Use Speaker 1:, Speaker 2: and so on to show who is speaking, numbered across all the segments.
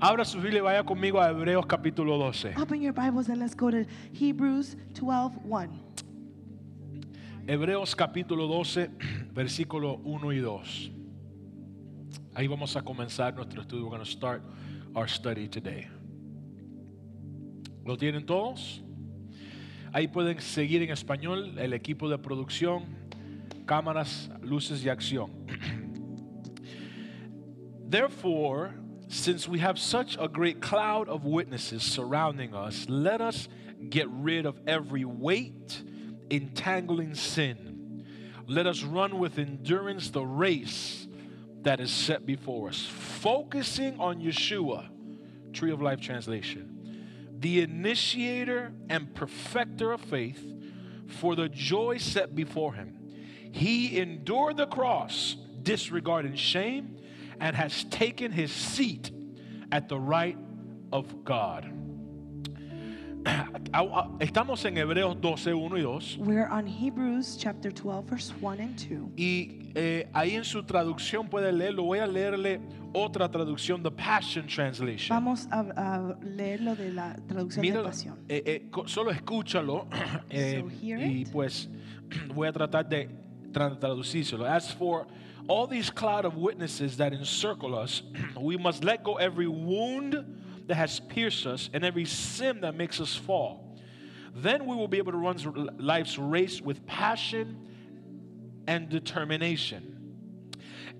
Speaker 1: Abra su Biblia y vaya conmigo a Hebreos capítulo 12.
Speaker 2: Open your Bibles and let's go to Hebrews 12 1.
Speaker 1: Hebreos capítulo 12, versículo 1 y 2. Ahí vamos a comenzar nuestro estudio. We're going to start our study today. ¿Lo tienen todos? Ahí pueden seguir en español el equipo de producción, cámaras, luces y acción. Therefore, since we have such a great cloud of witnesses surrounding us, let us get rid of every weight entangling sin. Let us run with endurance the race that is set before us, focusing on Yeshua, Tree of Life Translation, the initiator and perfecter of faith, for the joy set before him. He endured the cross, disregarding shame, and has taken his seat at the right of God. Estamos en Hebreos 12, 1 y 2.
Speaker 2: We're on Hebrews chapter 12, verse 1 and 2.
Speaker 1: Y eh, ahí en su traducción puede leerlo. Voy a leerle otra traducción, The Passion Translation.
Speaker 2: Vamos a, a leer lo de la traducción de
Speaker 1: Míralo,
Speaker 2: pasión.
Speaker 1: eh, eh, co- solo escúchalo eh,
Speaker 2: So hear
Speaker 1: y
Speaker 2: it.
Speaker 1: pues voy a tratar de tra- traducírselo. As for all these cloud of witnesses that encircle us, we must let go every wound that has pierced us and every sin that makes us fall. Then we will be able to run life's race with passion and determination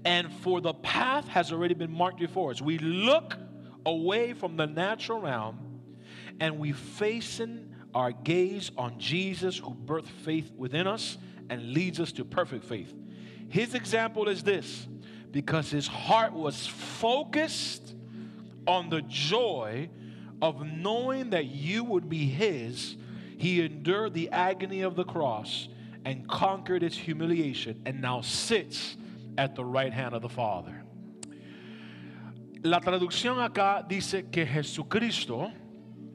Speaker 1: and for the path has already been marked before us. We look away from the natural realm and we fasten our gaze on Jesus who birthed faith within us and leads us to perfect faith. His example is this because his heart was focused on the joy of knowing that you would be his, he endured the agony of the cross and conquered its humiliation and now sits at the right hand of the Father. La traducción acá dice que Jesucristo,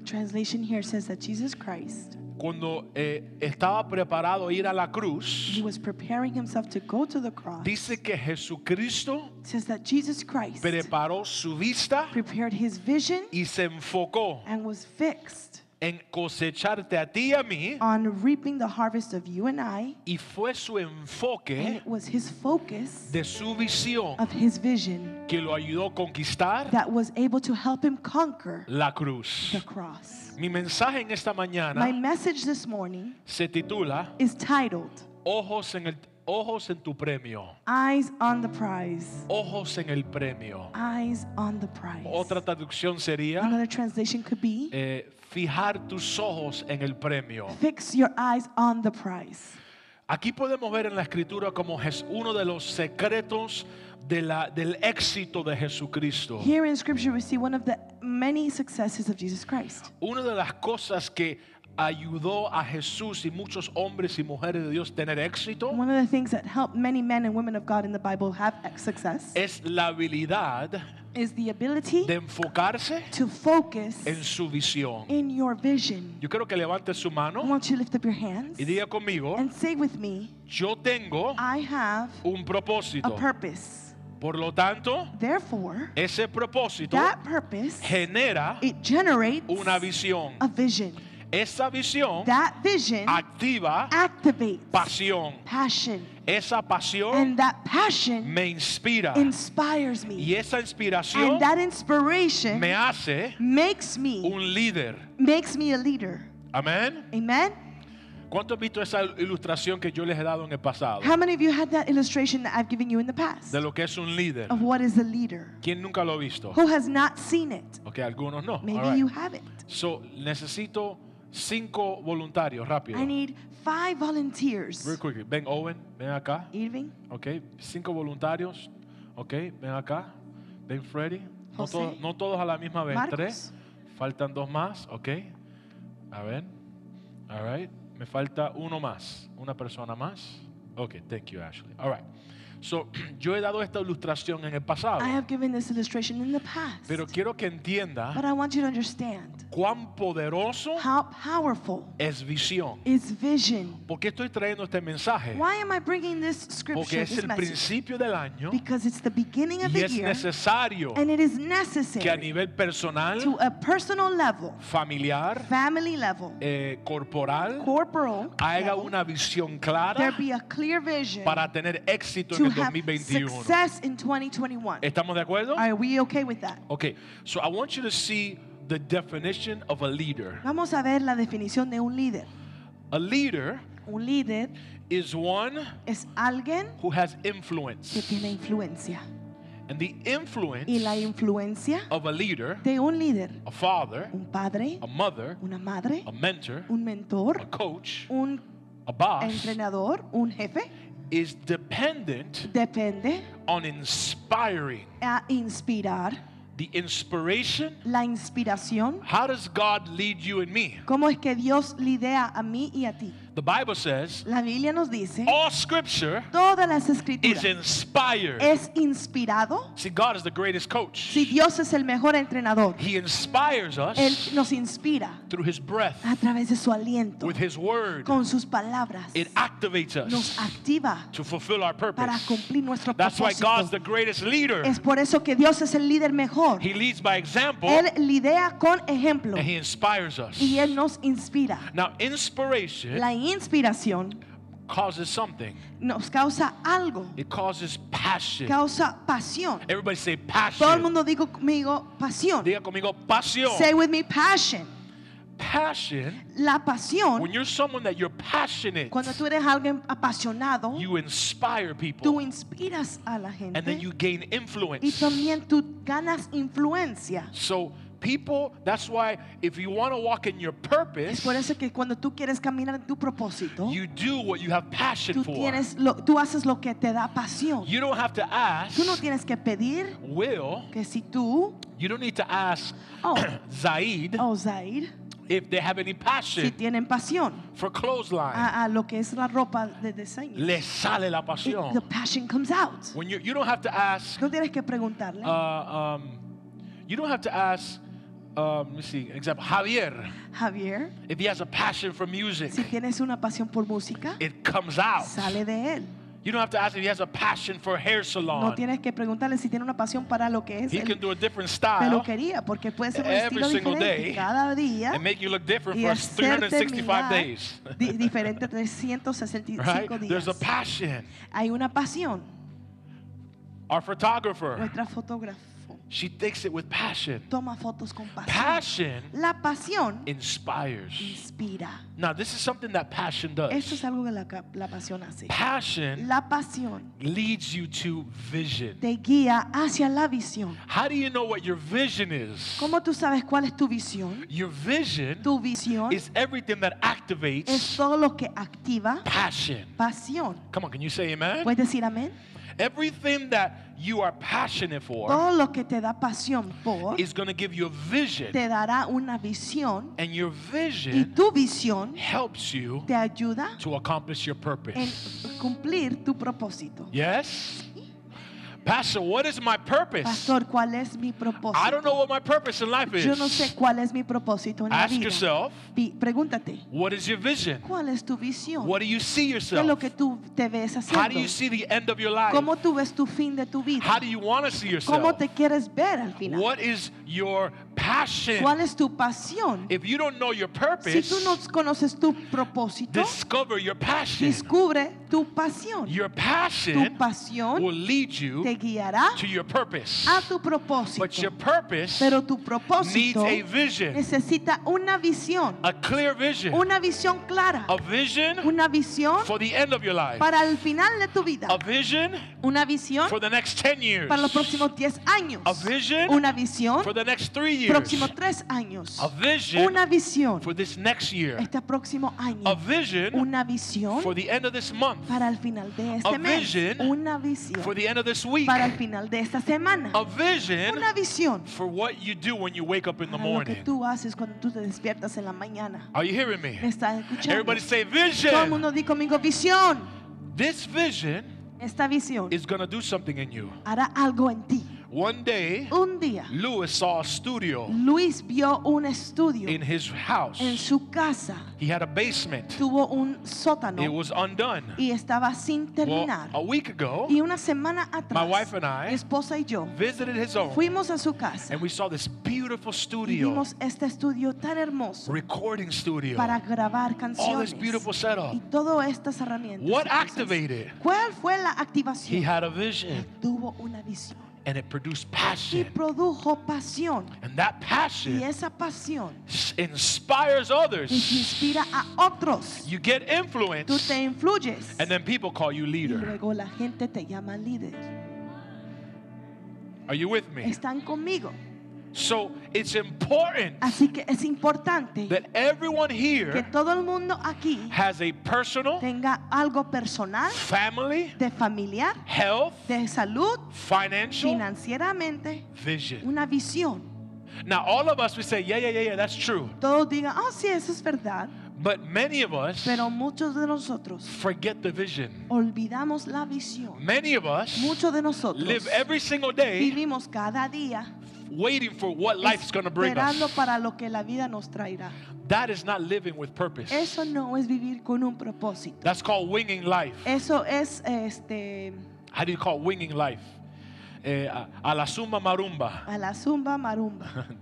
Speaker 2: Translation here says that Jesus Christ,
Speaker 1: cuando eh, estaba preparado a ir a la
Speaker 2: he
Speaker 1: cruz,
Speaker 2: was preparing himself to go to the cross.
Speaker 1: dice que Jesucristo
Speaker 2: It says that Jesus Christ
Speaker 1: preparó su vista
Speaker 2: prepared his vision
Speaker 1: y se enfocó
Speaker 2: and was fixed
Speaker 1: en cosecharte a ti y a mí
Speaker 2: on reaping the harvest of you and I,
Speaker 1: y fue su
Speaker 2: and
Speaker 1: enfoque
Speaker 2: it was his focus
Speaker 1: de su visión
Speaker 2: of his vision
Speaker 1: que lo ayudó a conquistar
Speaker 2: that was able to help him conquer
Speaker 1: la
Speaker 2: the
Speaker 1: cruz.
Speaker 2: cross.
Speaker 1: Mi mensaje en esta
Speaker 2: My
Speaker 1: mañana
Speaker 2: message this morning
Speaker 1: se titula
Speaker 2: is titled
Speaker 1: Ojos en el ojos en tu premio.
Speaker 2: Eyes on the Prize.
Speaker 1: Ojos en el premio.
Speaker 2: Eyes on the Prize.
Speaker 1: Otra traducción sería
Speaker 2: Another translation could be
Speaker 1: eh, fijar tus ojos en el premio.
Speaker 2: Fix your eyes on the prize.
Speaker 1: Aquí podemos ver en la escritura como Jes- uno de los secretos de la- del éxito de Jesucristo.
Speaker 2: Here in Scripture, we see one of the many successes of Jesus Christ.
Speaker 1: Una de las cosas que ayudó a Jesús y muchos hombres y mujeres de Dios tener éxito
Speaker 2: One of the things that helped many men and women of God in the Bible have success
Speaker 1: es la habilidad
Speaker 2: is the ability
Speaker 1: de enfocarse
Speaker 2: to focus
Speaker 1: en su visión.
Speaker 2: in your vision.
Speaker 1: Yo quiero que levante su
Speaker 2: I
Speaker 1: mano
Speaker 2: want you to lift up your hands
Speaker 1: y diga conmigo,
Speaker 2: and say with me,
Speaker 1: yo tengo
Speaker 2: I have
Speaker 1: un
Speaker 2: a
Speaker 1: propósito.
Speaker 2: purpose.
Speaker 1: Por lo tanto,
Speaker 2: Therefore,
Speaker 1: ese propósito
Speaker 2: that purpose
Speaker 1: genera
Speaker 2: it generates
Speaker 1: una visión.
Speaker 2: a vision.
Speaker 1: Esa visión
Speaker 2: That vision
Speaker 1: activa
Speaker 2: activates
Speaker 1: pasión.
Speaker 2: passion,
Speaker 1: Esa pasión
Speaker 2: and that passion
Speaker 1: me inspira.
Speaker 2: inspires
Speaker 1: Y
Speaker 2: me,
Speaker 1: esa inspiración
Speaker 2: and that inspiration
Speaker 1: me hace
Speaker 2: makes me
Speaker 1: un líder.
Speaker 2: makes me a leader.
Speaker 1: Amén.
Speaker 2: Amen.
Speaker 1: ¿Cuántos han visto esa ilustración que yo les he dado en el pasado?
Speaker 2: How many of you had that illustration that I've given you in the past
Speaker 1: De lo que es un líder.
Speaker 2: of what is a leader?
Speaker 1: ¿Quién nunca lo ha visto?
Speaker 2: Who has not seen it?
Speaker 1: Ok, algunos no.
Speaker 2: Maybe
Speaker 1: Alright.
Speaker 2: you haven't.
Speaker 1: So, necesito cinco voluntarios, rápido.
Speaker 2: I need five volunteers.
Speaker 1: Very quickly. Ven, Owen, ven acá.
Speaker 2: Irving,
Speaker 1: Ok, cinco voluntarios. Ok, ven acá. Ven, Freddy. No,
Speaker 2: José.
Speaker 1: todos- no todos a la misma vez.
Speaker 2: Marcos.
Speaker 1: Tres. Faltan dos más. Ok. A ver. All right. Me falta uno más. Una persona más. Ok, thank you, Ashley. All right. So, yo he dado esta ilustración en el pasado.
Speaker 2: I have given this illustration in the past.
Speaker 1: Pero quiero que entienda
Speaker 2: But I want you to understand
Speaker 1: cuán poderoso
Speaker 2: How powerful
Speaker 1: es visión.
Speaker 2: is vision?
Speaker 1: ¿Por qué estoy trayendo este mensaje?
Speaker 2: Why am I bringing this scripture,
Speaker 1: Porque es
Speaker 2: this
Speaker 1: el
Speaker 2: message?
Speaker 1: principio del año
Speaker 2: Because it's the beginning of
Speaker 1: y
Speaker 2: the
Speaker 1: es
Speaker 2: year,
Speaker 1: necesario
Speaker 2: and it is
Speaker 1: que a
Speaker 2: necessary
Speaker 1: nivel personal,
Speaker 2: to a personal level,
Speaker 1: familiar,
Speaker 2: family level,
Speaker 1: eh, corporal,
Speaker 2: corporal,
Speaker 1: haga
Speaker 2: level,
Speaker 1: una visión
Speaker 2: there
Speaker 1: clara
Speaker 2: be a clear vision
Speaker 1: para tener éxito en
Speaker 2: to
Speaker 1: el
Speaker 2: have
Speaker 1: 2021.
Speaker 2: success in 2021.
Speaker 1: ¿Estamos de acuerdo?
Speaker 2: Are we okay with that?
Speaker 1: Okay, so I want you to see the definition of a leader.
Speaker 2: Vamos a ver la definición de un líder.
Speaker 1: A leader
Speaker 2: Un líder
Speaker 1: is one
Speaker 2: es alguien
Speaker 1: who has
Speaker 2: que
Speaker 1: influence.
Speaker 2: tiene influencia.
Speaker 1: And the
Speaker 2: Y la
Speaker 1: influence
Speaker 2: influencia
Speaker 1: of a leader,
Speaker 2: de un líder,
Speaker 1: a father,
Speaker 2: un padre,
Speaker 1: a mother,
Speaker 2: una madre,
Speaker 1: a mentor,
Speaker 2: un
Speaker 1: a
Speaker 2: mentor,
Speaker 1: coach,
Speaker 2: un
Speaker 1: a boss,
Speaker 2: entrenador, un jefe,
Speaker 1: is dependent
Speaker 2: depende
Speaker 1: on inspiring.
Speaker 2: a inspirar
Speaker 1: The inspiration,
Speaker 2: la inspiración.
Speaker 1: how does God lead you and me?
Speaker 2: ¿Cómo es que Dios lidea a mí y a ti?
Speaker 1: The Bible says
Speaker 2: La Biblia nos dice,
Speaker 1: all scripture
Speaker 2: todas las
Speaker 1: is
Speaker 2: escrituras
Speaker 1: inspired.
Speaker 2: es inspirado.
Speaker 1: See, God is the greatest coach.
Speaker 2: Si Dios es el mejor entrenador,
Speaker 1: He inspires
Speaker 2: Él
Speaker 1: us
Speaker 2: nos inspira
Speaker 1: through His breath,
Speaker 2: a través de su aliento,
Speaker 1: with His word.
Speaker 2: con sus palabras.
Speaker 1: It activates us
Speaker 2: Nos activa
Speaker 1: to fulfill our
Speaker 2: para
Speaker 1: purpose.
Speaker 2: cumplir nuestro
Speaker 1: That's why God's
Speaker 2: propósito.
Speaker 1: the greatest leader.
Speaker 2: Es por eso que Dios es el líder mejor.
Speaker 1: He leads by example
Speaker 2: Él lidea con ejemplo
Speaker 1: and He inspires us.
Speaker 2: y Él nos inspira.
Speaker 1: Now, inspiration
Speaker 2: La inspiración
Speaker 1: causes something,
Speaker 2: nos causa algo,
Speaker 1: it causes passion.
Speaker 2: causa pasión.
Speaker 1: Everybody say
Speaker 2: Todo el
Speaker 1: passion.
Speaker 2: mundo digo conmigo pasión.
Speaker 1: Diga conmigo, pasión.
Speaker 2: Say with me passion.
Speaker 1: Passion,
Speaker 2: La pasión,
Speaker 1: when you're someone that you're passionate,
Speaker 2: cuando tú eres alguien apasionado,
Speaker 1: you inspire
Speaker 2: tú
Speaker 1: people
Speaker 2: inspiras a la
Speaker 1: and then
Speaker 2: gente
Speaker 1: you gain
Speaker 2: y
Speaker 1: influence.
Speaker 2: también tú ganas influencia.
Speaker 1: So people, that's why if you want to walk in your
Speaker 2: Es
Speaker 1: purpose,
Speaker 2: por eso que cuando tú quieres caminar en tu propósito,
Speaker 1: you do what you have passion
Speaker 2: tú
Speaker 1: for.
Speaker 2: tienes lo, tú haces lo que te da pasión.
Speaker 1: You don't have to ask
Speaker 2: Tú no tienes que pedir
Speaker 1: Will.
Speaker 2: que si tú
Speaker 1: You don't need to ask
Speaker 2: Oh.
Speaker 1: Zaid
Speaker 2: o Zair
Speaker 1: if they have any
Speaker 2: Oh. si Ah.
Speaker 1: passion
Speaker 2: tienen pasión
Speaker 1: for clothesline.
Speaker 2: a, a lo que es la ropa de diseño.
Speaker 1: Le sale la
Speaker 2: It- the
Speaker 1: pasión.
Speaker 2: passion comes out.
Speaker 1: When you you don't have to ask.
Speaker 2: No tienes que preguntarle.
Speaker 1: Uh, um, you don't have to ask. Um, let me see. Example: Javier,
Speaker 2: Javier,
Speaker 1: if he has a passion for music,
Speaker 2: si tienes una pasión por música,
Speaker 1: it comes out.
Speaker 2: sale de él.
Speaker 1: You don't have to ask if he has a passion for hair
Speaker 2: No
Speaker 1: salon.
Speaker 2: tienes que preguntarle si tiene una pasión para lo que es
Speaker 1: He can
Speaker 2: el
Speaker 1: do a different style
Speaker 2: peluquería, porque puede ser un
Speaker 1: Every
Speaker 2: estilo
Speaker 1: single
Speaker 2: diferente
Speaker 1: day,
Speaker 2: cada día
Speaker 1: and make you look different
Speaker 2: y
Speaker 1: for
Speaker 2: hacerte
Speaker 1: 365
Speaker 2: mirar
Speaker 1: days.
Speaker 2: di- diferente 365
Speaker 1: Right?
Speaker 2: días.
Speaker 1: There's a passion.
Speaker 2: Hay una pasión.
Speaker 1: Our photographer,
Speaker 2: Nuestra fotógrafo
Speaker 1: she takes it with passion.
Speaker 2: toma fotos con pasión.
Speaker 1: Passion
Speaker 2: La pasión
Speaker 1: inspires.
Speaker 2: inspira.
Speaker 1: Now, this is something that passion
Speaker 2: Esto
Speaker 1: does.
Speaker 2: es algo que la, ca- la pasión hace.
Speaker 1: Passion
Speaker 2: La pasión
Speaker 1: leads you to vision.
Speaker 2: te guía hacia la visión.
Speaker 1: How do you know what your vision is?
Speaker 2: ¿Cómo tú sabes cuál es tu visión?
Speaker 1: Your vision
Speaker 2: Tu visión
Speaker 1: is everything that
Speaker 2: es
Speaker 1: activates
Speaker 2: todo lo que activa
Speaker 1: passion.
Speaker 2: pasión.
Speaker 1: Come on, can you say amen?
Speaker 2: ¿Puedes decir amén?
Speaker 1: Everything that you are passionate for
Speaker 2: Todo lo que te da pasión por
Speaker 1: is going to give you a vision,
Speaker 2: te dará una visión
Speaker 1: and your
Speaker 2: y
Speaker 1: vision
Speaker 2: tu visión
Speaker 1: helps you
Speaker 2: te ayuda
Speaker 1: to accomplish your
Speaker 2: en
Speaker 1: purpose.
Speaker 2: cumplir tu propósito.
Speaker 1: Yes? Pastor, what is my purpose?
Speaker 2: Pastor, ¿cuál es mi
Speaker 1: I don't know
Speaker 2: propósito?
Speaker 1: what my purpose in life is.
Speaker 2: Yo no sé cuál es mi propósito en la
Speaker 1: Ask
Speaker 2: vida.
Speaker 1: yourself,
Speaker 2: Pi- Pregúntate,
Speaker 1: what is your vision?
Speaker 2: ¿cuál es tu visión?
Speaker 1: What do you see
Speaker 2: ¿Qué es lo
Speaker 1: yourself?
Speaker 2: que tú te ves
Speaker 1: How do
Speaker 2: haciendo?
Speaker 1: you see the end of your life?
Speaker 2: ¿Cómo tú ves tu fin de tu vida?
Speaker 1: How do you want to see
Speaker 2: ¿Cómo
Speaker 1: yourself?
Speaker 2: te quieres ver al final?
Speaker 1: What is your passion?
Speaker 2: ¿Cuál es tu pasión?
Speaker 1: If you don't know your
Speaker 2: Si tú
Speaker 1: purpose,
Speaker 2: no conoces tu propósito,
Speaker 1: discover your passion.
Speaker 2: descubre tu pasión.
Speaker 1: Your
Speaker 2: Tu
Speaker 1: passion will
Speaker 2: pasión
Speaker 1: lead
Speaker 2: te
Speaker 1: you
Speaker 2: guiará
Speaker 1: to your purpose.
Speaker 2: a tu
Speaker 1: But your
Speaker 2: propósito.
Speaker 1: purpose,
Speaker 2: Pero tu
Speaker 1: needs
Speaker 2: propósito
Speaker 1: a vision.
Speaker 2: necesita una visión,
Speaker 1: a clear vision,
Speaker 2: una visión clara,
Speaker 1: a vision
Speaker 2: una visión
Speaker 1: for the end of your life,
Speaker 2: para el final de tu vida,
Speaker 1: a vision
Speaker 2: una visión
Speaker 1: for the next 10 years,
Speaker 2: para los próximos 10 años,
Speaker 1: a vision
Speaker 2: una visión
Speaker 1: for the next three years,
Speaker 2: próximos 3 años,
Speaker 1: a vision
Speaker 2: una visión
Speaker 1: for this next year,
Speaker 2: este próximo
Speaker 1: a
Speaker 2: año,
Speaker 1: vision
Speaker 2: una visión
Speaker 1: for the end of this month,
Speaker 2: para el final de este
Speaker 1: A
Speaker 2: mes,
Speaker 1: vision
Speaker 2: una visión
Speaker 1: for the end of this week,
Speaker 2: para el final de esta semana,
Speaker 1: a vision
Speaker 2: una visión
Speaker 1: for what you do when you wake up in the
Speaker 2: para lo que
Speaker 1: morning.
Speaker 2: tú haces cuando tú te despiertas en la mañana.
Speaker 1: Are you hearing me?
Speaker 2: ¿Me estás escuchando?
Speaker 1: Everybody say
Speaker 2: Todo el
Speaker 1: vision.
Speaker 2: mundo di conmigo visión.
Speaker 1: This vision
Speaker 2: Esta visión
Speaker 1: is going to do something in you.
Speaker 2: hará algo en ti.
Speaker 1: One day,
Speaker 2: Un día,
Speaker 1: Lewis saw a studio
Speaker 2: Luis vio un estudio
Speaker 1: in his
Speaker 2: en
Speaker 1: house.
Speaker 2: su casa.
Speaker 1: He had a basement.
Speaker 2: Tuvo un sótano
Speaker 1: It was undone.
Speaker 2: y estaba sin
Speaker 1: Well,
Speaker 2: terminar.
Speaker 1: a week ago,
Speaker 2: y una semana atrás,
Speaker 1: My wife and I
Speaker 2: mi esposa y yo
Speaker 1: visited his own,
Speaker 2: fuimos a su casa
Speaker 1: and we saw this beautiful
Speaker 2: y
Speaker 1: studio,
Speaker 2: vimos este estudio tan hermoso
Speaker 1: recording studio.
Speaker 2: para grabar
Speaker 1: All this
Speaker 2: canciones
Speaker 1: beautiful setup.
Speaker 2: y todas estas herramientas.
Speaker 1: What
Speaker 2: y cosas.
Speaker 1: activated?
Speaker 2: ¿Cuál fue la
Speaker 1: He
Speaker 2: activación?
Speaker 1: had a vision,
Speaker 2: Tuvo una visión
Speaker 1: and it produced
Speaker 2: y
Speaker 1: passion.
Speaker 2: produjo pasión
Speaker 1: And that
Speaker 2: y
Speaker 1: passion
Speaker 2: esa pasión
Speaker 1: s- inspires others.
Speaker 2: inspira a otros.
Speaker 1: You get
Speaker 2: Tú
Speaker 1: influence,
Speaker 2: te influyes
Speaker 1: and then people call you
Speaker 2: y
Speaker 1: leader.
Speaker 2: luego la gente te llama líder.
Speaker 1: Are you with me?
Speaker 2: Están conmigo.
Speaker 1: So it's important
Speaker 2: Así que es importante
Speaker 1: that everyone
Speaker 2: que
Speaker 1: here
Speaker 2: todo el mundo aquí
Speaker 1: has a personal,
Speaker 2: tenga algo personal,
Speaker 1: family,
Speaker 2: de familiar,
Speaker 1: health,
Speaker 2: de salud,
Speaker 1: financial
Speaker 2: financieramente,
Speaker 1: vision.
Speaker 2: una visión.
Speaker 1: Now, all of us, we say, yeah, yeah, yeah, yeah, that's true.
Speaker 2: Todos digan, oh sí, eso es verdad,
Speaker 1: But many of us
Speaker 2: pero muchos de nosotros
Speaker 1: forget the vision.
Speaker 2: olvidamos la visión.
Speaker 1: Many of us
Speaker 2: Muchos de nosotros
Speaker 1: live every single day
Speaker 2: vivimos cada día
Speaker 1: waiting for what life's going to bring
Speaker 2: esperando
Speaker 1: us.
Speaker 2: para lo que la vida nos traerá.
Speaker 1: That is not living with purpose.
Speaker 2: Eso no es vivir con un propósito.
Speaker 1: That's called winging life.
Speaker 2: Eso es este
Speaker 1: How do you call winging life? Eh, a, a la suma marumba.
Speaker 2: a la zumba marumba.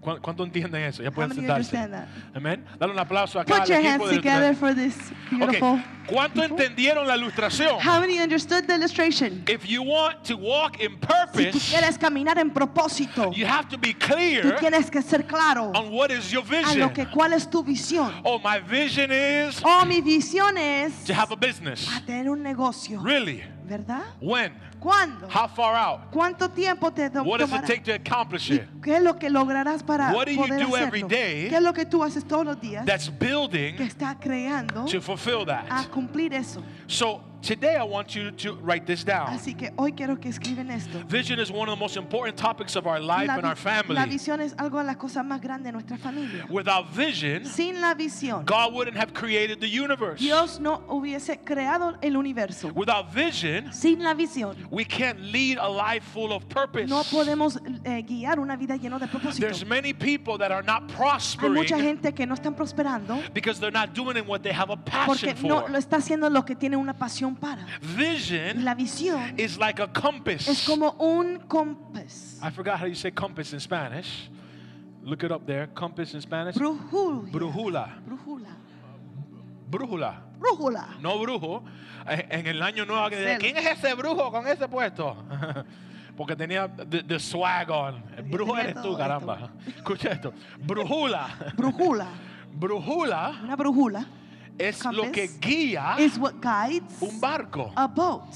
Speaker 1: ¿Cu- ¿Cuánto entienden eso? Ya pueden
Speaker 2: many
Speaker 1: sentarse.
Speaker 2: understand that?
Speaker 1: Amén. Dale un aplauso acá
Speaker 2: Put
Speaker 1: al
Speaker 2: your
Speaker 1: equipo
Speaker 2: hands
Speaker 1: de
Speaker 2: together
Speaker 1: ilustración.
Speaker 2: for this
Speaker 1: Okay.
Speaker 2: beautiful.
Speaker 1: ¿Cuánto
Speaker 2: people.
Speaker 1: entendieron la ilustración?
Speaker 2: How many understood the illustration?
Speaker 1: If you want to walk in
Speaker 2: Si tú
Speaker 1: purpose,
Speaker 2: quieres caminar en propósito,
Speaker 1: pues, you have to be
Speaker 2: tú
Speaker 1: clear
Speaker 2: tienes que ser claro
Speaker 1: on what is your
Speaker 2: a
Speaker 1: vision.
Speaker 2: lo que cuál es tu visión.
Speaker 1: Oh, my vision is
Speaker 2: Oh, mi visión es
Speaker 1: to have a business.
Speaker 2: a tener un negocio,
Speaker 1: Really?
Speaker 2: ¿verdad?
Speaker 1: When?
Speaker 2: ¿Cuándo?
Speaker 1: How far out?
Speaker 2: ¿Cuánto tiempo te do-
Speaker 1: What does it
Speaker 2: tomará?
Speaker 1: take to accomplish
Speaker 2: ¿Y
Speaker 1: it?
Speaker 2: ¿Qué es lo que lograrás para
Speaker 1: What do you
Speaker 2: poder
Speaker 1: do every
Speaker 2: hacerlo?
Speaker 1: day
Speaker 2: ¿Qué es lo que tú haces todos los días
Speaker 1: That's
Speaker 2: que
Speaker 1: building
Speaker 2: está creando
Speaker 1: to fulfill
Speaker 2: a
Speaker 1: that.
Speaker 2: cumplir eso?
Speaker 1: So today I want you to write this down.
Speaker 2: Así que hoy quiero que escriben esto.
Speaker 1: Vision is one of the most important topics of our life
Speaker 2: la,
Speaker 1: and our
Speaker 2: vis- la
Speaker 1: family.
Speaker 2: visión es algo de las cosas más grandes de nuestra familia.
Speaker 1: Without vision,
Speaker 2: Sin la visión,
Speaker 1: God wouldn't have created the universe.
Speaker 2: Dios no hubiese creado el universo.
Speaker 1: Without vision,
Speaker 2: Sin la visión,
Speaker 1: we can't lead a life full of purpose.
Speaker 2: no podemos eh, guiar una vida llena de propósito.
Speaker 1: There's many people that are not
Speaker 2: Hay mucha
Speaker 1: prospering
Speaker 2: gente que no están prosperando
Speaker 1: because they're not doing what they have a
Speaker 2: porque
Speaker 1: passion
Speaker 2: no
Speaker 1: for.
Speaker 2: lo está haciendo lo que tiene una pasión para. Y
Speaker 1: Vision
Speaker 2: La visión
Speaker 1: is like a
Speaker 2: es
Speaker 1: compass.
Speaker 2: como un compás.
Speaker 1: I forgot how you say compass in Spanish. Look it up there. Compass in Spanish.
Speaker 2: Brújula.
Speaker 1: Brujula.
Speaker 2: Brújula.
Speaker 1: Brujula.
Speaker 2: Brújula.
Speaker 1: No brujo. Eh, En el año nuevo. que decía,
Speaker 2: Celo.
Speaker 1: ¿Quién es ese brujo con ese puesto? Porque tenía the, the swag on. El brujo
Speaker 2: Tenía
Speaker 1: eres
Speaker 2: todo
Speaker 1: tú,
Speaker 2: esto.
Speaker 1: caramba. Escucha esto. Brujula.
Speaker 2: Brújula.
Speaker 1: Brujula
Speaker 2: Una brújula
Speaker 1: es lo
Speaker 2: Compass
Speaker 1: que guía
Speaker 2: is what guides
Speaker 1: Ah. un barco.
Speaker 2: a boat.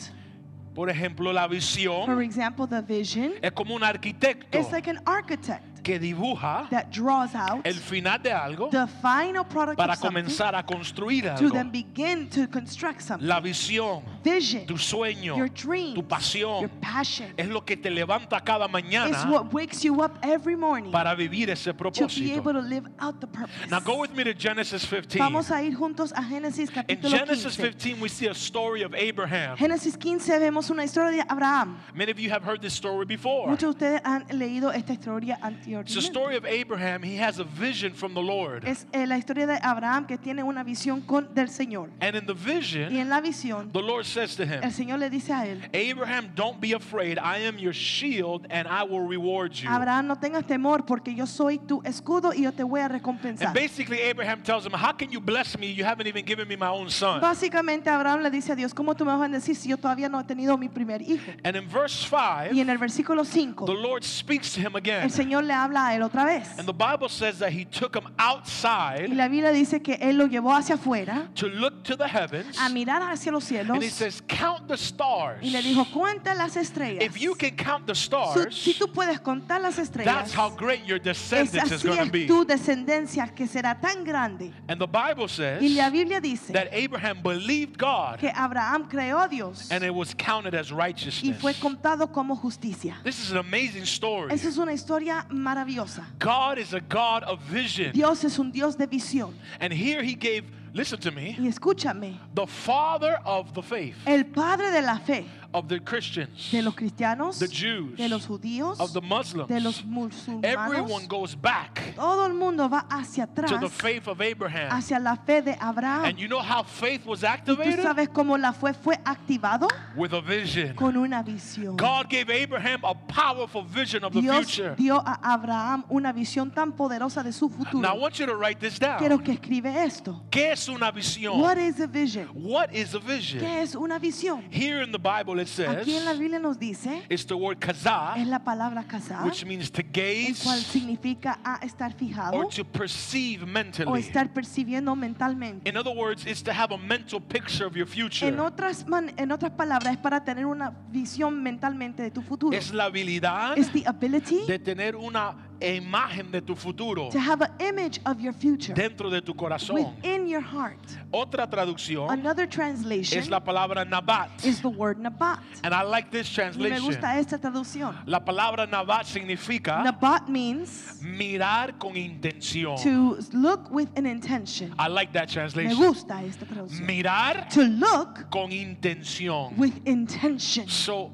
Speaker 1: Por ejemplo, la
Speaker 2: For
Speaker 1: visión
Speaker 2: example, the vision
Speaker 1: es como un arquitecto
Speaker 2: is like an architect
Speaker 1: que dibuja
Speaker 2: that draws out
Speaker 1: el final de algo
Speaker 2: the final product
Speaker 1: para
Speaker 2: of something
Speaker 1: comenzar a construir
Speaker 2: to
Speaker 1: algo.
Speaker 2: then begin to construct something.
Speaker 1: La visión,
Speaker 2: Vision,
Speaker 1: tu sueño,
Speaker 2: your dream,
Speaker 1: tu pasión
Speaker 2: your passion
Speaker 1: es lo que te levanta cada
Speaker 2: is
Speaker 1: mañana
Speaker 2: what wakes you up every morning
Speaker 1: para vivir ese
Speaker 2: to be able
Speaker 1: propósito.
Speaker 2: to live out the purpose.
Speaker 1: Now go with me to Genesis 15.
Speaker 2: Vamos a ir juntos a Génesis
Speaker 1: In
Speaker 2: capítulo
Speaker 1: Genesis
Speaker 2: 15.
Speaker 1: 15 we see a story of Abraham.
Speaker 2: Génesis 15 vemos una historia de Abraham.
Speaker 1: Many of you have heard this story before.
Speaker 2: Muchos de ustedes han leído esta historia
Speaker 1: It's the
Speaker 2: anteriormente.
Speaker 1: story of Abraham. He has a vision from the Lord.
Speaker 2: Es eh, la historia de Abraham que tiene una visión con, del Señor.
Speaker 1: And in the
Speaker 2: Y
Speaker 1: vision,
Speaker 2: en la visión,
Speaker 1: the Lord says to
Speaker 2: el
Speaker 1: him,
Speaker 2: Señor le dice a él,
Speaker 1: Abraham, don't be afraid. I am your shield and I will reward you.
Speaker 2: Abraham, no tengas temor porque yo soy tu escudo y yo te voy a
Speaker 1: And
Speaker 2: recompensar.
Speaker 1: basically, Abraham tells him, How can you bless me? You haven't even given me my own son.
Speaker 2: Básicamente Abraham le dice a Dios, ¿cómo tú me vas a bendecir si yo todavía no he tenido mi primer hijo?
Speaker 1: And in verse
Speaker 2: Y en
Speaker 1: 5,
Speaker 2: el versículo
Speaker 1: the
Speaker 2: 5,
Speaker 1: Lord speaks to him again.
Speaker 2: el Señor le habla a él otra vez.
Speaker 1: And the Bible says that he took him
Speaker 2: Y
Speaker 1: outside
Speaker 2: la Biblia dice que él lo llevó hacia afuera
Speaker 1: to look to the heavens.
Speaker 2: a mirar hacia los
Speaker 1: And he
Speaker 2: cielos
Speaker 1: says, Count the stars.
Speaker 2: y le dijo, cuenta las estrellas.
Speaker 1: If you can count the
Speaker 2: Su- Si
Speaker 1: stars,
Speaker 2: tú puedes contar las
Speaker 1: that's
Speaker 2: estrellas,
Speaker 1: how great your
Speaker 2: es
Speaker 1: descendants is
Speaker 2: así
Speaker 1: going to
Speaker 2: es
Speaker 1: be.
Speaker 2: tu descendencia que será tan grande.
Speaker 1: And the Bible
Speaker 2: Y la
Speaker 1: says
Speaker 2: Biblia dice
Speaker 1: that Abraham believed God
Speaker 2: que Abraham creó a Dios
Speaker 1: and it was counted as
Speaker 2: y
Speaker 1: righteousness.
Speaker 2: fue contado como justicia.
Speaker 1: This is an amazing story.
Speaker 2: Esa es una historia maravillosa.
Speaker 1: God is a God of vision.
Speaker 2: Dios es un Dios de visión.
Speaker 1: And here he gave, listen to me,
Speaker 2: Y escúchame,
Speaker 1: the father of the faith,
Speaker 2: el padre de la fe,
Speaker 1: of the Christians,
Speaker 2: de los cristianos,
Speaker 1: the Jews,
Speaker 2: de los judíos,
Speaker 1: of the Muslims.
Speaker 2: de los musulmanes.
Speaker 1: Everyone goes back
Speaker 2: Todo el mundo va hacia atrás,
Speaker 1: to the faith of Abraham.
Speaker 2: hacia la fe de Abraham.
Speaker 1: And you know how faith was
Speaker 2: Ah. ¿Y tú
Speaker 1: activated?
Speaker 2: sabes cómo la fe fue activado?
Speaker 1: With a vision.
Speaker 2: Con una visión.
Speaker 1: God gave Abraham a powerful vision of the
Speaker 2: Dios
Speaker 1: future.
Speaker 2: dio a Abraham una visión tan poderosa de su
Speaker 1: Now I
Speaker 2: futuro.
Speaker 1: want you to write this
Speaker 2: Quiero
Speaker 1: down.
Speaker 2: que escribe esto.
Speaker 1: ¿Qué es una visión?
Speaker 2: What is a vision?
Speaker 1: What is a vision?
Speaker 2: ¿Qué es una visión?
Speaker 1: Here in the Bible it says
Speaker 2: Aquí en la Biblia nos dice,
Speaker 1: it's the word
Speaker 2: es
Speaker 1: kazah,
Speaker 2: la palabra casar,
Speaker 1: which means to
Speaker 2: el cual
Speaker 1: gaze
Speaker 2: significa a estar
Speaker 1: or
Speaker 2: fijado
Speaker 1: to perceive
Speaker 2: o
Speaker 1: mentally.
Speaker 2: estar percibiendo mentalmente.
Speaker 1: In other words, it's to have a mental picture of your
Speaker 2: En
Speaker 1: future.
Speaker 2: otras, man- en otras palabras, es para tener una visión mentalmente de tu futuro.
Speaker 1: Es la habilidad
Speaker 2: It's the ability
Speaker 1: de tener una imagen de tu futuro
Speaker 2: to have an image of your future
Speaker 1: dentro de tu corazón.
Speaker 2: within your heart.
Speaker 1: Otra traducción
Speaker 2: Another translation
Speaker 1: es Oh. la palabra nabat.
Speaker 2: is the word nabat.
Speaker 1: And I like this
Speaker 2: Y me
Speaker 1: translation.
Speaker 2: gusta esta traducción.
Speaker 1: La palabra nabat significa
Speaker 2: Nabat means
Speaker 1: mirar con intención.
Speaker 2: to look with an intention.
Speaker 1: I like that
Speaker 2: Me
Speaker 1: translation.
Speaker 2: gusta esta traducción.
Speaker 1: Mirar
Speaker 2: To look
Speaker 1: con intención.
Speaker 2: with intention.
Speaker 1: So,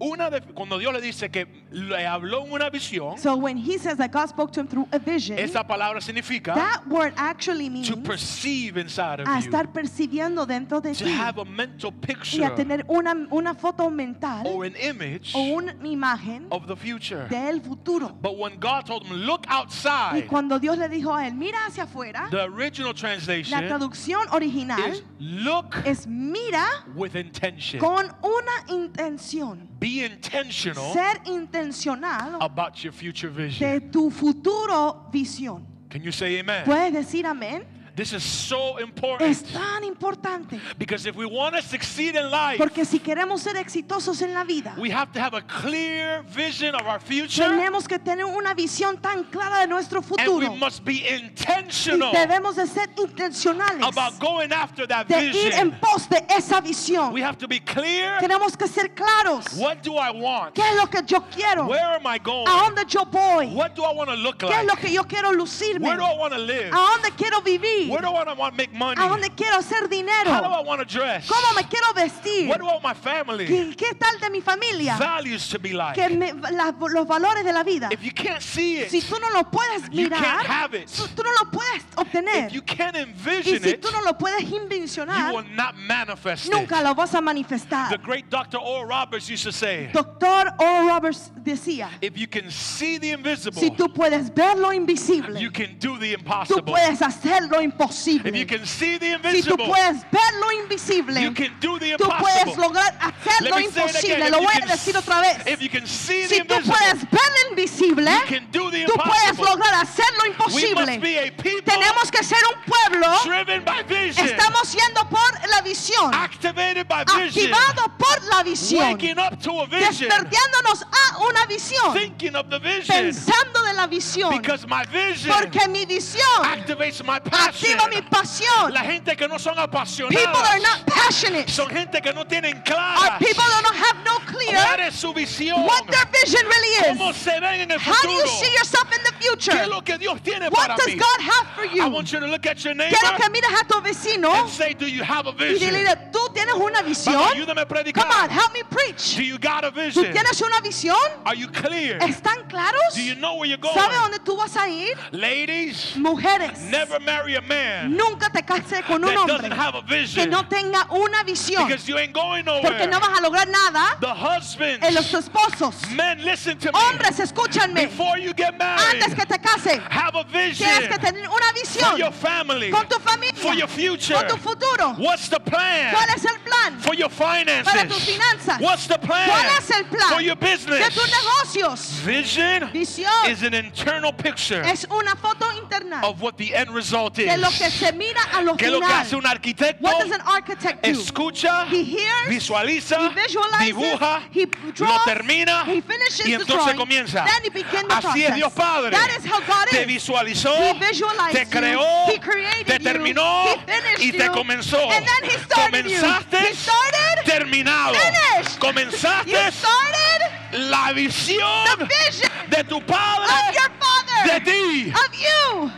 Speaker 1: una de- cuando Dios le dice que le habló en una visión,
Speaker 2: So when he says that God spoke to him through a vision,
Speaker 1: esa palabra significa
Speaker 2: that word actually means
Speaker 1: to perceive inside
Speaker 2: a
Speaker 1: of you,
Speaker 2: estar percibiendo dentro de
Speaker 1: to
Speaker 2: ti
Speaker 1: have a mental
Speaker 2: y a
Speaker 1: picture
Speaker 2: tener una, una foto mental
Speaker 1: or an image
Speaker 2: o una imagen
Speaker 1: of the future.
Speaker 2: del futuro.
Speaker 1: But when God told him, look
Speaker 2: Y
Speaker 1: outside,
Speaker 2: cuando Dios le dijo a él, mira hacia afuera,
Speaker 1: the original
Speaker 2: la
Speaker 1: translation
Speaker 2: traducción original
Speaker 1: is look
Speaker 2: es mira
Speaker 1: with intention.
Speaker 2: con una intención.
Speaker 1: Be intentional
Speaker 2: Ser intencional
Speaker 1: about your future
Speaker 2: de
Speaker 1: vision.
Speaker 2: tu futuro visión.
Speaker 1: Can you say amen?
Speaker 2: ¿Puedes decir amén?
Speaker 1: This is so
Speaker 2: Es
Speaker 1: important
Speaker 2: tan importante.
Speaker 1: because if we want to succeed in life,
Speaker 2: Porque si queremos ser exitosos en la vida,
Speaker 1: we have to have a clear vision of our future
Speaker 2: tenemos que tener una visión tan clara de nuestro
Speaker 1: and we
Speaker 2: futuro.
Speaker 1: must be
Speaker 2: Y
Speaker 1: intentional
Speaker 2: debemos de ser intencionales
Speaker 1: about going after that
Speaker 2: de ir
Speaker 1: vision.
Speaker 2: en pos de esa visión.
Speaker 1: We have to be clear
Speaker 2: Tenemos que ser claros.
Speaker 1: what do I want?
Speaker 2: ¿Qué es lo que yo quiero?
Speaker 1: Where am I
Speaker 2: ¿A
Speaker 1: going?
Speaker 2: dónde yo voy?
Speaker 1: What do I want to look
Speaker 2: ¿Qué es
Speaker 1: like?
Speaker 2: lo que yo quiero lucirme?
Speaker 1: Where do
Speaker 2: ¿A
Speaker 1: I want to live?
Speaker 2: dónde quiero vivir?
Speaker 1: Where do I want to make money?
Speaker 2: ¿A dónde quiero
Speaker 1: How
Speaker 2: hacer
Speaker 1: do
Speaker 2: dinero?
Speaker 1: I want to dress?
Speaker 2: ¿Cómo me quiero vestir?
Speaker 1: What do I want my family?
Speaker 2: ¿Qué, qué tal de mi familia?
Speaker 1: Values to be like.
Speaker 2: Que me- las- los valores de la vida.
Speaker 1: If you can't see it,
Speaker 2: Si tú no lo puedes
Speaker 1: you can't
Speaker 2: mirar,
Speaker 1: have it.
Speaker 2: tú tú no lo puedes obtener.
Speaker 1: If you can't
Speaker 2: Y
Speaker 1: envision
Speaker 2: si
Speaker 1: it,
Speaker 2: tú no lo puedes
Speaker 1: you
Speaker 2: invencionar,
Speaker 1: will not manifest it.
Speaker 2: nunca lo vas a
Speaker 1: The
Speaker 2: manifestar.
Speaker 1: great Dr. Oral Roberts used to say,
Speaker 2: Doctor O. Roberts decía,
Speaker 1: if you can see the invisible,
Speaker 2: si tú puedes ver lo invisible,
Speaker 1: you can do the
Speaker 2: tú
Speaker 1: impossible.
Speaker 2: puedes hacer lo
Speaker 1: If you
Speaker 2: imposible.
Speaker 1: can see the
Speaker 2: Si tú
Speaker 1: invisible,
Speaker 2: puedes ver lo invisible,
Speaker 1: you can do the
Speaker 2: tú puedes
Speaker 1: impossible.
Speaker 2: lograr hacer
Speaker 1: Let
Speaker 2: lo
Speaker 1: me say it again.
Speaker 2: imposible.
Speaker 1: If
Speaker 2: Lo
Speaker 1: you
Speaker 2: voy a
Speaker 1: can
Speaker 2: decir
Speaker 1: s-
Speaker 2: otra vez.
Speaker 1: If you can see the
Speaker 2: Si tú
Speaker 1: invisible,
Speaker 2: puedes ver lo invisible,
Speaker 1: you can do the
Speaker 2: tú puedes
Speaker 1: impossible.
Speaker 2: lograr hacer lo
Speaker 1: We must be
Speaker 2: imposible.
Speaker 1: a people
Speaker 2: Tenemos que ser un pueblo.
Speaker 1: driven by vision,
Speaker 2: Estamos yendo por la visión.
Speaker 1: activated by vision,
Speaker 2: Activado por la visión.
Speaker 1: waking up to a vision,
Speaker 2: Despertándonos a una visión.
Speaker 1: thinking of the vision,
Speaker 2: Pensando de la visión.
Speaker 1: because my vision
Speaker 2: Porque mi visión
Speaker 1: activates my passion.
Speaker 2: activa mi pasión.
Speaker 1: La gente que no son
Speaker 2: People that are
Speaker 1: apasionadas
Speaker 2: not passionate
Speaker 1: son gente que no tienen
Speaker 2: are
Speaker 1: clara
Speaker 2: people that don't have no
Speaker 1: cuál
Speaker 2: clear
Speaker 1: es su visión,
Speaker 2: what their vision really
Speaker 1: cómo
Speaker 2: is.
Speaker 1: se ven en el
Speaker 2: How do
Speaker 1: futuro,
Speaker 2: you see yourself in the
Speaker 1: qué es
Speaker 2: future?
Speaker 1: lo que Dios tiene para
Speaker 2: What does
Speaker 1: mí.
Speaker 2: God have for
Speaker 1: I
Speaker 2: you?
Speaker 1: want you to look at your neighbor
Speaker 2: Quiero que mires a tu vecino
Speaker 1: and say, Do you have a
Speaker 2: y
Speaker 1: vision?
Speaker 2: dile, tú tienes una visión.
Speaker 1: Vamos, ayúdame a predicar.
Speaker 2: Come on, help me preach.
Speaker 1: Do you got a
Speaker 2: ¿Tú
Speaker 1: vision?
Speaker 2: tienes una visión?
Speaker 1: Are you clear?
Speaker 2: ¿Están claros?
Speaker 1: Do you know where you're going?
Speaker 2: ¿Sabes dónde tú vas a ir?
Speaker 1: Ladies,
Speaker 2: Mujeres,
Speaker 1: never marry a man
Speaker 2: nunca te cases con un
Speaker 1: that
Speaker 2: hombre
Speaker 1: doesn't have a
Speaker 2: que
Speaker 1: vision
Speaker 2: no tenga una visión
Speaker 1: because you ain't going nowhere.
Speaker 2: porque no vas a lograr nada
Speaker 1: The husbands,
Speaker 2: en los esposos.
Speaker 1: men, listen to me.
Speaker 2: Hombres, escúchanme.
Speaker 1: Before you get married,
Speaker 2: Antes que te cases,
Speaker 1: have a vision
Speaker 2: tienes que tener una
Speaker 1: for
Speaker 2: visión
Speaker 1: your family,
Speaker 2: con tu familia,
Speaker 1: for your future.
Speaker 2: con tu futuro.
Speaker 1: What's the plan
Speaker 2: ¿Cuál es el plan
Speaker 1: for your finances?
Speaker 2: para tus finanzas?
Speaker 1: What's the plan
Speaker 2: ¿Cuál es el
Speaker 1: for your
Speaker 2: plan de
Speaker 1: business?
Speaker 2: tus negocios?
Speaker 1: Vision
Speaker 2: Visión
Speaker 1: is an internal picture
Speaker 2: es una foto interna
Speaker 1: of what the end result is.
Speaker 2: de lo que se mira a lo
Speaker 1: ¿Qué es lo que hace un
Speaker 2: final.
Speaker 1: arquitecto?
Speaker 2: What does an architect do?
Speaker 1: Escucha,
Speaker 2: He hears,
Speaker 1: visualiza,
Speaker 2: he visualizes,
Speaker 1: dibuja,
Speaker 2: he
Speaker 1: lo
Speaker 2: draws,
Speaker 1: termina
Speaker 2: he finishes
Speaker 1: y
Speaker 2: the
Speaker 1: entonces
Speaker 2: drawing,
Speaker 1: comienza.
Speaker 2: then he begin the
Speaker 1: Así es
Speaker 2: process.
Speaker 1: Dios Padre.
Speaker 2: That is how God
Speaker 1: te
Speaker 2: is.
Speaker 1: visualizó,
Speaker 2: He visualized
Speaker 1: te
Speaker 2: you,
Speaker 1: creó,
Speaker 2: he created
Speaker 1: te
Speaker 2: you,
Speaker 1: terminó
Speaker 2: he finished
Speaker 1: y te
Speaker 2: you,
Speaker 1: comenzó.
Speaker 2: and then he started you.
Speaker 1: Comenzaste
Speaker 2: He started,
Speaker 1: terminado.
Speaker 2: finished.
Speaker 1: Comenzaste
Speaker 2: You started
Speaker 1: la
Speaker 2: the
Speaker 1: visión
Speaker 2: vision
Speaker 1: de tu Padre
Speaker 2: of your
Speaker 1: de
Speaker 2: Father,
Speaker 1: ti.
Speaker 2: of you.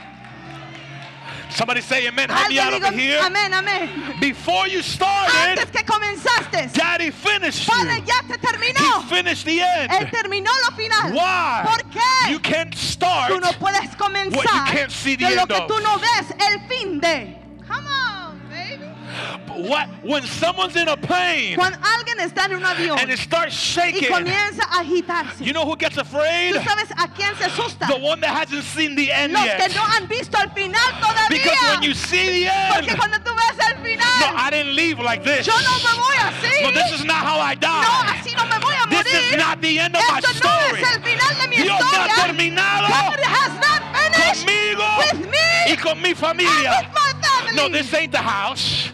Speaker 1: Somebody say amen. Help me
Speaker 2: Alguien
Speaker 1: out
Speaker 2: digo,
Speaker 1: over here.
Speaker 2: amén, amén.
Speaker 1: Before you started,
Speaker 2: Antes que comenzaste,
Speaker 1: Daddy finished
Speaker 2: Padre
Speaker 1: you.
Speaker 2: ya te terminó.
Speaker 1: He finished the end.
Speaker 2: Él terminó lo final.
Speaker 1: Why?
Speaker 2: ¿Por qué?
Speaker 1: You can't start.
Speaker 2: tú no puedes
Speaker 1: What you
Speaker 2: comenzar
Speaker 1: can't see the
Speaker 2: de lo
Speaker 1: end
Speaker 2: que
Speaker 1: of.
Speaker 2: tú no ves el fin de. Come on, baby.
Speaker 1: What? When someone's in a pain
Speaker 2: Cuando alguien está en un avión
Speaker 1: and it starts
Speaker 2: y
Speaker 1: shaking,
Speaker 2: comienza a agitarse,
Speaker 1: you know who gets afraid?
Speaker 2: ¿tú sabes a quién se asusta?
Speaker 1: The one that hasn't seen the end
Speaker 2: Los
Speaker 1: yet.
Speaker 2: que no han visto el final
Speaker 1: Because
Speaker 2: todavía.
Speaker 1: when you see the end,
Speaker 2: Porque cuando tú ves el
Speaker 1: no,
Speaker 2: final,
Speaker 1: I didn't leave like this.
Speaker 2: yo no me voy así.
Speaker 1: No, this is not how I
Speaker 2: no,
Speaker 1: died.
Speaker 2: así no me voy a
Speaker 1: This is
Speaker 2: morir.
Speaker 1: not the end of my
Speaker 2: Esto no
Speaker 1: story.
Speaker 2: es el final de mi
Speaker 1: Dios no ha
Speaker 2: historia.
Speaker 1: terminado
Speaker 2: God has not finished
Speaker 1: Conmigo
Speaker 2: with me
Speaker 1: y con mi
Speaker 2: and
Speaker 1: familia.
Speaker 2: with my family.
Speaker 1: No, this ain't the house.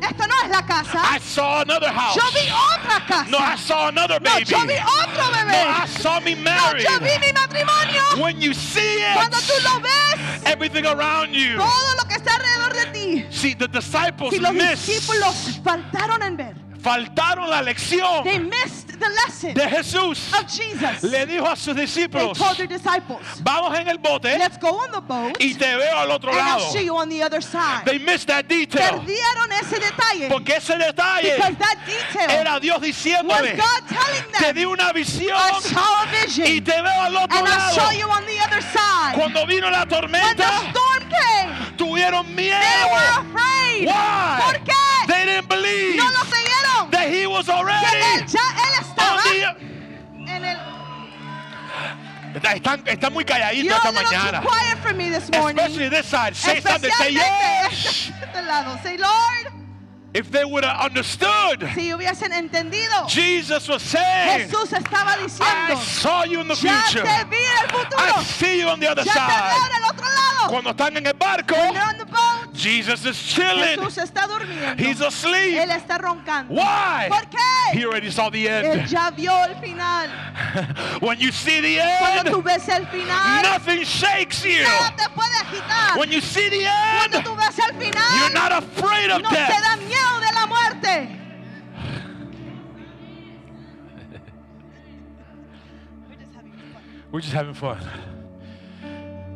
Speaker 2: Esto no es la casa.
Speaker 1: I saw another house.
Speaker 2: Yo vi otra casa.
Speaker 1: No, I saw another
Speaker 2: No,
Speaker 1: baby.
Speaker 2: yo vi otro
Speaker 1: No,
Speaker 2: bebé.
Speaker 1: I saw me
Speaker 2: No,
Speaker 1: married.
Speaker 2: yo vi mi matrimonio.
Speaker 1: When you see
Speaker 2: Cuando tú
Speaker 1: it,
Speaker 2: lo ves,
Speaker 1: everything around you.
Speaker 2: todo lo que está alrededor de ti.
Speaker 1: See, the disciples
Speaker 2: Si los
Speaker 1: missed.
Speaker 2: discípulos faltaron en ver,
Speaker 1: Faltaron la
Speaker 2: they
Speaker 1: lección
Speaker 2: missed the lesson
Speaker 1: de Jesús.
Speaker 2: of Jesus.
Speaker 1: Le dijo a sus
Speaker 2: They
Speaker 1: discípulos,
Speaker 2: told their disciples,
Speaker 1: vamos en el bote
Speaker 2: let's go on the boat
Speaker 1: y te veo al otro
Speaker 2: and I'll
Speaker 1: lado.
Speaker 2: see you on the other side.
Speaker 1: They missed that detail.
Speaker 2: Perdieron ese detalle
Speaker 1: Porque ese detalle
Speaker 2: because that detail
Speaker 1: era Dios
Speaker 2: was
Speaker 1: diciéndole,
Speaker 2: God telling
Speaker 1: te
Speaker 2: them,
Speaker 1: di una visión
Speaker 2: I saw a
Speaker 1: y
Speaker 2: vision
Speaker 1: te veo al otro
Speaker 2: and I saw
Speaker 1: lado.
Speaker 2: you on the other side.
Speaker 1: Cuando vino la
Speaker 2: When the
Speaker 1: tormenta,
Speaker 2: storm came,
Speaker 1: tuvieron
Speaker 2: They were
Speaker 1: miedo.
Speaker 2: afraid.
Speaker 1: Why?
Speaker 2: ¿Por qué?
Speaker 1: They didn't believe
Speaker 2: no lo creyeron.
Speaker 1: that he was
Speaker 2: que él,
Speaker 1: already
Speaker 2: ya él estaba
Speaker 1: on
Speaker 2: en el.
Speaker 1: the- Está- Están, están muy
Speaker 2: You're
Speaker 1: calladitos
Speaker 2: a
Speaker 1: esta
Speaker 2: little
Speaker 1: mañana.
Speaker 2: too quiet for me this
Speaker 1: Especially
Speaker 2: morning.
Speaker 1: this side. Say something. Say
Speaker 2: Especialmente
Speaker 1: yes.
Speaker 2: este- este lado. Say, Lord,
Speaker 1: If they would have understood,
Speaker 2: si hubiesen entendido,
Speaker 1: Jesus was saying,
Speaker 2: Jesús estaba
Speaker 1: I
Speaker 2: diciendo:
Speaker 1: saw you in the
Speaker 2: Ya
Speaker 1: future.
Speaker 2: te vi en el futuro.
Speaker 1: I see you on the other
Speaker 2: Ya te veo
Speaker 1: side.
Speaker 2: en el otro lado.
Speaker 1: Cuando están en el barco,
Speaker 2: When they're on the boat,
Speaker 1: Jesus is chilling.
Speaker 2: Jesús está durmiendo.
Speaker 1: He's asleep.
Speaker 2: Él está roncando.
Speaker 1: Why?
Speaker 2: ¿Por
Speaker 1: He
Speaker 2: qué?
Speaker 1: already saw the
Speaker 2: Él
Speaker 1: end.
Speaker 2: ya vio el final.
Speaker 1: When you see the
Speaker 2: Cuando tú
Speaker 1: end,
Speaker 2: ves el final,
Speaker 1: nothing shakes you.
Speaker 2: nada te puede agitar.
Speaker 1: When you see the
Speaker 2: Cuando
Speaker 1: end,
Speaker 2: tú ves el
Speaker 1: you're
Speaker 2: final,
Speaker 1: not afraid of
Speaker 2: no te
Speaker 1: death.
Speaker 2: da miedo de la muerte.
Speaker 1: We're just having fun.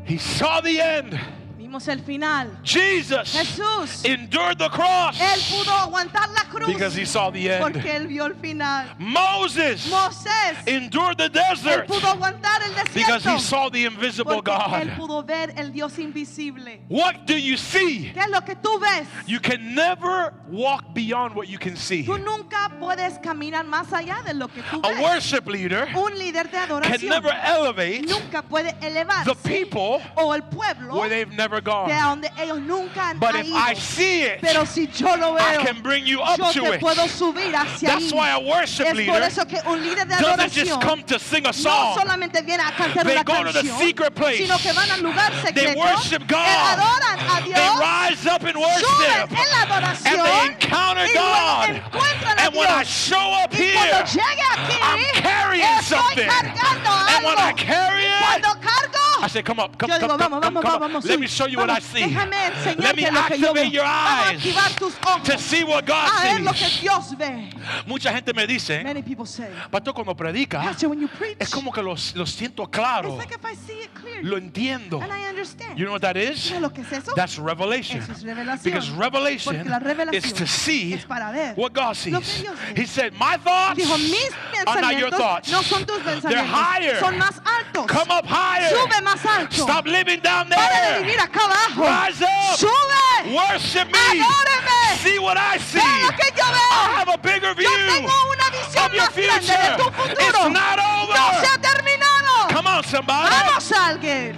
Speaker 1: He saw the end.
Speaker 2: Vimos el final.
Speaker 1: Jesus
Speaker 2: Jesús,
Speaker 1: endured the
Speaker 2: él
Speaker 1: cross
Speaker 2: pudo aguantar la
Speaker 1: because he
Speaker 2: cruz
Speaker 1: saw the end.
Speaker 2: porque él vio el final.
Speaker 1: Moses
Speaker 2: Moisés,
Speaker 1: endured the
Speaker 2: él
Speaker 1: desert
Speaker 2: pudo aguantar el
Speaker 1: because he
Speaker 2: desierto
Speaker 1: saw the invisible
Speaker 2: porque él
Speaker 1: God.
Speaker 2: pudo ver el Dios invisible.
Speaker 1: What do you see?
Speaker 2: ¿Qué es lo que tú ves?
Speaker 1: You can never walk beyond what you can see.
Speaker 2: Tú nunca puedes caminar más allá de lo que tú
Speaker 1: A
Speaker 2: ves.
Speaker 1: worship leader
Speaker 2: Un líder de
Speaker 1: can
Speaker 2: adoración
Speaker 1: never elevate
Speaker 2: nunca puede
Speaker 1: the
Speaker 2: elevarse
Speaker 1: people
Speaker 2: o el pueblo
Speaker 1: where they've never
Speaker 2: de
Speaker 1: gone.
Speaker 2: a donde ellos nunca han
Speaker 1: But if I
Speaker 2: ido.
Speaker 1: see it,
Speaker 2: Pero si yo lo
Speaker 1: I
Speaker 2: veo,
Speaker 1: can bring you up
Speaker 2: yo
Speaker 1: to
Speaker 2: te
Speaker 1: it.
Speaker 2: puedo subir hacia
Speaker 1: That's why
Speaker 2: ahí.
Speaker 1: a worship
Speaker 2: Es por
Speaker 1: leader
Speaker 2: eso que un líder de
Speaker 1: doesn't just
Speaker 2: adoración
Speaker 1: come to sing a
Speaker 2: no
Speaker 1: song.
Speaker 2: solamente viene a cantar
Speaker 1: They
Speaker 2: una
Speaker 1: go to the
Speaker 2: canción,
Speaker 1: secret place.
Speaker 2: sino que van al lugar secreto,
Speaker 1: worship God.
Speaker 2: que adoran a
Speaker 1: They
Speaker 2: Dios,
Speaker 1: rise up and
Speaker 2: suben
Speaker 1: worship.
Speaker 2: en la adoración
Speaker 1: And they encounter
Speaker 2: y luego
Speaker 1: God.
Speaker 2: encuentran a
Speaker 1: And when I
Speaker 2: Dios.
Speaker 1: show up
Speaker 2: y cuando
Speaker 1: here,
Speaker 2: llegue
Speaker 1: I'm
Speaker 2: aquí,
Speaker 1: carrying
Speaker 2: estoy
Speaker 1: something.
Speaker 2: cargando
Speaker 1: And when I
Speaker 2: algo.
Speaker 1: carry it,
Speaker 2: Cuando cargo,
Speaker 1: I say, come up, come,
Speaker 2: yo
Speaker 1: come,
Speaker 2: digo,
Speaker 1: come,
Speaker 2: vamos,
Speaker 1: come,
Speaker 2: vamos,
Speaker 1: come
Speaker 2: vamos,
Speaker 1: up. Let
Speaker 2: sí,
Speaker 1: me show you what I
Speaker 2: vamos,
Speaker 1: see.
Speaker 2: Déjame
Speaker 1: Let me
Speaker 2: enseñarte lo que yo
Speaker 1: activate your
Speaker 2: veo. Vamos a
Speaker 1: eyes
Speaker 2: activar tus
Speaker 1: to
Speaker 2: ojos
Speaker 1: see what God
Speaker 2: a ver lo que
Speaker 1: sees.
Speaker 2: Dios ve.
Speaker 1: Mucha gente me dice,
Speaker 2: Many people say,
Speaker 1: Pastor, cuando predica,
Speaker 2: Pastor, when you preach,
Speaker 1: es como que lo, lo siento
Speaker 2: it's
Speaker 1: claro,
Speaker 2: like if I see it clearly
Speaker 1: lo entiendo.
Speaker 2: and I understand.
Speaker 1: You know what that is?
Speaker 2: ¿Sabes lo que es eso?
Speaker 1: That's revelation.
Speaker 2: Eso es revelación.
Speaker 1: Because revelation
Speaker 2: Porque la revelación
Speaker 1: is to see
Speaker 2: es para ver
Speaker 1: what God
Speaker 2: lo que
Speaker 1: sees.
Speaker 2: Dios ve.
Speaker 1: He said, My thoughts
Speaker 2: Dijo, mis
Speaker 1: are not your
Speaker 2: pensamientos
Speaker 1: thoughts.
Speaker 2: no son tus
Speaker 1: They're higher.
Speaker 2: pensamientos, son más altos.
Speaker 1: Come up higher.
Speaker 2: Sube más alto.
Speaker 1: Stop living down
Speaker 2: Para de
Speaker 1: there.
Speaker 2: vivir acá abajo.
Speaker 1: Rise up.
Speaker 2: Sube.
Speaker 1: Worship me.
Speaker 2: Adóreme.
Speaker 1: See what I see.
Speaker 2: Ve lo que yo
Speaker 1: I
Speaker 2: veo.
Speaker 1: have a bigger view
Speaker 2: Yo tengo una
Speaker 1: of
Speaker 2: visión
Speaker 1: your
Speaker 2: más grande de tu
Speaker 1: future.
Speaker 2: futuro.
Speaker 1: It's not
Speaker 2: No se
Speaker 1: over.
Speaker 2: ha terminado.
Speaker 1: Come on, somebody.
Speaker 2: Vamos, alguien.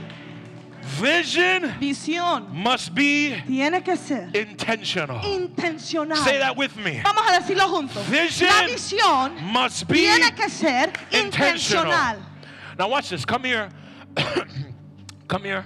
Speaker 1: Vision
Speaker 2: Visión
Speaker 1: must be
Speaker 2: tiene que ser
Speaker 1: intentional.
Speaker 2: intencional.
Speaker 1: Say that with me.
Speaker 2: Vamos a decirlo juntos.
Speaker 1: Vision
Speaker 2: La visión
Speaker 1: Must be
Speaker 2: tiene que ser
Speaker 1: intentional.
Speaker 2: intencional.
Speaker 1: Now watch this. Come here. Come here.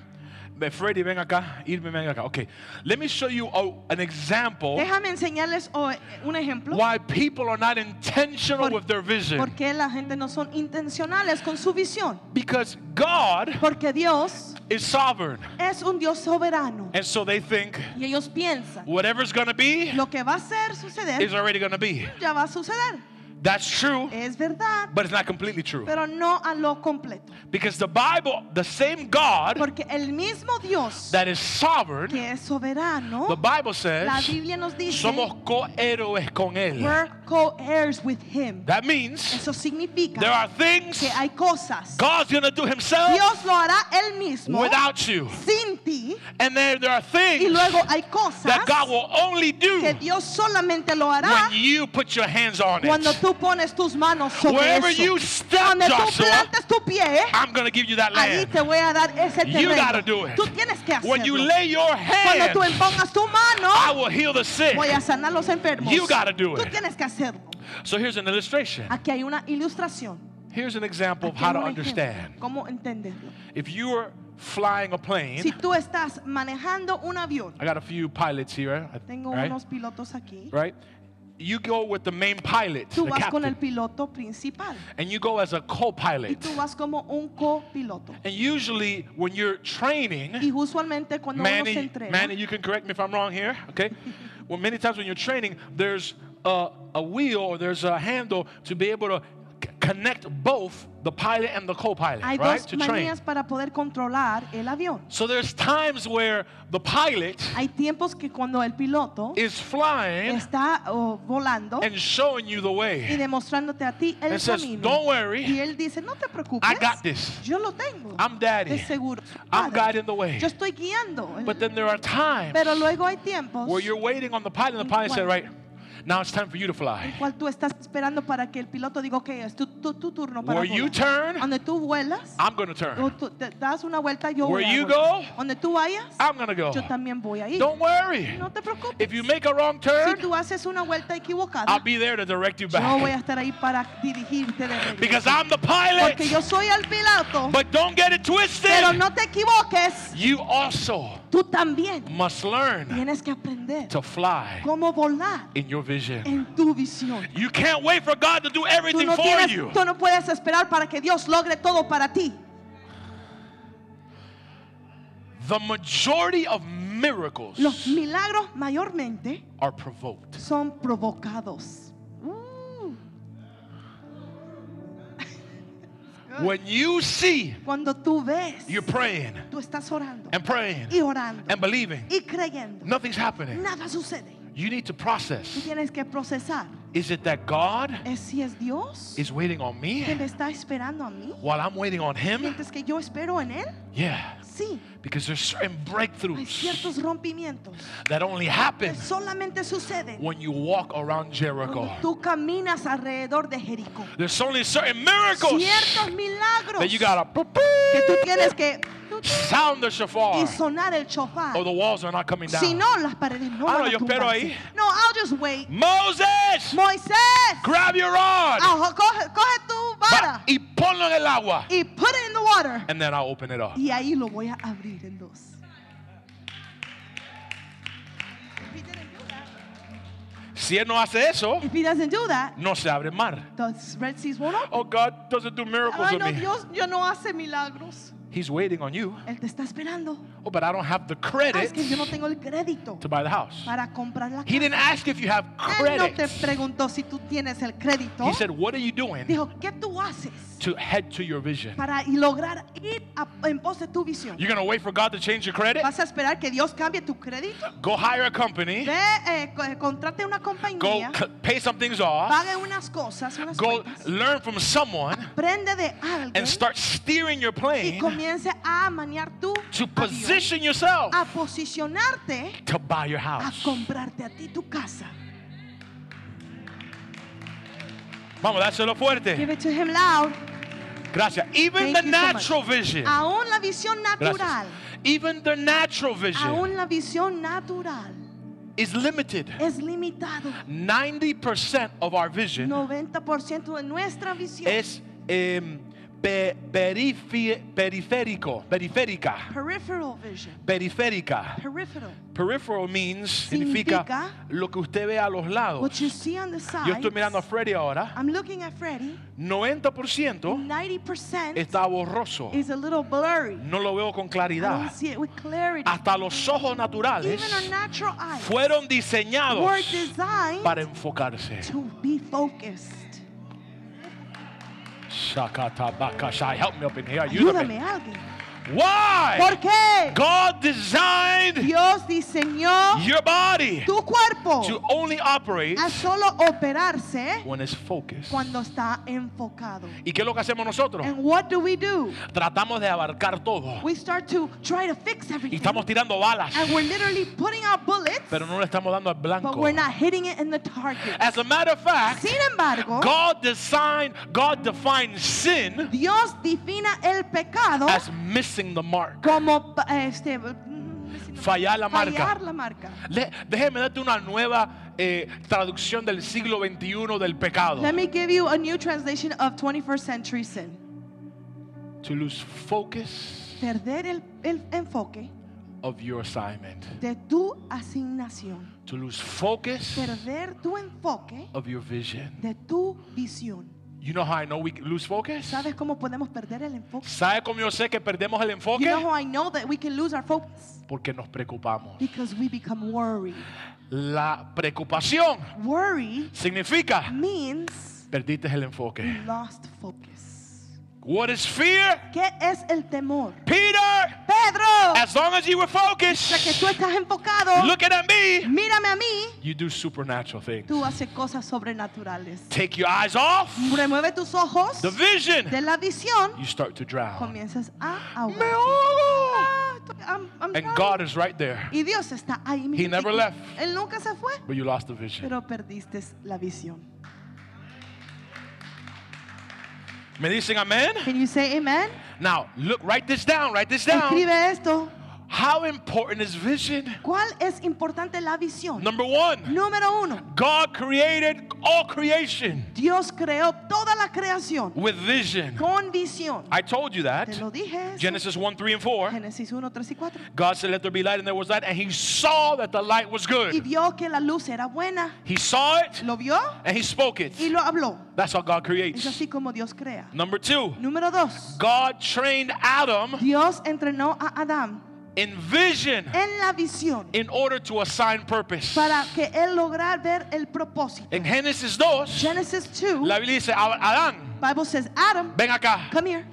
Speaker 1: Ve, Freddy, ven acá. Irving, ven acá. Okay. Let me show you a- an example
Speaker 2: Déjame enseñarles oh, eh, un ejemplo.
Speaker 1: why people are not intentional
Speaker 2: Por-
Speaker 1: with their vision.
Speaker 2: ¿Por qué la gente no son intencionales con su visión?
Speaker 1: Because God
Speaker 2: Porque Dios
Speaker 1: is sovereign.
Speaker 2: es un Dios soberano.
Speaker 1: And so they think
Speaker 2: Y ellos piensan,
Speaker 1: whatever's going to be
Speaker 2: lo que va a ser suceder,
Speaker 1: is already going to be.
Speaker 2: ya va a suceder.
Speaker 1: That's true,
Speaker 2: Es verdad,
Speaker 1: but it's not completely true.
Speaker 2: pero no a lo completo.
Speaker 1: Because the Bible, the same God
Speaker 2: Porque el mismo Dios
Speaker 1: that is sovereign,
Speaker 2: que es soberano,
Speaker 1: the Bible
Speaker 2: la
Speaker 1: says,
Speaker 2: Biblia nos dice,
Speaker 1: somos cohéroes con Él.
Speaker 2: we're co-heirs with him.
Speaker 1: That means
Speaker 2: Eso significa
Speaker 1: there are things
Speaker 2: que hay cosas.
Speaker 1: God's going to do Himself
Speaker 2: Dios lo hará él mismo
Speaker 1: without you.
Speaker 2: sin ti
Speaker 1: And then there are
Speaker 2: y
Speaker 1: things
Speaker 2: luego hay cosas
Speaker 1: that God will only do
Speaker 2: que Dios solamente lo
Speaker 1: when
Speaker 2: hará
Speaker 1: you put your hands on
Speaker 2: cuando
Speaker 1: it.
Speaker 2: tú pones tus manos sobre
Speaker 1: Wherever
Speaker 2: eso.
Speaker 1: you step,
Speaker 2: Donde tú
Speaker 1: Joshua,
Speaker 2: plantes tu pie,
Speaker 1: I'm going to give you that
Speaker 2: ahí
Speaker 1: land.
Speaker 2: te voy a dar ese
Speaker 1: You gotta
Speaker 2: terreno.
Speaker 1: do it.
Speaker 2: Tú tienes que hacerlo.
Speaker 1: When you lay your
Speaker 2: cuando tú
Speaker 1: hand,
Speaker 2: impongas tu
Speaker 1: I
Speaker 2: mano,
Speaker 1: will heal the sick.
Speaker 2: voy a sanar los enfermos.
Speaker 1: You gotta do
Speaker 2: Tú
Speaker 1: it.
Speaker 2: tienes que hacerlo.
Speaker 1: So here's an illustration.
Speaker 2: Aquí hay una ilustración.
Speaker 1: Here's an example of
Speaker 2: Aquí
Speaker 1: how to
Speaker 2: hay Ah. un ejemplo.
Speaker 1: understand.
Speaker 2: ¿Cómo entenderlo?
Speaker 1: If you're flying a
Speaker 2: Si
Speaker 1: plane,
Speaker 2: tú estás manejando un avión,
Speaker 1: I got a few pilots here, I-
Speaker 2: tengo
Speaker 1: right?
Speaker 2: unos pilotos aquí.
Speaker 1: Right? You go with the main pilot,
Speaker 2: Tú
Speaker 1: the
Speaker 2: vas con el
Speaker 1: captain,
Speaker 2: piloto principal
Speaker 1: and you go as a
Speaker 2: y
Speaker 1: co-pilot.
Speaker 2: tú vas como un copiloto.
Speaker 1: And usually, when you're training,
Speaker 2: Y usualmente cuando uno se
Speaker 1: Manny,
Speaker 2: entrena,
Speaker 1: Manny, you can correct me if I'm wrong here, okay? well, many times when you're training, there's a, a wheel or there's a handle to be able to c- connect both the pilot and the co-pilot,
Speaker 2: hay
Speaker 1: right?
Speaker 2: dos
Speaker 1: To train.
Speaker 2: manías para poder controlar el avión.
Speaker 1: So there's times where the pilot
Speaker 2: Hay tiempos que cuando el piloto
Speaker 1: is flying
Speaker 2: está oh, volando
Speaker 1: and showing you the
Speaker 2: y
Speaker 1: way.
Speaker 2: demostrándote a ti el
Speaker 1: And says,
Speaker 2: camino.
Speaker 1: "Don't worry.
Speaker 2: Y él dice, no te preocupes,
Speaker 1: I got this.
Speaker 2: yo lo tengo.
Speaker 1: I'm daddy.
Speaker 2: De seguro.
Speaker 1: I'm
Speaker 2: Padre,
Speaker 1: guiding the way.
Speaker 2: Yo estoy guiando.
Speaker 1: But then there are times
Speaker 2: Pero luego hay tiempos
Speaker 1: where you're waiting on the pilot, and the pilot said,
Speaker 2: Igual.
Speaker 1: right, now it's time for you to fly.
Speaker 2: cual tú estás esperando para que el piloto diga, ok, es tu, tu- tu turno para
Speaker 1: Where you
Speaker 2: volar".
Speaker 1: turn,
Speaker 2: Donde tú vuelas,
Speaker 1: I'm going to
Speaker 2: o
Speaker 1: turn.
Speaker 2: tú te das una vuelta, yo
Speaker 1: Where
Speaker 2: voy a
Speaker 1: you
Speaker 2: volar.
Speaker 1: go,
Speaker 2: Donde tú vayas,
Speaker 1: I'm going to go.
Speaker 2: yo también voy a ir.
Speaker 1: Don't worry.
Speaker 2: no te preocupes.
Speaker 1: If you make a wrong
Speaker 2: si
Speaker 1: turn,
Speaker 2: tú haces una vuelta equivocada,
Speaker 1: I'll be there to direct you
Speaker 2: yo voy a
Speaker 1: back.
Speaker 2: estar ahí para dirigirte de regreso.
Speaker 1: Because I'm the
Speaker 2: Porque yo
Speaker 1: pilot.
Speaker 2: soy el piloto.
Speaker 1: But don't get it
Speaker 2: Pero
Speaker 1: twisted.
Speaker 2: no te equivoques.
Speaker 1: You also
Speaker 2: Tú también
Speaker 1: must learn
Speaker 2: tienes que aprender
Speaker 1: to fly
Speaker 2: cómo volar
Speaker 1: in your vision.
Speaker 2: en tu visión.
Speaker 1: You can't wait for God to do
Speaker 2: Tú
Speaker 1: everything
Speaker 2: no,
Speaker 1: for
Speaker 2: tienes-
Speaker 1: you.
Speaker 2: tú no puedes esperar para que Dios logre todo para ti.
Speaker 1: The majority of miracles
Speaker 2: Los milagros mayormente
Speaker 1: are provoked.
Speaker 2: son provocados. Uh,
Speaker 1: When you see
Speaker 2: Cuando tú ves,
Speaker 1: you're praying
Speaker 2: tú estás orando
Speaker 1: and praying
Speaker 2: y orando
Speaker 1: and believing,
Speaker 2: y creyendo.
Speaker 1: nothing's happening.
Speaker 2: Nada sucede.
Speaker 1: You need to
Speaker 2: Tú
Speaker 1: process.
Speaker 2: tienes que procesar.
Speaker 1: Is it that God
Speaker 2: ¿Es si es Dios
Speaker 1: is waiting on
Speaker 2: que
Speaker 1: me
Speaker 2: me está esperando a mí?
Speaker 1: while I'm waiting on Him?
Speaker 2: ¿Sientes que yo espero en Él?
Speaker 1: Yeah,
Speaker 2: Sí.
Speaker 1: because there's certain
Speaker 2: Hay ciertos
Speaker 1: breakthroughs
Speaker 2: rompimientos
Speaker 1: that only
Speaker 2: que
Speaker 1: happen
Speaker 2: solamente suceden
Speaker 1: when you walk around Jericho.
Speaker 2: cuando tú caminas alrededor de Jericó.
Speaker 1: There's only certain miracles
Speaker 2: Ciertos milagros
Speaker 1: that you gotta
Speaker 2: que tú tienes que
Speaker 1: sound the
Speaker 2: y
Speaker 1: shofar,
Speaker 2: sonar el chofar.
Speaker 1: or the walls are not coming
Speaker 2: Si
Speaker 1: down.
Speaker 2: no, las paredes no
Speaker 1: Ah,
Speaker 2: van
Speaker 1: no,
Speaker 2: a
Speaker 1: yo espero
Speaker 2: tumbarse.
Speaker 1: ahí.
Speaker 2: No, I'll just wait.
Speaker 1: Moses,
Speaker 2: Moisés,
Speaker 1: grab your rod.
Speaker 2: ah, coge, coge tu
Speaker 1: Va-
Speaker 2: vara
Speaker 1: y ponlo en el agua.
Speaker 2: y put it in the water.
Speaker 1: And then I'll open it up.
Speaker 2: Y ahí lo voy a abrir en dos.
Speaker 1: Si él no hace eso,
Speaker 2: If he doesn't do that,
Speaker 1: no se abre el mar.
Speaker 2: the Red Seas won't open.
Speaker 1: Oh, pues God doesn't do miracles
Speaker 2: Ay,
Speaker 1: with
Speaker 2: no,
Speaker 1: me.
Speaker 2: Dios, yo no hace milagros.
Speaker 1: He's waiting on you.
Speaker 2: Él te está esperando.
Speaker 1: Oh, but I don't have the
Speaker 2: Ah, es
Speaker 1: credit
Speaker 2: que yo no tengo el crédito
Speaker 1: to buy the house.
Speaker 2: para comprar la
Speaker 1: He
Speaker 2: casa.
Speaker 1: didn't ask if you have
Speaker 2: Él no te
Speaker 1: credit.
Speaker 2: preguntó si tú tienes el crédito.
Speaker 1: He said, What are you doing
Speaker 2: Dijo, ¿qué tú haces
Speaker 1: to head to your vision?
Speaker 2: para y lograr ir a- en pos de tu visión?
Speaker 1: You're going to wait for God to change your credit?
Speaker 2: ¿Vas a esperar que Dios cambie tu crédito?
Speaker 1: Go hire a company.
Speaker 2: Ve, eh, co- eh, contrate una
Speaker 1: Go
Speaker 2: compañía,
Speaker 1: c- pay some things off.
Speaker 2: pague unas cosas, unas
Speaker 1: Go
Speaker 2: cuentas,
Speaker 1: learn from someone
Speaker 2: aprende de alguien
Speaker 1: and start steering your
Speaker 2: y
Speaker 1: plane
Speaker 2: comience a manear tú
Speaker 1: to position yourself
Speaker 2: a posicionarte
Speaker 1: to buy your
Speaker 2: a
Speaker 1: house.
Speaker 2: comprarte a ti tu casa.
Speaker 1: Vamos, dáselo fuerte.
Speaker 2: Give it to him loud.
Speaker 1: Gracias. Even
Speaker 2: Thank
Speaker 1: the
Speaker 2: you so much.
Speaker 1: natural vision.
Speaker 2: Aún la visión natural,
Speaker 1: Gracias. Even the natural vision
Speaker 2: aún Eh. la visión natural
Speaker 1: is limited.
Speaker 2: es limitado.
Speaker 1: 90% of our vision
Speaker 2: 90% de nuestra visión
Speaker 1: es em, pe- perifi- periférico, periférica,
Speaker 2: peripheral vision.
Speaker 1: periférica.
Speaker 2: Peripheral.
Speaker 1: Peripheral means significa
Speaker 2: Significa
Speaker 1: lo que usted ve a los
Speaker 2: What
Speaker 1: lados.
Speaker 2: you see on the
Speaker 1: Oh. Yo estoy mirando a
Speaker 2: sides,
Speaker 1: Freddy ahora.
Speaker 2: I'm looking at Freddy.
Speaker 1: 90%
Speaker 2: 90%
Speaker 1: Oh. está borroso.
Speaker 2: is a little blurry.
Speaker 1: No lo veo con
Speaker 2: I don't
Speaker 1: claridad.
Speaker 2: see it with clarity.
Speaker 1: Hasta los ojos naturales
Speaker 2: Even our natural eyes
Speaker 1: fueron
Speaker 2: were
Speaker 1: diseñados
Speaker 2: designed
Speaker 1: para enfocarse.
Speaker 2: to be focused.
Speaker 1: Shakatabakashai. Help me up in here. You the
Speaker 2: Ayúdame
Speaker 1: man.
Speaker 2: alguien.
Speaker 1: Why?
Speaker 2: ¿Por qué?
Speaker 1: God designed
Speaker 2: Dios diseñó
Speaker 1: your body
Speaker 2: tu cuerpo
Speaker 1: to only operate
Speaker 2: a solo operarse
Speaker 1: when it's focused.
Speaker 2: cuando está enfocado.
Speaker 1: ¿Y qué es lo que hacemos nosotros?
Speaker 2: And what do we do?
Speaker 1: Tratamos de abarcar todo.
Speaker 2: We start to try to fix
Speaker 1: Y
Speaker 2: everything.
Speaker 1: estamos tirando balas,
Speaker 2: And we're literally putting out bullets,
Speaker 1: pero no le estamos dando al
Speaker 2: but
Speaker 1: blanco.
Speaker 2: we're not hitting it in the target.
Speaker 1: As a matter of fact,
Speaker 2: Sin embargo,
Speaker 1: God designed, God defined sin
Speaker 2: Dios defina el pecado
Speaker 1: as missing the mark.
Speaker 2: como pa- este, mm,
Speaker 1: Fallar la marca.
Speaker 2: fallar la marca.
Speaker 1: Le- déjeme darte una nueva eh, traducción del siglo XXI del pecado.
Speaker 2: Let me give you a new translation of 21st century sin.
Speaker 1: To lose focus
Speaker 2: Perder el, el enfoque
Speaker 1: of your assignment.
Speaker 2: de tu asignación.
Speaker 1: To lose focus
Speaker 2: Perder tu enfoque
Speaker 1: of your vision.
Speaker 2: de tu visión.
Speaker 1: You know how I know we lose focus?
Speaker 2: ¿Sabes cómo podemos perder el enfoque?
Speaker 1: ¿Sabe cómo yo sé que perdemos el
Speaker 2: You
Speaker 1: enfoque?
Speaker 2: know how I know that we can lose our focus?
Speaker 1: Porque nos preocupamos.
Speaker 2: Because we become worried.
Speaker 1: La preocupación
Speaker 2: Worry
Speaker 1: significa
Speaker 2: means
Speaker 1: perdiste el
Speaker 2: you
Speaker 1: enfoque.
Speaker 2: lost focus.
Speaker 1: What is fear?
Speaker 2: ¿Qué es el temor?
Speaker 1: Peter,
Speaker 2: Pedro,
Speaker 1: as long as you were
Speaker 2: ya que
Speaker 1: focused,
Speaker 2: tú estás enfocado,
Speaker 1: looking at me,
Speaker 2: mírame a mí,
Speaker 1: you do supernatural things.
Speaker 2: tú haces cosas sobrenaturales.
Speaker 1: Take your eyes off
Speaker 2: Remueve tus ojos
Speaker 1: the vision,
Speaker 2: de la visión,
Speaker 1: you start to drown.
Speaker 2: comienzas a
Speaker 1: Me
Speaker 2: ahogar.
Speaker 1: ahogo!
Speaker 2: Ah, estoy- I'm- I'm
Speaker 1: And
Speaker 2: drowning.
Speaker 1: God is right there,
Speaker 2: Y Dios está ahí mismo.
Speaker 1: never
Speaker 2: Y-
Speaker 1: left.
Speaker 2: Él nunca se fue,
Speaker 1: but you lost the vision.
Speaker 2: pero perdiste la visión.
Speaker 1: Me dicen amen?
Speaker 2: Can you say amen?
Speaker 1: Now, look, write this down, write this down.
Speaker 2: Escribe esto.
Speaker 1: How important is vision?
Speaker 2: ¿Cuál es importante la visión?
Speaker 1: Number one,
Speaker 2: Número uno,
Speaker 1: God created all creation
Speaker 2: Dios creó toda la creación
Speaker 1: with vision.
Speaker 2: con visión.
Speaker 1: I told you
Speaker 2: Te
Speaker 1: that.
Speaker 2: lo dije. eso.
Speaker 1: Genesis 1, 3, and 4.
Speaker 2: Génesis 1, 3 y 4.
Speaker 1: God said, Let there be light, and there was light. And he saw that the light was
Speaker 2: Y
Speaker 1: good.
Speaker 2: vio que la luz era buena.
Speaker 1: He saw it
Speaker 2: Lo vio
Speaker 1: and he spoke it.
Speaker 2: y lo habló.
Speaker 1: That's how God
Speaker 2: Es
Speaker 1: creates.
Speaker 2: así como Dios crea.
Speaker 1: Number two,
Speaker 2: Número 2.
Speaker 1: God trained Adam
Speaker 2: Dios entrenó a Adán
Speaker 1: in vision
Speaker 2: en la visión
Speaker 1: in order to assign purpose.
Speaker 2: para que él lograra ver el propósito.
Speaker 1: En Génesis 2,
Speaker 2: Génesis 2,
Speaker 1: la Biblia dice, "A- Adán,
Speaker 2: Bible says, Adam,
Speaker 1: ven acá,
Speaker 2: come here.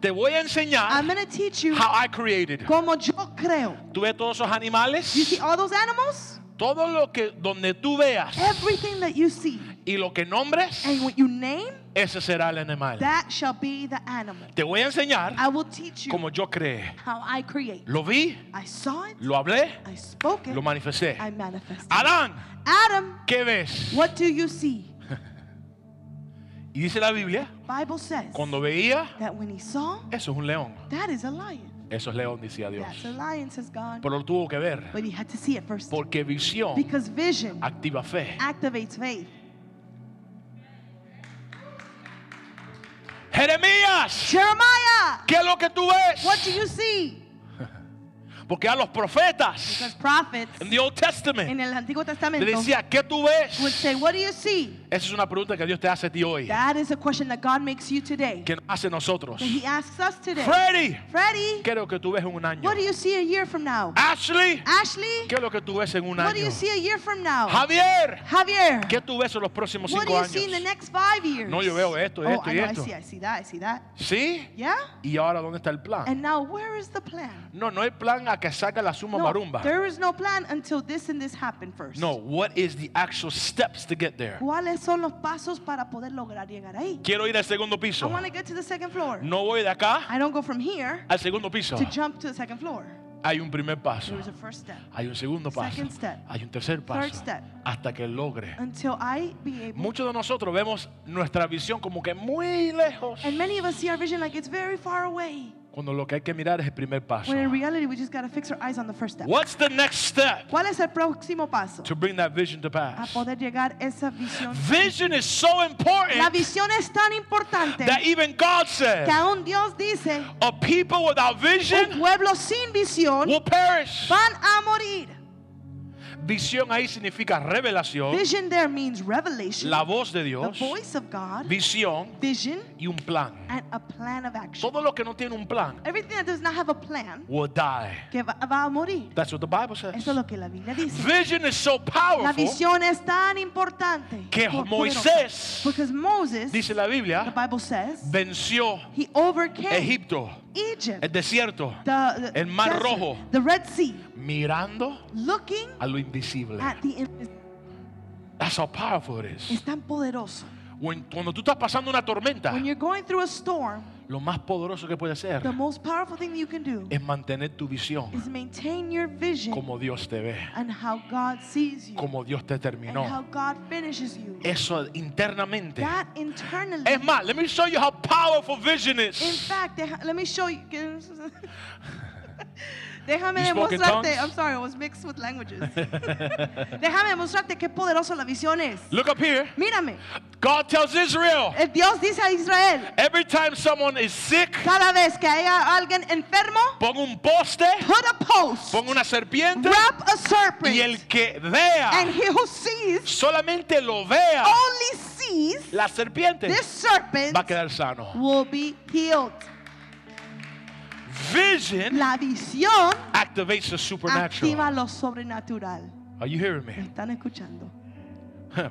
Speaker 1: te voy a
Speaker 2: I'm
Speaker 1: enseñar
Speaker 2: going to teach you
Speaker 1: how I created.
Speaker 2: como yo creo.
Speaker 1: Tú ves todos esos
Speaker 2: You see
Speaker 1: animales,
Speaker 2: all those animals?
Speaker 1: todo lo que, donde tú veas
Speaker 2: Everything that you see
Speaker 1: y lo que nombres,
Speaker 2: and what you name,
Speaker 1: ese será el animal.
Speaker 2: that shall be the animal.
Speaker 1: Te voy a enseñar
Speaker 2: I will teach you
Speaker 1: como yo creé.
Speaker 2: how I create.
Speaker 1: Lo vi,
Speaker 2: I saw it,
Speaker 1: lo hablé,
Speaker 2: I spoke it,
Speaker 1: lo manifesté.
Speaker 2: I manifested.
Speaker 1: Adán,
Speaker 2: Adam,
Speaker 1: ¿qué ves?
Speaker 2: what do you see?
Speaker 1: Y dice la Biblia,
Speaker 2: Bible says
Speaker 1: cuando veía,
Speaker 2: that when he saw,
Speaker 1: eso es un león.
Speaker 2: that is a lion.
Speaker 1: Eso es león, decía Dios.
Speaker 2: That's a lion, says God.
Speaker 1: Pero lo tuvo que ver.
Speaker 2: But he had to see it first.
Speaker 1: Porque visión
Speaker 2: Because vision
Speaker 1: activa fe.
Speaker 2: activates faith.
Speaker 1: Jeremías,
Speaker 2: Jeremiah,
Speaker 1: ¿qué es lo que tú
Speaker 2: what do
Speaker 1: ves?
Speaker 2: you see?
Speaker 1: Porque a los
Speaker 2: Because
Speaker 1: profetas
Speaker 2: prophets
Speaker 1: en the Old
Speaker 2: en
Speaker 1: Testament
Speaker 2: el Antiguo
Speaker 1: le
Speaker 2: Testamento
Speaker 1: decía, ¿qué tú
Speaker 2: would
Speaker 1: ves?
Speaker 2: say, What do you see?
Speaker 1: Esa es una pregunta que Dios te hace a ti hoy.
Speaker 2: That is a question that God makes you today.
Speaker 1: Que nos hace nosotros.
Speaker 2: That He asks us today.
Speaker 1: Freddy,
Speaker 2: Freddie,
Speaker 1: ¿qué es lo que tú ves en un año?
Speaker 2: what do you see a year from now?
Speaker 1: Ashley,
Speaker 2: Ashley,
Speaker 1: ¿qué es lo que tú ves en un
Speaker 2: what do
Speaker 1: año?
Speaker 2: you see a year from now?
Speaker 1: Javier,
Speaker 2: Javier,
Speaker 1: ¿qué tú ves en los próximos
Speaker 2: Oh. what
Speaker 1: cinco
Speaker 2: do you see in the
Speaker 1: años?
Speaker 2: next five years?
Speaker 1: No, yo veo esto,
Speaker 2: oh,
Speaker 1: esto
Speaker 2: I
Speaker 1: y
Speaker 2: know,
Speaker 1: esto.
Speaker 2: I see, I see that, I see that.
Speaker 1: ¿Sí?
Speaker 2: Yeah?
Speaker 1: ¿Y ahora dónde está el plan?
Speaker 2: And now where is the plan?
Speaker 1: No, no hay plan a que saca la suma
Speaker 2: No,
Speaker 1: marumba.
Speaker 2: there is no plan until this and this happen first.
Speaker 1: No, what is the actual steps to get there?
Speaker 2: ¿Cuáles son los pasos para poder lograr llegar ahí?
Speaker 1: Quiero ir al segundo
Speaker 2: I
Speaker 1: piso.
Speaker 2: want to get to the second floor.
Speaker 1: No voy de acá
Speaker 2: I don't go from here
Speaker 1: al segundo piso.
Speaker 2: to jump to the second floor.
Speaker 1: Hay un primer paso,
Speaker 2: There is a first step.
Speaker 1: hay un segundo paso,
Speaker 2: Second step.
Speaker 1: hay un tercer paso,
Speaker 2: step.
Speaker 1: hasta que logre.
Speaker 2: Until I be able
Speaker 1: Muchos de nosotros vemos nuestra visión como que muy lejos,
Speaker 2: And many of us see our vision like it's very far away.
Speaker 1: cuando lo que hay que mirar es el primer paso.
Speaker 2: When in reality, we just got to fix our eyes on the first step.
Speaker 1: What's the next step
Speaker 2: ¿Cuál es el próximo paso?
Speaker 1: to bring that vision to
Speaker 2: A
Speaker 1: pass?
Speaker 2: poder llegar a esa visión.
Speaker 1: Vision is so
Speaker 2: La
Speaker 1: important
Speaker 2: visión es tan importante
Speaker 1: that even God said,
Speaker 2: que aún Dios dice,
Speaker 1: a people without
Speaker 2: un
Speaker 1: vision
Speaker 2: pueblo sin visión
Speaker 1: will perish.
Speaker 2: van a morir.
Speaker 1: Visión ahí significa revelación,
Speaker 2: Vision there means revelation,
Speaker 1: la voz de
Speaker 2: the
Speaker 1: Dios,
Speaker 2: voice of God,
Speaker 1: visión
Speaker 2: vision,
Speaker 1: y un plan.
Speaker 2: and a plan of action.
Speaker 1: Todo lo que no tiene un plan
Speaker 2: Everything that does not have a plan
Speaker 1: will die.
Speaker 2: que va, va a morir.
Speaker 1: That's what the Bible says.
Speaker 2: Eso es lo que la Biblia dice.
Speaker 1: Vision is so
Speaker 2: La
Speaker 1: powerful
Speaker 2: visión es tan importante.
Speaker 1: que
Speaker 2: po- poderosa.
Speaker 1: Moisés,
Speaker 2: Because Moses,
Speaker 1: dice la
Speaker 2: the
Speaker 1: Biblia,
Speaker 2: Bible says,
Speaker 1: venció
Speaker 2: he overcame
Speaker 1: Egipto,
Speaker 2: Egypt,
Speaker 1: el desierto,
Speaker 2: the, the,
Speaker 1: el Mar
Speaker 2: desert,
Speaker 1: Rojo.
Speaker 2: the Red Sea,
Speaker 1: mirando
Speaker 2: looking
Speaker 1: a lo invisible.
Speaker 2: at the invisible.
Speaker 1: That's how powerful it is.
Speaker 2: Ah. Es tan poderoso.
Speaker 1: When- cuando tú estás pasando una tormenta,
Speaker 2: When you're going through a storm,
Speaker 1: lo más poderoso que puede ser
Speaker 2: the most powerful thing you can do
Speaker 1: es mantener tu visión
Speaker 2: is maintain your vision
Speaker 1: como Dios te ve,
Speaker 2: and how God sees you
Speaker 1: como Dios te
Speaker 2: and how
Speaker 1: terminó.
Speaker 2: God finishes you.
Speaker 1: Eso internamente.
Speaker 2: That internally.
Speaker 1: Es más, let me show you how powerful vision
Speaker 2: In
Speaker 1: is.
Speaker 2: fact, deja- let me show you. que- Déjame
Speaker 1: You spoke in
Speaker 2: demostrarte.
Speaker 1: tongues?
Speaker 2: I'm sorry, I was mixed with languages. Déjame demostrarte qué poderosa la visión es.
Speaker 1: Look up here.
Speaker 2: Mírame.
Speaker 1: God tells Israel
Speaker 2: El Dios dice a Israel:
Speaker 1: every time someone is sick,
Speaker 2: cada vez que haya alguien enfermo,
Speaker 1: pon un poste,
Speaker 2: put a post,
Speaker 1: pon una serpiente
Speaker 2: wrap a
Speaker 1: y el
Speaker 2: serpent,
Speaker 1: que
Speaker 2: and
Speaker 1: vea,
Speaker 2: he who sees
Speaker 1: solamente lo vea,
Speaker 2: only sees
Speaker 1: la serpiente
Speaker 2: this serpent
Speaker 1: va a quedar sano.
Speaker 2: will be healed.
Speaker 1: Vision
Speaker 2: La visión
Speaker 1: activates the supernatural.
Speaker 2: activa lo sobrenatural.
Speaker 1: Are you hearing
Speaker 2: ¿Me
Speaker 1: me?
Speaker 2: están escuchando?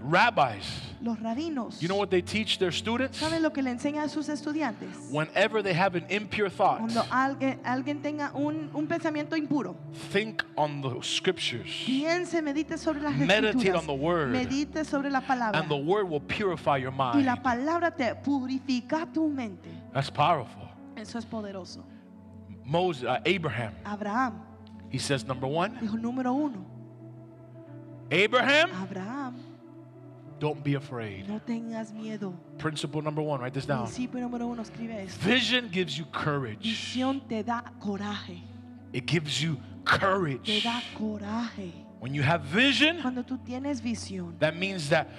Speaker 1: Rabbis,
Speaker 2: Los rabinos.
Speaker 1: you know what they teach their students?
Speaker 2: ¿Saben lo que le enseña a sus estudiantes?
Speaker 1: Whenever they have an impure thought,
Speaker 2: Cuando alguien, alguien tenga un, un pensamiento impuro,
Speaker 1: think on the scriptures,
Speaker 2: piense, medite sobre las
Speaker 1: Meditate
Speaker 2: escrituras,
Speaker 1: on the word.
Speaker 2: medite sobre la palabra,
Speaker 1: and the word will purify your
Speaker 2: y la
Speaker 1: mind.
Speaker 2: palabra te purifica tu mente.
Speaker 1: That's powerful.
Speaker 2: Eso es poderoso.
Speaker 1: Moses, uh, Abraham,
Speaker 2: Abraham
Speaker 1: he says, number one,
Speaker 2: dijo número uno,
Speaker 1: Abraham,
Speaker 2: Abraham,
Speaker 1: don't be afraid.
Speaker 2: no tengas miedo.
Speaker 1: Principle number one, write this down.
Speaker 2: Principio número uno, escribe esto.
Speaker 1: Vision gives you courage.
Speaker 2: Visión te da coraje,
Speaker 1: It gives you
Speaker 2: te
Speaker 1: courage.
Speaker 2: da coraje.
Speaker 1: When you have vision,
Speaker 2: Cuando tú tienes visión,
Speaker 1: that means that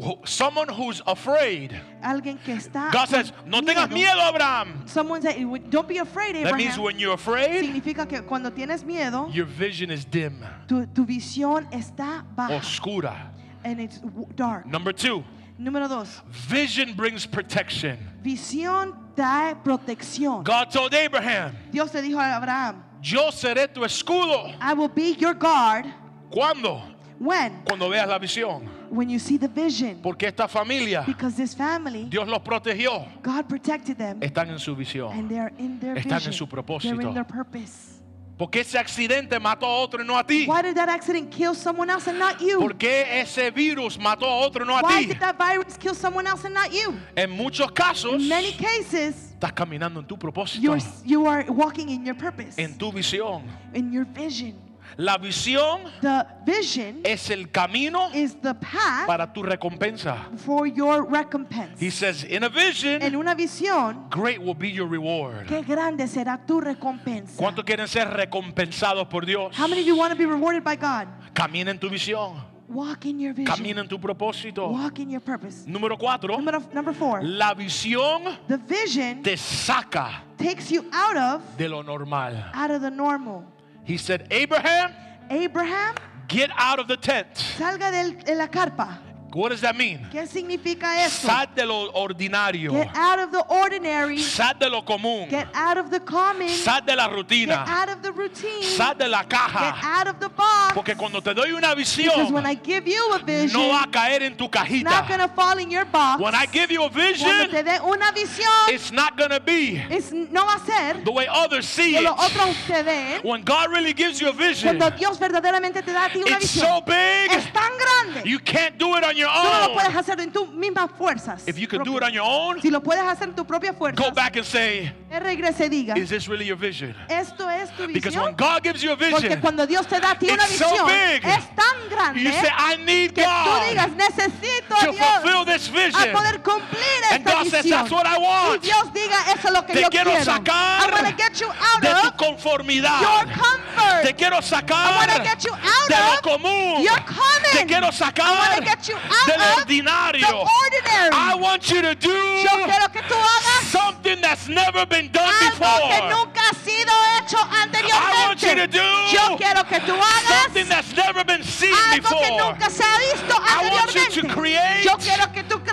Speaker 1: wh- someone who's afraid,
Speaker 2: alguien que está
Speaker 1: God
Speaker 2: Ah, con
Speaker 1: says, no tengas miedo, Abraham.
Speaker 2: Someone say, don't be afraid,
Speaker 1: That means
Speaker 2: Abraham.
Speaker 1: when you're afraid,
Speaker 2: Significa que cuando tienes miedo,
Speaker 1: your vision is dim,
Speaker 2: tu, tu visión está baja.
Speaker 1: oscura.
Speaker 2: And it's w- dark.
Speaker 1: Number two,
Speaker 2: Número dos,
Speaker 1: vision brings protection.
Speaker 2: visión trae protección.
Speaker 1: God told Abraham,
Speaker 2: Dios te dijo a Abraham,
Speaker 1: yo seré tu escudo.
Speaker 2: I will be your guard
Speaker 1: ¿Cuándo?
Speaker 2: when
Speaker 1: Cuando veas la visión.
Speaker 2: when you see the vision.
Speaker 1: Porque esta familia,
Speaker 2: Because this family,
Speaker 1: Dios los protegió.
Speaker 2: God protected them
Speaker 1: Están en su visión.
Speaker 2: and they're in their
Speaker 1: Están en
Speaker 2: vision.
Speaker 1: su
Speaker 2: They're
Speaker 1: propósito.
Speaker 2: in their purpose.
Speaker 1: ¿Por qué ese accidente mató a otro y no a ti?
Speaker 2: Why did that accident kill someone else and not you?
Speaker 1: ¿Por qué ese virus mató a otro y no a
Speaker 2: Why
Speaker 1: ti?
Speaker 2: did that virus kill someone else and not you?
Speaker 1: En muchos casos,
Speaker 2: In many cases,
Speaker 1: estás caminando en tu propósito,
Speaker 2: You're, you are walking in your purpose,
Speaker 1: en tu visión.
Speaker 2: in your vision.
Speaker 1: La visión
Speaker 2: The vision
Speaker 1: es el camino
Speaker 2: is the path
Speaker 1: para tu recompensa.
Speaker 2: for your recompense.
Speaker 1: He says, in a
Speaker 2: en
Speaker 1: vision,
Speaker 2: una visión,
Speaker 1: great will be your reward.
Speaker 2: qué grande será tu recompensa.
Speaker 1: ¿Cuántos quieren ser recompensados por Dios?
Speaker 2: How many of you want to be rewarded by God?
Speaker 1: Camina en tu visión.
Speaker 2: Walk in your vision.
Speaker 1: Camina en tu propósito.
Speaker 2: Walk in your purpose.
Speaker 1: Número cuatro,
Speaker 2: Number, number four,
Speaker 1: la visión
Speaker 2: the vision
Speaker 1: te saca
Speaker 2: takes you out of
Speaker 1: de lo normal.
Speaker 2: out of the normal.
Speaker 1: He said, Abraham,
Speaker 2: Abraham,
Speaker 1: get out of the tent.
Speaker 2: salga del- de la carpa.
Speaker 1: What does that mean?
Speaker 2: ¿Qué significa eso?
Speaker 1: Sal de lo ordinario.
Speaker 2: Get out of the ordinary.
Speaker 1: Sal de lo común.
Speaker 2: Get out of the common.
Speaker 1: Sal de la
Speaker 2: Get
Speaker 1: rutina.
Speaker 2: out of the routine.
Speaker 1: Sal de la
Speaker 2: Get
Speaker 1: caja.
Speaker 2: out of the box.
Speaker 1: Porque cuando te doy una
Speaker 2: because
Speaker 1: visión,
Speaker 2: when I give you a vision,
Speaker 1: no va a caer en tu
Speaker 2: it's not going
Speaker 1: cajita.
Speaker 2: to fall in your box.
Speaker 1: When I give you a
Speaker 2: Cuando
Speaker 1: vision,
Speaker 2: te dé una visión,
Speaker 1: it's not going to be
Speaker 2: es, no va a ser
Speaker 1: the way others see
Speaker 2: que los
Speaker 1: it.
Speaker 2: otros te ven.
Speaker 1: When God really gives you a vision,
Speaker 2: Cuando Dios verdaderamente te da a ti una
Speaker 1: it's so
Speaker 2: visión,
Speaker 1: big,
Speaker 2: es tan grande.
Speaker 1: you can't do it on your
Speaker 2: tú no lo puedes
Speaker 1: own.
Speaker 2: hacer en tus mismas fuerzas.
Speaker 1: If you can do it
Speaker 2: propias.
Speaker 1: on your own,
Speaker 2: si lo puedes hacer en tu propia fuerza,
Speaker 1: go back and say,
Speaker 2: regrese y diga,
Speaker 1: Is this really your vision?
Speaker 2: esto es tu
Speaker 1: Because when
Speaker 2: visión.
Speaker 1: God gives you a
Speaker 2: Porque
Speaker 1: vision,
Speaker 2: cuando Dios te da a ti una
Speaker 1: It's so
Speaker 2: visión,
Speaker 1: big.
Speaker 2: es tan grande
Speaker 1: you say, I need
Speaker 2: que tú
Speaker 1: God
Speaker 2: digas, necesito a
Speaker 1: to
Speaker 2: Dios.
Speaker 1: fulfill this
Speaker 2: a
Speaker 1: vision.
Speaker 2: poder cumplir
Speaker 1: And
Speaker 2: esta
Speaker 1: God says,
Speaker 2: visión.
Speaker 1: That's what I
Speaker 2: Y
Speaker 1: want.
Speaker 2: Dios diga, eso es lo que
Speaker 1: Te
Speaker 2: yo
Speaker 1: quiero
Speaker 2: quiero.
Speaker 1: sacar
Speaker 2: I want to get you out
Speaker 1: De
Speaker 2: of
Speaker 1: tu conformidad.
Speaker 2: your comfort.
Speaker 1: Te quiero
Speaker 2: I
Speaker 1: sacar
Speaker 2: want to get you out
Speaker 1: de lo
Speaker 2: of
Speaker 1: común.
Speaker 2: your common.
Speaker 1: Te quiero
Speaker 2: I
Speaker 1: sacar
Speaker 2: want to get you out
Speaker 1: del
Speaker 2: of the
Speaker 1: ordinario.
Speaker 2: ordinary.
Speaker 1: I want you to
Speaker 2: yo quiero
Speaker 1: do
Speaker 2: que tú hagas
Speaker 1: something that's never been done
Speaker 2: algo que
Speaker 1: before.
Speaker 2: nunca ha sido hecho antes
Speaker 1: I want you to
Speaker 2: anteriormente.
Speaker 1: do
Speaker 2: Yo quiero que tú
Speaker 1: something
Speaker 2: hagas
Speaker 1: that's never been seen
Speaker 2: algo que
Speaker 1: before,
Speaker 2: nunca se ha visto
Speaker 1: I want you to
Speaker 2: anteriormente.
Speaker 1: create
Speaker 2: Yo quiero que tú
Speaker 1: what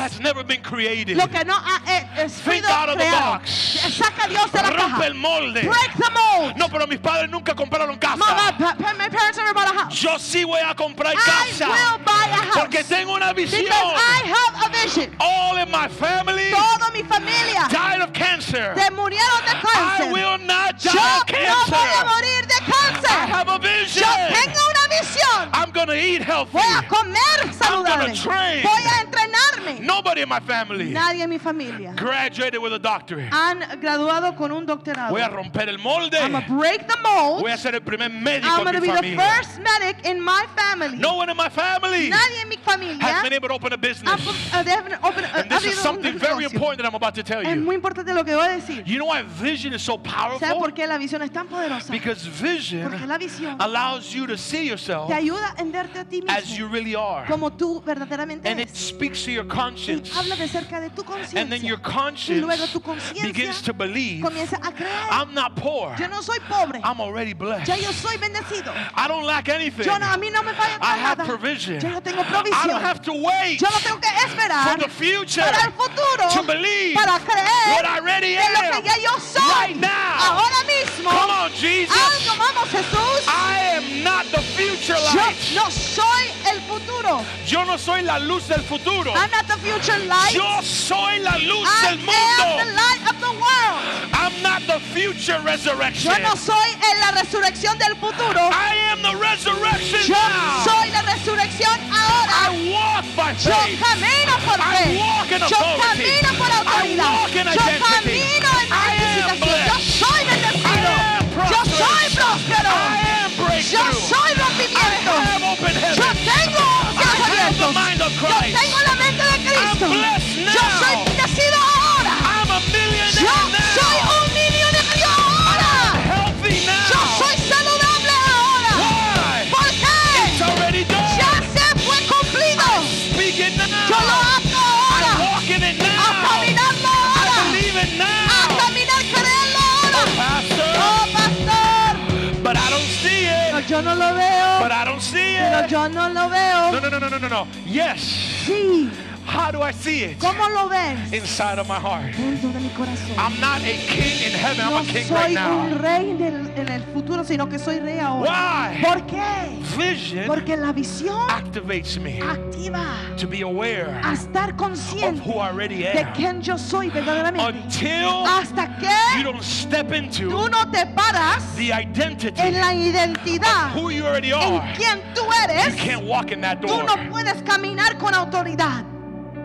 Speaker 2: crees
Speaker 1: has never been created.
Speaker 2: lo que no ha eh, es
Speaker 1: Think
Speaker 2: sido
Speaker 1: out of the
Speaker 2: creado.
Speaker 1: box.
Speaker 2: Saca a Dios de la caja.
Speaker 1: Rompe el molde.
Speaker 2: Break the mold.
Speaker 1: No, pero mis padres nunca compraron
Speaker 2: Mama,
Speaker 1: casa.
Speaker 2: pa- pa- my parents never bought a house.
Speaker 1: Yo sí voy a comprar
Speaker 2: I
Speaker 1: casa
Speaker 2: will buy a house.
Speaker 1: porque tengo una visión.
Speaker 2: because I have a vision.
Speaker 1: All in my family
Speaker 2: Toda mi familia
Speaker 1: died of cancer.
Speaker 2: se murieron de
Speaker 1: I
Speaker 2: cáncer.
Speaker 1: will not
Speaker 2: Yo
Speaker 1: die of
Speaker 2: no voy a
Speaker 1: cancer.
Speaker 2: morir de
Speaker 1: I
Speaker 2: cáncer.
Speaker 1: have a vision.
Speaker 2: Yo tengo una visión.
Speaker 1: I'm gonna eat healthy.
Speaker 2: Voy a comer saludable.
Speaker 1: train.
Speaker 2: Voy a entrenarme.
Speaker 1: Nobody in my family
Speaker 2: Nadie en mi familia
Speaker 1: graduated with a doctorate.
Speaker 2: han graduado con un doctorado.
Speaker 1: Voy a romper el molde.
Speaker 2: I'm gonna break the mold.
Speaker 1: Voy a ser el primer médico
Speaker 2: I'm
Speaker 1: en
Speaker 2: gonna
Speaker 1: mi
Speaker 2: be the
Speaker 1: familia.
Speaker 2: first medic in my family.
Speaker 1: No one in my family
Speaker 2: Nadie en mi
Speaker 1: has been
Speaker 2: familia.
Speaker 1: able to open a
Speaker 2: ha
Speaker 1: business.
Speaker 2: pu- uh, they haven't opened- uh,
Speaker 1: And this is
Speaker 2: abrido un
Speaker 1: something very
Speaker 2: negocio.
Speaker 1: important that I'm about to tell
Speaker 2: Es
Speaker 1: you.
Speaker 2: muy importante lo que voy a decir.
Speaker 1: You know why vision is so
Speaker 2: ¿Sabes
Speaker 1: powerful?
Speaker 2: por qué la visión es tan poderosa?
Speaker 1: Because
Speaker 2: Porque
Speaker 1: vision
Speaker 2: la visión
Speaker 1: allows you to see yourself
Speaker 2: te ayuda a verte a ti
Speaker 1: as you
Speaker 2: mismo
Speaker 1: really are.
Speaker 2: como tú verdaderamente
Speaker 1: And it
Speaker 2: eres.
Speaker 1: speaks to your
Speaker 2: Y
Speaker 1: conscience.
Speaker 2: habla de cerca de tu
Speaker 1: And then your
Speaker 2: conciencia. Y
Speaker 1: conscience
Speaker 2: luego tu conciencia
Speaker 1: begins to believe
Speaker 2: comienza a creer.
Speaker 1: I'm not poor.
Speaker 2: Yo no soy pobre.
Speaker 1: I'm already blessed.
Speaker 2: Ya yo soy bendecido.
Speaker 1: I don't lack anything.
Speaker 2: Yo no, a mí no me falla
Speaker 1: I have
Speaker 2: nada.
Speaker 1: provision.
Speaker 2: Yo no tengo
Speaker 1: I don't
Speaker 2: provisión.
Speaker 1: have to wait
Speaker 2: Yo no tengo que
Speaker 1: for
Speaker 2: esperar
Speaker 1: the future
Speaker 2: para el
Speaker 1: to
Speaker 2: futuro
Speaker 1: believe
Speaker 2: para
Speaker 1: what
Speaker 2: creer
Speaker 1: I already
Speaker 2: en lo que
Speaker 1: am.
Speaker 2: ya yo
Speaker 1: right
Speaker 2: soy.
Speaker 1: now.
Speaker 2: Ahora mismo.
Speaker 1: Come on, Jesus.
Speaker 2: Algo vamos, Jesús.
Speaker 1: I am not the future light.
Speaker 2: Yo no soy el futuro.
Speaker 1: Yo no soy la luz del futuro.
Speaker 2: I'm not the future light.
Speaker 1: Yo soy la luz
Speaker 2: I
Speaker 1: del
Speaker 2: am the
Speaker 1: mundo.
Speaker 2: light of the world.
Speaker 1: I'm not the future resurrection.
Speaker 2: Yo no soy en la resurrección del futuro.
Speaker 1: I am the resurrection
Speaker 2: Yo
Speaker 1: now.
Speaker 2: soy la resurrección ahora.
Speaker 1: I walk by
Speaker 2: Yo
Speaker 1: faith.
Speaker 2: camino por fe.
Speaker 1: I walk in
Speaker 2: Yo
Speaker 1: authority.
Speaker 2: camino por
Speaker 1: I
Speaker 2: autoridad.
Speaker 1: walk in
Speaker 2: Yo
Speaker 1: identity.
Speaker 2: camino en
Speaker 1: I am
Speaker 2: identificación. Yo
Speaker 1: blessed.
Speaker 2: soy bendecido.
Speaker 1: I am
Speaker 2: Yo
Speaker 1: prosperous.
Speaker 2: soy próspero.
Speaker 1: I am
Speaker 2: Yo
Speaker 1: breakthrough.
Speaker 2: soy
Speaker 1: I
Speaker 2: rompimiento.
Speaker 1: have open
Speaker 2: Yo
Speaker 1: heaven.
Speaker 2: tengo ojos
Speaker 1: I have the
Speaker 2: abiertos.
Speaker 1: mind of
Speaker 2: Yo
Speaker 1: Christ.
Speaker 2: tengo la mente de Cristo.
Speaker 1: I'm blessed
Speaker 2: Yo
Speaker 1: now.
Speaker 2: soy bendecido ahora.
Speaker 1: I'm a
Speaker 2: Yo
Speaker 1: millionaire
Speaker 2: soy
Speaker 1: now.
Speaker 2: un millonario ahora.
Speaker 1: Healthy now.
Speaker 2: Yo soy saludable ahora.
Speaker 1: Why?
Speaker 2: ¿Por
Speaker 1: It's
Speaker 2: qué?
Speaker 1: already done.
Speaker 2: Ya se fue cumplido.
Speaker 1: Speak it now.
Speaker 2: Yo lo hago
Speaker 1: I'm
Speaker 2: ahora.
Speaker 1: walking it
Speaker 2: A
Speaker 1: now.
Speaker 2: caminarlo
Speaker 1: I
Speaker 2: ahora.
Speaker 1: believe it
Speaker 2: A
Speaker 1: now.
Speaker 2: caminar, creerlo ahora.
Speaker 1: Pastor,
Speaker 2: Oh, pastor.
Speaker 1: but I don't see
Speaker 2: No,
Speaker 1: it.
Speaker 2: yo no lo veo.
Speaker 1: But I don't see
Speaker 2: No,
Speaker 1: it.
Speaker 2: yo no
Speaker 1: No,
Speaker 2: lo veo.
Speaker 1: no, no, no, no, no, no. Yes.
Speaker 2: Sí.
Speaker 1: How do I see it?
Speaker 2: ¿Cómo lo ves?
Speaker 1: Inside of my heart.
Speaker 2: Dentro de mi corazón.
Speaker 1: I'm not a king in heaven.
Speaker 2: No
Speaker 1: I'm a king right
Speaker 2: soy un
Speaker 1: now.
Speaker 2: rey en el, en el futuro, sino que soy rey ahora.
Speaker 1: Why?
Speaker 2: ¿Por qué?
Speaker 1: Vision
Speaker 2: Porque la visión
Speaker 1: activates me
Speaker 2: Ah. activa
Speaker 1: to be aware
Speaker 2: a estar
Speaker 1: of
Speaker 2: consciente
Speaker 1: who I already
Speaker 2: de
Speaker 1: am.
Speaker 2: quién yo soy verdaderamente.
Speaker 1: Until
Speaker 2: Hasta
Speaker 1: you
Speaker 2: que
Speaker 1: don't step into
Speaker 2: tú no te paras
Speaker 1: the identity
Speaker 2: en la
Speaker 1: of
Speaker 2: identidad
Speaker 1: who you already
Speaker 2: en
Speaker 1: are,
Speaker 2: quien tú
Speaker 1: you
Speaker 2: eres,
Speaker 1: can't walk in that
Speaker 2: tú
Speaker 1: door.
Speaker 2: no puedes caminar con autoridad.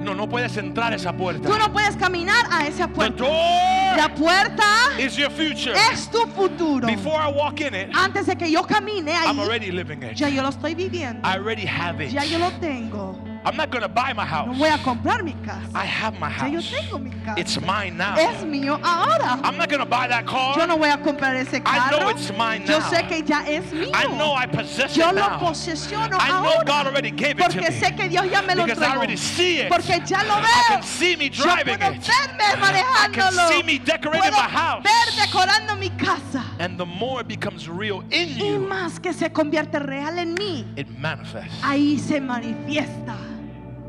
Speaker 1: No, no puedes entrar a esa puerta.
Speaker 2: Tú no puedes caminar a esa
Speaker 1: The
Speaker 2: puerta.
Speaker 1: door
Speaker 2: La puerta
Speaker 1: is your future.
Speaker 2: es tu futuro.
Speaker 1: Before I walk in it,
Speaker 2: Antes de que yo camine
Speaker 1: I'm
Speaker 2: ahí,
Speaker 1: already living it.
Speaker 2: ya yo lo estoy viviendo.
Speaker 1: I already have it.
Speaker 2: Ya yo lo tengo.
Speaker 1: I'm not going to buy my
Speaker 2: No
Speaker 1: house.
Speaker 2: voy a comprar mi casa.
Speaker 1: I have my
Speaker 2: Ya yo
Speaker 1: house.
Speaker 2: tengo mi casa.
Speaker 1: It's mine now.
Speaker 2: Es mío ahora.
Speaker 1: I'm not going to buy that
Speaker 2: Yo
Speaker 1: car.
Speaker 2: Eh? no voy a comprar ese carro.
Speaker 1: it's mine
Speaker 2: Yo
Speaker 1: now.
Speaker 2: sé que ya es mío.
Speaker 1: I know I possess it
Speaker 2: Yo lo
Speaker 1: now.
Speaker 2: posesiono
Speaker 1: I know God
Speaker 2: ahora.
Speaker 1: already gave it to
Speaker 2: Porque
Speaker 1: me.
Speaker 2: sé que Dios ya me lo
Speaker 1: Because I
Speaker 2: entregó.
Speaker 1: already see it.
Speaker 2: Porque ya lo
Speaker 1: I can
Speaker 2: veo.
Speaker 1: see me
Speaker 2: Yo
Speaker 1: driving
Speaker 2: puedo
Speaker 1: it.
Speaker 2: verme manejándolo.
Speaker 1: see me decorating
Speaker 2: puedo
Speaker 1: my house.
Speaker 2: ver decorando mi casa.
Speaker 1: And the more it becomes real in
Speaker 2: Y
Speaker 1: you,
Speaker 2: más que se convierte real en mí,
Speaker 1: it manifests.
Speaker 2: ahí se manifiesta.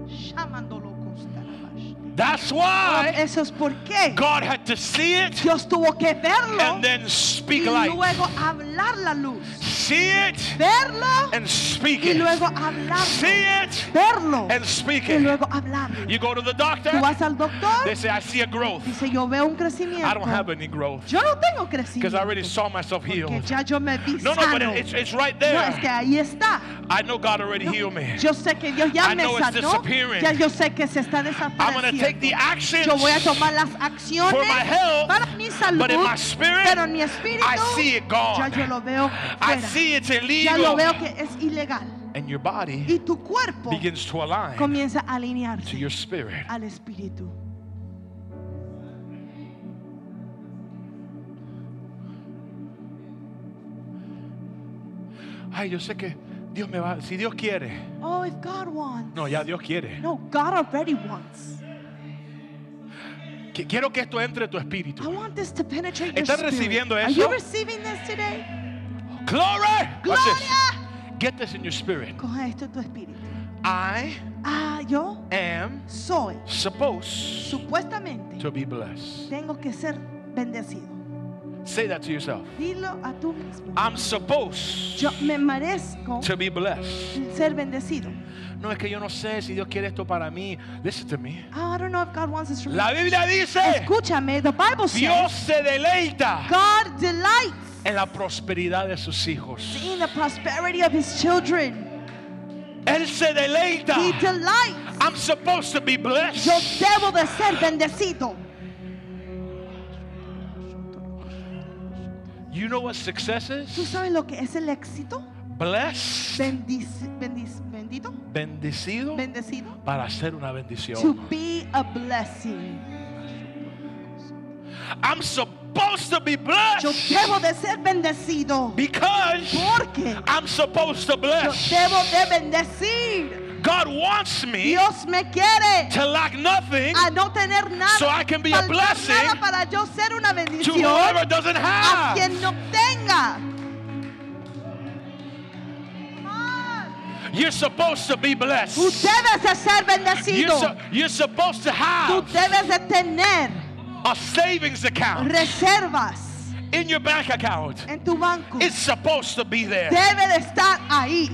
Speaker 2: Llamándolo Costarabash.
Speaker 1: That's why
Speaker 2: Eso es por qué
Speaker 1: God had to see it
Speaker 2: Dios tuvo que verlo
Speaker 1: and then
Speaker 2: y
Speaker 1: speak light.
Speaker 2: luego hablar la luz.
Speaker 1: See it
Speaker 2: Verlo
Speaker 1: and speak
Speaker 2: y
Speaker 1: it.
Speaker 2: luego hablarlo.
Speaker 1: See it
Speaker 2: Verlo
Speaker 1: and speak
Speaker 2: y
Speaker 1: it.
Speaker 2: luego hablarlo.
Speaker 1: You go to the doctor,
Speaker 2: Tú vas al doctor,
Speaker 1: they say, I see a growth.
Speaker 2: dice yo veo un crecimiento.
Speaker 1: I don't have any growth
Speaker 2: Yo no tengo
Speaker 1: because I
Speaker 2: crecimiento.
Speaker 1: already saw myself
Speaker 2: Porque
Speaker 1: healed.
Speaker 2: ya yo me vi
Speaker 1: No, no, but
Speaker 2: sano.
Speaker 1: it- it's, it's right
Speaker 2: No, es que
Speaker 1: there.
Speaker 2: ahí está.
Speaker 1: I know God already healed me.
Speaker 2: Yo sé que Dios ya
Speaker 1: I
Speaker 2: me
Speaker 1: know it's
Speaker 2: sanó.
Speaker 1: disappearing.
Speaker 2: Ya yo sé que se está
Speaker 1: I'm going to take
Speaker 2: desapareciendo.
Speaker 1: the actions,
Speaker 2: Yo voy a tomar las acciones
Speaker 1: for my health,
Speaker 2: para mi salud.
Speaker 1: but in my spirit,
Speaker 2: pero en mi espíritu
Speaker 1: I see it
Speaker 2: ya
Speaker 1: gone.
Speaker 2: yo lo veo
Speaker 1: I
Speaker 2: fuera.
Speaker 1: see it's
Speaker 2: Ya lo
Speaker 1: illegal.
Speaker 2: veo que es ilegal.
Speaker 1: And your body
Speaker 2: Y tu cuerpo
Speaker 1: begins to align
Speaker 2: comienza a
Speaker 1: to
Speaker 2: alinearse
Speaker 1: your spirit.
Speaker 2: al espíritu.
Speaker 1: Ay, yo sé que Dios me va. Si Dios quiere.
Speaker 2: Oh, if God wants.
Speaker 1: No, ya Dios quiere.
Speaker 2: No, God already wants.
Speaker 1: Qu- Quiero que esto entre tu
Speaker 2: I
Speaker 1: espíritu.
Speaker 2: want this to penetrate your
Speaker 1: ¿Estás
Speaker 2: spirit.
Speaker 1: recibiendo
Speaker 2: Are
Speaker 1: eso?
Speaker 2: you receiving this today?
Speaker 1: Glory. Watch this.
Speaker 2: Gloria.
Speaker 1: Get this in your spirit.
Speaker 2: Coja esto en tu espíritu.
Speaker 1: I
Speaker 2: Ah, yo
Speaker 1: am
Speaker 2: soy,
Speaker 1: supposed
Speaker 2: supuestamente,
Speaker 1: to be blessed.
Speaker 2: tengo que ser bendecido.
Speaker 1: Say that to yourself.
Speaker 2: Dilo a tú mismo.
Speaker 1: I'm supposed
Speaker 2: Yo me merezco
Speaker 1: to be blessed.
Speaker 2: ser bendecido.
Speaker 1: No es que yo no sé si Dios quiere esto para mí. Listen to me.
Speaker 2: Ah, I don't know if God wants this from me.
Speaker 1: La Biblia dice,
Speaker 2: Escúchame, the Bible says
Speaker 1: Dios se deleita
Speaker 2: God delights
Speaker 1: en la prosperidad de sus hijos.
Speaker 2: in the prosperity of his children.
Speaker 1: Él se deleita.
Speaker 2: He delights.
Speaker 1: I'm supposed to be
Speaker 2: Yo
Speaker 1: blessed.
Speaker 2: debo de ser bendecido.
Speaker 1: You know what success
Speaker 2: ¿Tú
Speaker 1: is?
Speaker 2: sabes lo que es el éxito?
Speaker 1: Blessed,
Speaker 2: Bendic- bendic- bendito,
Speaker 1: bendecido
Speaker 2: bendecido.
Speaker 1: para ser una
Speaker 2: To
Speaker 1: bendición.
Speaker 2: be a blessing.
Speaker 1: I'm supposed to be
Speaker 2: Yo
Speaker 1: blessed
Speaker 2: debo de ser bendecido.
Speaker 1: because
Speaker 2: Porque
Speaker 1: I'm supposed to
Speaker 2: yo
Speaker 1: bless.
Speaker 2: debo de bendecir.
Speaker 1: God wants me
Speaker 2: Dios me quiere
Speaker 1: to lack nothing
Speaker 2: a no tener nada.
Speaker 1: so I can be a
Speaker 2: faltar
Speaker 1: blessing
Speaker 2: nada para yo ser una
Speaker 1: to
Speaker 2: bendición
Speaker 1: whoever doesn't
Speaker 2: a
Speaker 1: have.
Speaker 2: quien no tenga.
Speaker 1: You're supposed to be blessed.
Speaker 2: Tú debes de ser
Speaker 1: You're,
Speaker 2: bendecido.
Speaker 1: su- you're supposed to
Speaker 2: Tú
Speaker 1: have
Speaker 2: debes de tener
Speaker 1: a savings account
Speaker 2: reservas
Speaker 1: in your bank account.
Speaker 2: en tu banco.
Speaker 1: It's supposed to be there.
Speaker 2: Debe de estar ahí.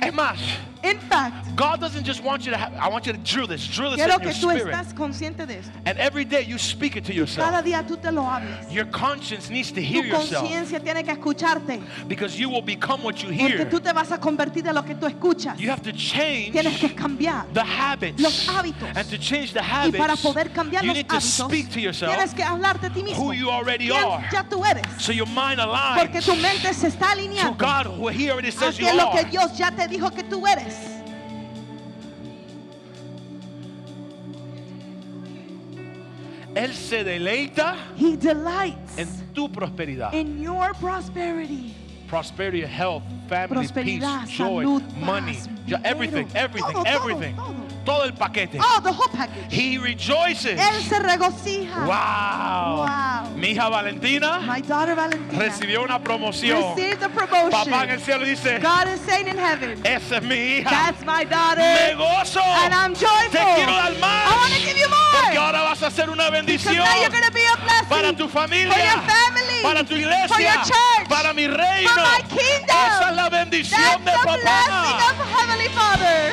Speaker 1: Es más,
Speaker 2: In fact,
Speaker 1: God doesn't just want you to have, I want you to drill this, drill this
Speaker 2: quiero
Speaker 1: in your
Speaker 2: que tú
Speaker 1: spirit.
Speaker 2: estás consciente de esto.
Speaker 1: And every day you speak it to
Speaker 2: Cada
Speaker 1: yourself.
Speaker 2: día tú te lo hables.
Speaker 1: Your conscience needs to hear
Speaker 2: Tu
Speaker 1: yourself
Speaker 2: conciencia tiene que escucharte.
Speaker 1: because you will become what you
Speaker 2: Porque
Speaker 1: hear.
Speaker 2: tú te vas a convertir de lo que tú escuchas.
Speaker 1: You have to change
Speaker 2: Tienes que cambiar.
Speaker 1: the habits.
Speaker 2: los hábitos.
Speaker 1: And to change the
Speaker 2: Y
Speaker 1: habits,
Speaker 2: para poder cambiar
Speaker 1: you
Speaker 2: los
Speaker 1: need to
Speaker 2: hábitos,
Speaker 1: speak to
Speaker 2: tienes
Speaker 1: yourself
Speaker 2: que hablarte a ti mismo.
Speaker 1: who you already
Speaker 2: ¿Quién
Speaker 1: are.
Speaker 2: ya tú eres.
Speaker 1: so your mind
Speaker 2: Porque
Speaker 1: aligns
Speaker 2: tu mente se está
Speaker 1: to
Speaker 2: alineando
Speaker 1: God who He already says you
Speaker 2: hacia lo
Speaker 1: are.
Speaker 2: que Dios ya te dijo que tú eres.
Speaker 1: Él se deleita
Speaker 2: He delights
Speaker 1: en tu prosperidad.
Speaker 2: in your prosperity.
Speaker 1: prosperity, health, family, peace,
Speaker 2: Prosperidad,
Speaker 1: joy,
Speaker 2: salud,
Speaker 1: money,
Speaker 2: paz,
Speaker 1: jo-
Speaker 2: dinero.
Speaker 1: everything, everything,
Speaker 2: Todo, todo,
Speaker 1: everything.
Speaker 2: todo.
Speaker 1: el paquete.
Speaker 2: Oh, the whole package.
Speaker 1: He rejoices.
Speaker 2: Él se regocija.
Speaker 1: Wow.
Speaker 2: Wow.
Speaker 1: Mi hija Valentina
Speaker 2: My daughter Valentina
Speaker 1: recibió una promoción.
Speaker 2: received a promotion.
Speaker 1: Papá en el cielo dice,
Speaker 2: God is saying in heaven,
Speaker 1: esa es mi hija.
Speaker 2: that's my daughter.
Speaker 1: Me gozo.
Speaker 2: and I'm joyful.
Speaker 1: Te quiero dar más.
Speaker 2: I want to give you
Speaker 1: Porque
Speaker 2: more.
Speaker 1: ahora vas a ser una
Speaker 2: Because
Speaker 1: bendición
Speaker 2: now you're going to be a blessing
Speaker 1: para tu
Speaker 2: for your
Speaker 1: familia,
Speaker 2: family,
Speaker 1: para tu
Speaker 2: for your
Speaker 1: iglesia,
Speaker 2: church,
Speaker 1: para mi reino.
Speaker 2: for my kingdom.
Speaker 1: Esa es la
Speaker 2: That's
Speaker 1: bendición
Speaker 2: the
Speaker 1: de
Speaker 2: blessing
Speaker 1: papá.
Speaker 2: of Heavenly Father.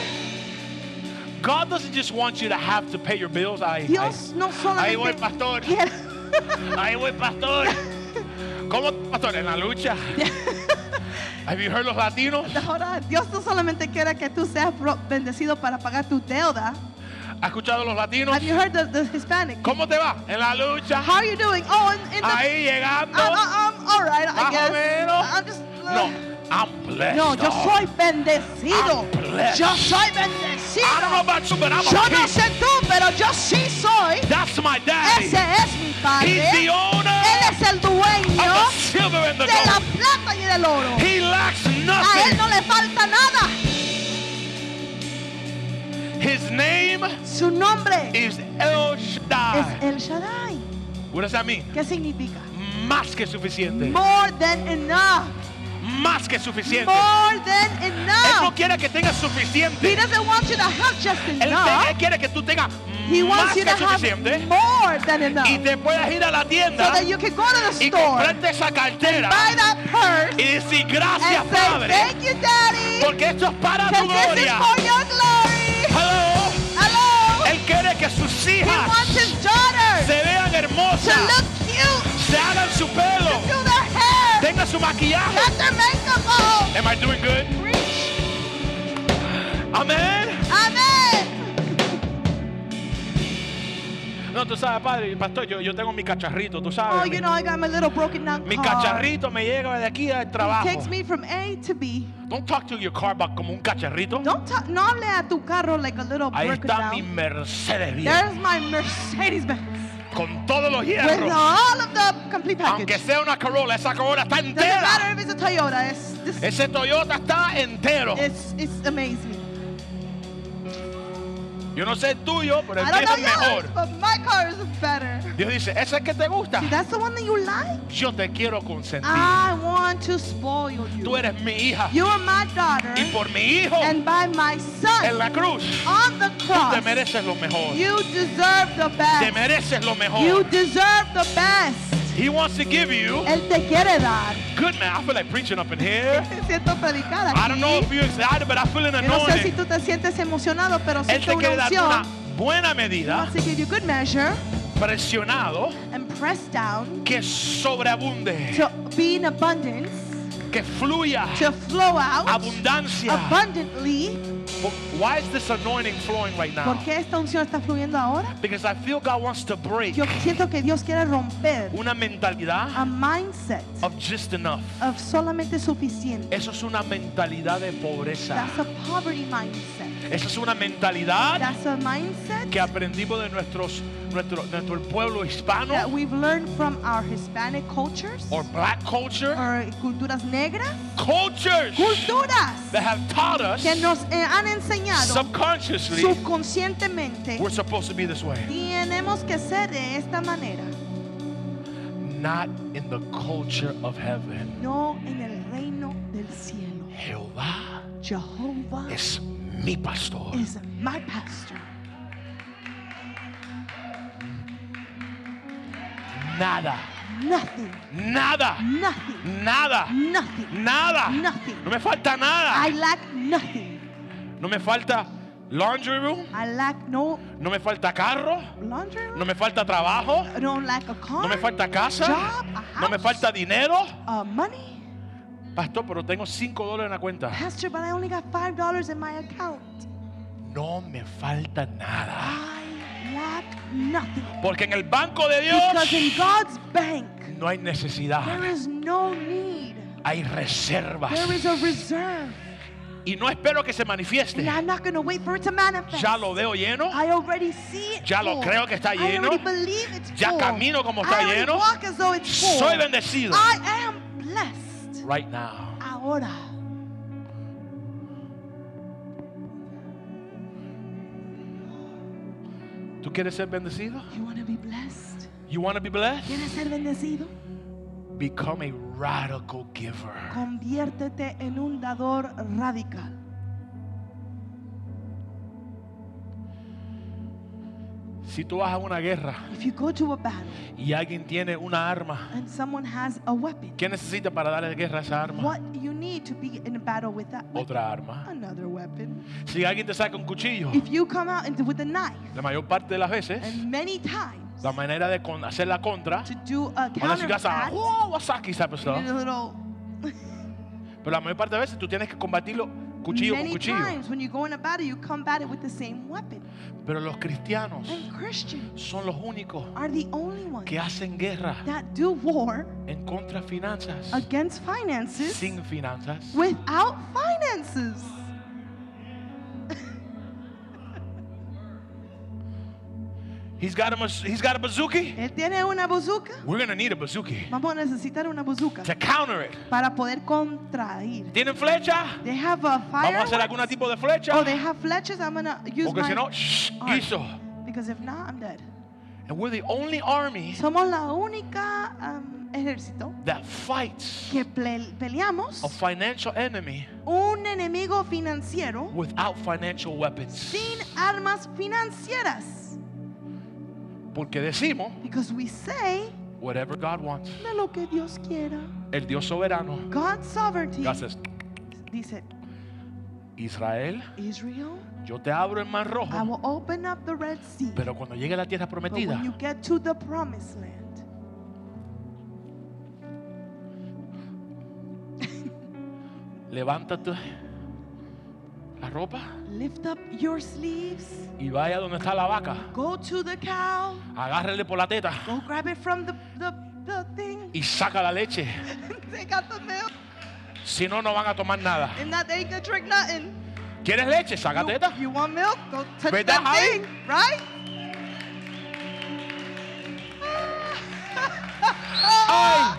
Speaker 1: God doesn't just want you to have to pay your bills. Ay,
Speaker 2: Dios no
Speaker 1: ay, ahí voy,
Speaker 2: solamente
Speaker 1: pastor.
Speaker 2: quiere-
Speaker 1: Ahí voy, pastor. ¿Cómo, pastor? En la lucha. Have you heard los latinos?
Speaker 2: Ahora, Dios no solamente quiere que tú seas pro- bendecido para pagar tu deuda.
Speaker 1: ¿Has escuchado los latinos?
Speaker 2: Have you heard the, the Hispanic?
Speaker 1: ¿Cómo te va? En la lucha.
Speaker 2: How are you doing? Oh, in, in the, Ah,
Speaker 1: Ahí llegando.
Speaker 2: I'm, I'm- I'm all right, I
Speaker 1: Más o
Speaker 2: guess.
Speaker 1: menos.
Speaker 2: I'm just, uh,
Speaker 1: No, I'm blessed.
Speaker 2: no, yo
Speaker 1: dog.
Speaker 2: soy bendecido.
Speaker 1: I'm blessed.
Speaker 2: Yo soy
Speaker 1: I don't know
Speaker 2: bendecido.
Speaker 1: about you, but I'm
Speaker 2: Yo
Speaker 1: a
Speaker 2: no
Speaker 1: king.
Speaker 2: sé tú, pero yo sí soy.
Speaker 1: That's my daddy.
Speaker 2: Ese es mi padre.
Speaker 1: He's the owner
Speaker 2: Él es el dueño
Speaker 1: of the silver and the
Speaker 2: de la
Speaker 1: gold.
Speaker 2: plata y del oro.
Speaker 1: He lacks
Speaker 2: A él
Speaker 1: nothing.
Speaker 2: no le falta nada.
Speaker 1: His name
Speaker 2: Su nombre
Speaker 1: is El
Speaker 2: es
Speaker 1: Shaddai.
Speaker 2: El Shaddai.
Speaker 1: What does that mean?
Speaker 2: ¿Qué significa?
Speaker 1: Más que suficiente.
Speaker 2: More than enough.
Speaker 1: Más que suficiente.
Speaker 2: More than
Speaker 1: Él no
Speaker 2: enough.
Speaker 1: quiere que tengas
Speaker 2: He
Speaker 1: suficiente.
Speaker 2: doesn't want you to have just
Speaker 1: Él, te- él
Speaker 2: enough.
Speaker 1: quiere que tú tengas
Speaker 2: He
Speaker 1: más
Speaker 2: wants you
Speaker 1: que
Speaker 2: to have
Speaker 1: suficiente
Speaker 2: more than enough.
Speaker 1: y
Speaker 2: So
Speaker 1: te puedas ir a la tienda
Speaker 2: that you can go to the
Speaker 1: y
Speaker 2: store,
Speaker 1: comprarte esa cartera
Speaker 2: buy that
Speaker 1: y
Speaker 2: purse,
Speaker 1: decir gracias
Speaker 2: and say,
Speaker 1: Padre
Speaker 2: Thank you, Daddy.
Speaker 1: porque esto es para tu
Speaker 2: Because this is
Speaker 1: gloria.
Speaker 2: for your glory.
Speaker 1: Hello.
Speaker 2: Hello.
Speaker 1: Él quiere que sus
Speaker 2: He
Speaker 1: hijas
Speaker 2: wants his daughter.
Speaker 1: se vean
Speaker 2: to
Speaker 1: hermosas,
Speaker 2: look cute
Speaker 1: se hagan su pelo,
Speaker 2: to their hair,
Speaker 1: tengan su maquillaje.
Speaker 2: got their makeup on.
Speaker 1: Am I doing good?
Speaker 2: Preach.
Speaker 1: Amén.
Speaker 2: Amén.
Speaker 1: No, tú sabes, padre, pastor, yo, yo tengo mi cacharrito, tú sabes.
Speaker 2: Oh, you know, I got my little broken down
Speaker 1: mi
Speaker 2: car.
Speaker 1: cacharrito me llega de aquí al
Speaker 2: It
Speaker 1: trabajo.
Speaker 2: takes me from A to B.
Speaker 1: Don't talk to your car about como un cacharrito.
Speaker 2: Don't ta- no hable a tu carro like a little
Speaker 1: Ahí
Speaker 2: broken
Speaker 1: está mi
Speaker 2: down.
Speaker 1: Mercedes bien,
Speaker 2: There's my Mercedes Benz
Speaker 1: con todos los
Speaker 2: with
Speaker 1: hierros.
Speaker 2: all of the complete
Speaker 1: Aunque
Speaker 2: package.
Speaker 1: sea una Corolla, esa Corolla está
Speaker 2: Doesn't
Speaker 1: entera.
Speaker 2: matter if it's a Toyota. It's this.
Speaker 1: Ese Toyota está entero.
Speaker 2: It's it's amazing.
Speaker 1: Yo no sé el tuyo, pero el
Speaker 2: I
Speaker 1: mío
Speaker 2: don't
Speaker 1: es el
Speaker 2: know
Speaker 1: mejor.
Speaker 2: yours, but my car is better.
Speaker 1: Dios dice, ese es que te gusta.
Speaker 2: See, that's the one that you like.
Speaker 1: Yo te quiero consentir.
Speaker 2: I want to spoil
Speaker 1: Tú
Speaker 2: you.
Speaker 1: eres mi hija.
Speaker 2: You are my daughter,
Speaker 1: Y por mi hijo
Speaker 2: and by my
Speaker 1: en
Speaker 2: son
Speaker 1: la cruz,
Speaker 2: on the
Speaker 1: tú te
Speaker 2: cross,
Speaker 1: mereces lo mejor.
Speaker 2: you deserve the
Speaker 1: Te
Speaker 2: best.
Speaker 1: mereces lo
Speaker 2: You
Speaker 1: mejor.
Speaker 2: deserve the best.
Speaker 1: He wants to give you
Speaker 2: Él te quiere dar.
Speaker 1: good man. I feel like preaching up in here.
Speaker 2: Me siento predicada.
Speaker 1: I don't know if
Speaker 2: aquí.
Speaker 1: you're excited, but I feel an
Speaker 2: Yo no sé si
Speaker 1: anointing.
Speaker 2: tú te sientes emocionado, pero
Speaker 1: Él
Speaker 2: siento
Speaker 1: te quiere
Speaker 2: una
Speaker 1: dar una
Speaker 2: unción.
Speaker 1: buena
Speaker 2: He
Speaker 1: medida,
Speaker 2: wants to give you good measure
Speaker 1: presionado,
Speaker 2: and press down
Speaker 1: que sobreabunde,
Speaker 2: to be in abundance,
Speaker 1: que fluya,
Speaker 2: to flow out
Speaker 1: abundancia.
Speaker 2: abundantly.
Speaker 1: Why is this anointing flowing right
Speaker 2: ¿Por
Speaker 1: now?
Speaker 2: qué esta unción está fluyendo ahora?
Speaker 1: Because I feel God wants to break
Speaker 2: Yo siento que Dios quiere romper
Speaker 1: una mentalidad
Speaker 2: a mindset
Speaker 1: of just enough.
Speaker 2: of solamente suficiente.
Speaker 1: Eso es una mentalidad de pobreza.
Speaker 2: That's a poverty mindset.
Speaker 1: Esa es una mentalidad
Speaker 2: That's a mindset
Speaker 1: que aprendimos de nuestros, nuestro, nuestro pueblo
Speaker 2: that
Speaker 1: hispano
Speaker 2: we've learned from our Hispanic cultures
Speaker 1: or
Speaker 2: or
Speaker 1: black culture.
Speaker 2: culturas negras.
Speaker 1: Cultures that
Speaker 2: Culturas
Speaker 1: have taught us
Speaker 2: que nos eh, han enseñado
Speaker 1: subconsciously
Speaker 2: subconscientemente
Speaker 1: we're supposed to be this way.
Speaker 2: tenemos que ser de esta manera,
Speaker 1: Not in the culture of heaven.
Speaker 2: no en el reino del cielo.
Speaker 1: Jehová
Speaker 2: Jehovah
Speaker 1: es mi pastor.
Speaker 2: is my pastor.
Speaker 1: Nada,
Speaker 2: Nothing,
Speaker 1: nada,
Speaker 2: nothing,
Speaker 1: nada,
Speaker 2: nothing.
Speaker 1: nada.
Speaker 2: Nothing.
Speaker 1: No me falta
Speaker 2: I
Speaker 1: nada.
Speaker 2: lack nothing.
Speaker 1: No me falta laundry room.
Speaker 2: I lack no
Speaker 1: No me falta carro.
Speaker 2: laundry.
Speaker 1: No me falta trabajo.
Speaker 2: I don't lack a car.
Speaker 1: No me falta casa.
Speaker 2: Job, a
Speaker 1: No me
Speaker 2: house.
Speaker 1: falta dinero.
Speaker 2: uh, money,
Speaker 1: Pastor, pero tengo 5 dólares en la cuenta.
Speaker 2: pastor. But I only got five dollars in my account.
Speaker 1: No me falta nada.
Speaker 2: I lack nothing
Speaker 1: Porque en el banco de
Speaker 2: because in
Speaker 1: Dios
Speaker 2: God's bank
Speaker 1: no hay
Speaker 2: there
Speaker 1: necesidad.
Speaker 2: is no need.
Speaker 1: Hay reservas.
Speaker 2: There is a reserve,
Speaker 1: Y no espero que se manifieste.
Speaker 2: and I'm not going to wait for it to manifest.
Speaker 1: Ya lo veo lleno.
Speaker 2: I already see it
Speaker 1: Ya lo
Speaker 2: full.
Speaker 1: creo que está
Speaker 2: I
Speaker 1: lleno.
Speaker 2: already believe it's
Speaker 1: Ya
Speaker 2: full.
Speaker 1: camino como está
Speaker 2: I already
Speaker 1: lleno.
Speaker 2: walk as though it's full.
Speaker 1: Soy bendecido.
Speaker 2: I am blessed.
Speaker 1: Right now.
Speaker 2: Ahora,
Speaker 1: ¿Tú quieres ser bendecido?
Speaker 2: you want to be blessed?
Speaker 1: You want to be blessed?
Speaker 2: ¿Quieres ser bendecido?
Speaker 1: Become a radical giver.
Speaker 2: Conviértete en un dador radical.
Speaker 1: Si tú vas a una guerra
Speaker 2: If you go to a battle
Speaker 1: y alguien tiene una arma,
Speaker 2: and someone has a weapon,
Speaker 1: ¿qué necesitas para darle guerra a esa arma?
Speaker 2: what you need to be in a battle with that weapon?
Speaker 1: Otra arma.
Speaker 2: Another weapon.
Speaker 1: Si alguien te saca un cuchillo,
Speaker 2: If you come out and- with a knife,
Speaker 1: la mayor parte de las veces,
Speaker 2: and many times
Speaker 1: la manera de con- hacer la contra,
Speaker 2: to do a
Speaker 1: unless you got some,
Speaker 2: counterattack,
Speaker 1: "Whoa, what's up, this type of
Speaker 2: you
Speaker 1: stuff",
Speaker 2: need a little.
Speaker 1: pero la mayor parte de las veces tú tienes que combatirlo cuchillo con
Speaker 2: Many
Speaker 1: cuchillo.
Speaker 2: times when you go in a battle, you combat it with the same weapon.
Speaker 1: Pero los cristianos
Speaker 2: And Christians
Speaker 1: son los únicos
Speaker 2: are the only ones
Speaker 1: que hacen guerra
Speaker 2: that do war
Speaker 1: en contra de finanzas,
Speaker 2: against finances
Speaker 1: sin finanzas.
Speaker 2: without finances.
Speaker 1: He's got a, mas- he's got a bazooki.
Speaker 2: Él tiene una bazooka.
Speaker 1: We're gonna need a bazooki
Speaker 2: Vamos a necesitar una bazooka
Speaker 1: to counter it.
Speaker 2: para poder contraer.
Speaker 1: ¿Tienen flecha?
Speaker 2: They have a
Speaker 1: Vamos a hacer
Speaker 2: fire.
Speaker 1: algún tipo de flecha.
Speaker 2: Oh, they have fletches. I'm gonna use
Speaker 1: Porque
Speaker 2: my
Speaker 1: si no, shh,
Speaker 2: arm.
Speaker 1: guiso.
Speaker 2: Because if not, I'm dead.
Speaker 1: And we're the only army
Speaker 2: Somos la única um, ejército
Speaker 1: that fights
Speaker 2: que ple- peleamos
Speaker 1: a financial enemy
Speaker 2: un enemigo financiero
Speaker 1: without financial weapons.
Speaker 2: sin armas financieras.
Speaker 1: Porque decimos,
Speaker 2: Because we say
Speaker 1: whatever God wants,
Speaker 2: de lo que Dios quiera.
Speaker 1: el Dios soberano.
Speaker 2: God's sovereignty.
Speaker 1: God says,
Speaker 2: Dice
Speaker 1: Israel,
Speaker 2: Israel,
Speaker 1: yo te abro el mar
Speaker 2: I
Speaker 1: rojo,
Speaker 2: will open up the Red Sea.
Speaker 1: pero cuando llegue a la tierra
Speaker 2: But when
Speaker 1: prometida,
Speaker 2: you get to the promised land,
Speaker 1: levántate la ropa
Speaker 2: lift up your sleeves,
Speaker 1: y vaya donde está la vaca,
Speaker 2: go to the cow,
Speaker 1: agárrele por la teta
Speaker 2: go grab it from the, the, the thing,
Speaker 1: y saca la leche.
Speaker 2: take out the milk,
Speaker 1: Si no, no van a tomar nada.
Speaker 2: and not they ain't gonna drink nothing.
Speaker 1: ¿Quieres leche? Saca
Speaker 2: You,
Speaker 1: teta.
Speaker 2: you want milk? Go touch
Speaker 1: ¿Verdad,
Speaker 2: that
Speaker 1: Javi?
Speaker 2: thing, right?
Speaker 1: Ay,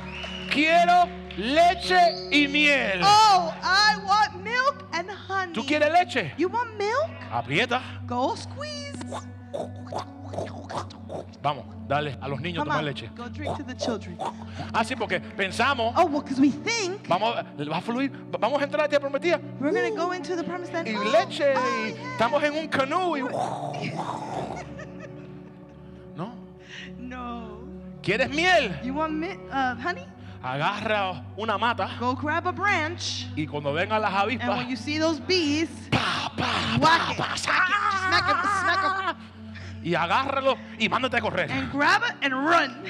Speaker 1: quiero leche y miel.
Speaker 2: Oh, I want milk and want
Speaker 1: ¿Tú
Speaker 2: me.
Speaker 1: quieres leche?
Speaker 2: You want milk?
Speaker 1: Aprieta.
Speaker 2: Go squeeze.
Speaker 1: Vamos, dale a los niños
Speaker 2: Come
Speaker 1: tomar
Speaker 2: on.
Speaker 1: leche.
Speaker 2: Go drink to the children.
Speaker 1: Ah, sí, porque pensamos,
Speaker 2: Oh, well, because we think
Speaker 1: vamos, va a fluir, vamos a entrar a la tierra prometida.
Speaker 2: we're going to go into the promised land.
Speaker 1: Y
Speaker 2: Oh,
Speaker 1: leche,
Speaker 2: oh,
Speaker 1: y
Speaker 2: yeah.
Speaker 1: estamos en un canoe. Y... No,
Speaker 2: No.
Speaker 1: ¿quieres miel?
Speaker 2: You want mi- uh, honey?
Speaker 1: Agarra una mata
Speaker 2: Go grab a branch.
Speaker 1: y cuando vengan las
Speaker 2: And
Speaker 1: avispas,
Speaker 2: when you see those bees,
Speaker 1: pa, pa,
Speaker 2: Whack
Speaker 1: pa,
Speaker 2: it.
Speaker 1: pa,
Speaker 2: Smack 'em,
Speaker 1: Ah.
Speaker 2: smack 'em.
Speaker 1: y agárralo y mándate a correr.
Speaker 2: and grab it and run.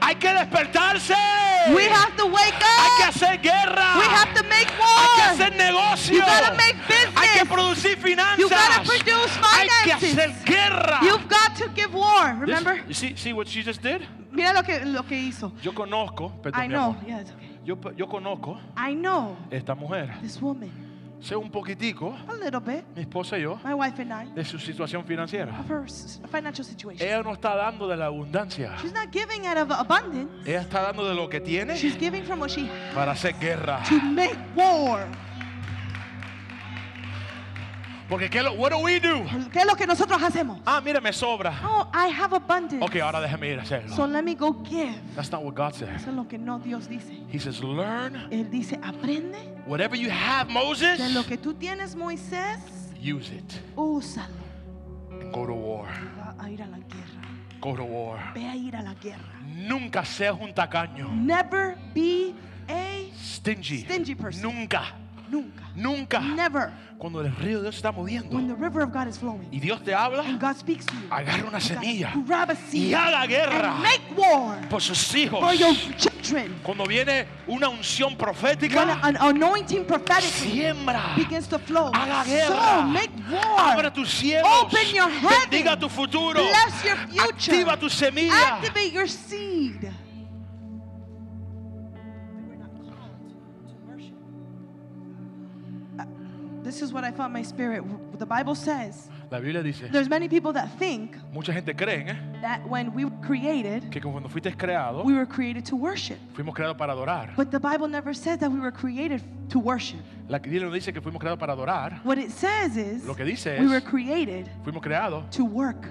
Speaker 1: Hay que despertarse.
Speaker 2: We have to wake
Speaker 1: Hay que
Speaker 2: up.
Speaker 1: hacer guerra.
Speaker 2: We have to
Speaker 1: Hay
Speaker 2: make
Speaker 1: que
Speaker 2: war.
Speaker 1: hacer negocio.
Speaker 2: You gotta make
Speaker 1: Hay que
Speaker 2: business.
Speaker 1: producir finanzas.
Speaker 2: You gotta produce
Speaker 1: Hay que
Speaker 2: finances.
Speaker 1: hacer guerra.
Speaker 2: You've got to give war.
Speaker 1: This-
Speaker 2: Remember?
Speaker 1: you see, see what she just did?
Speaker 2: Mira lo que, lo que hizo.
Speaker 1: Yo conozco, perdón,
Speaker 2: I
Speaker 1: mi
Speaker 2: know.
Speaker 1: amor.
Speaker 2: Yeah, it's okay.
Speaker 1: Yo, yo conozco
Speaker 2: I know
Speaker 1: esta mujer.
Speaker 2: this woman
Speaker 1: Sé un poquitico,
Speaker 2: a little bit.
Speaker 1: mi esposa y yo,
Speaker 2: My wife and I
Speaker 1: de su situación financiera.
Speaker 2: of her s- financial situation.
Speaker 1: Ella no está dando de la abundancia.
Speaker 2: She's not giving out of abundance.
Speaker 1: Ella está dando de lo que
Speaker 2: She's
Speaker 1: tiene
Speaker 2: giving from what she has
Speaker 1: para hacer guerra.
Speaker 2: to make war.
Speaker 1: Porque ¿qué lo, what do we do?
Speaker 2: ¿Qué es lo que nosotros hacemos?
Speaker 1: Ah, mira, me sobra.
Speaker 2: Oh, I have abundance.
Speaker 1: Ok, ahora déjeme ir a hacerlo.
Speaker 2: So let me go give.
Speaker 1: That's not what God said.
Speaker 2: Eso es lo que no Dios dice.
Speaker 1: He says, learn
Speaker 2: Él dice, aprende
Speaker 1: whatever you have,
Speaker 2: de lo
Speaker 1: Moses,
Speaker 2: que tú tienes, Moisés,
Speaker 1: use it
Speaker 2: úsalo.
Speaker 1: and go to war.
Speaker 2: Va a ir a la guerra.
Speaker 1: Go to war.
Speaker 2: Ve a ir a la guerra.
Speaker 1: Nunca seas un tacaño.
Speaker 2: Never be a
Speaker 1: Stingy.
Speaker 2: Stingy person.
Speaker 1: Nunca,
Speaker 2: nunca.
Speaker 1: nunca.
Speaker 2: Never.
Speaker 1: Cuando el río de Dios se está
Speaker 2: When
Speaker 1: moviendo
Speaker 2: the river of God is flowing
Speaker 1: y Dios te
Speaker 2: and
Speaker 1: habla,
Speaker 2: God speaks to you,
Speaker 1: agarra una semilla
Speaker 2: grab a
Speaker 1: y
Speaker 2: seed
Speaker 1: haga guerra
Speaker 2: and make war
Speaker 1: por sus hijos.
Speaker 2: for your children.
Speaker 1: Cuando viene una unción
Speaker 2: When
Speaker 1: profética,
Speaker 2: an anointing prophetically
Speaker 1: siembra.
Speaker 2: begins to flow,
Speaker 1: Haga
Speaker 2: so
Speaker 1: guerra.
Speaker 2: make
Speaker 1: Abre
Speaker 2: war.
Speaker 1: tus cielos.
Speaker 2: Open your heaven.
Speaker 1: Bendiga tu futuro.
Speaker 2: Bless your future.
Speaker 1: Activa tu semilla.
Speaker 2: Activate your seed. Uh, This is what I found in my spirit. The Bible says
Speaker 1: La Biblia dice,
Speaker 2: there's many people that think
Speaker 1: mucha gente cree ¿eh?
Speaker 2: that when we were created,
Speaker 1: que cuando fuiste creado,
Speaker 2: we were created to worship.
Speaker 1: fuimos creados para adorar.
Speaker 2: But the Bible never says that we were created to worship.
Speaker 1: La Biblia no dice que fuimos creados para adorar.
Speaker 2: What it says is
Speaker 1: Lo que dice
Speaker 2: we
Speaker 1: es-
Speaker 2: were created
Speaker 1: Fuimos creados
Speaker 2: to work.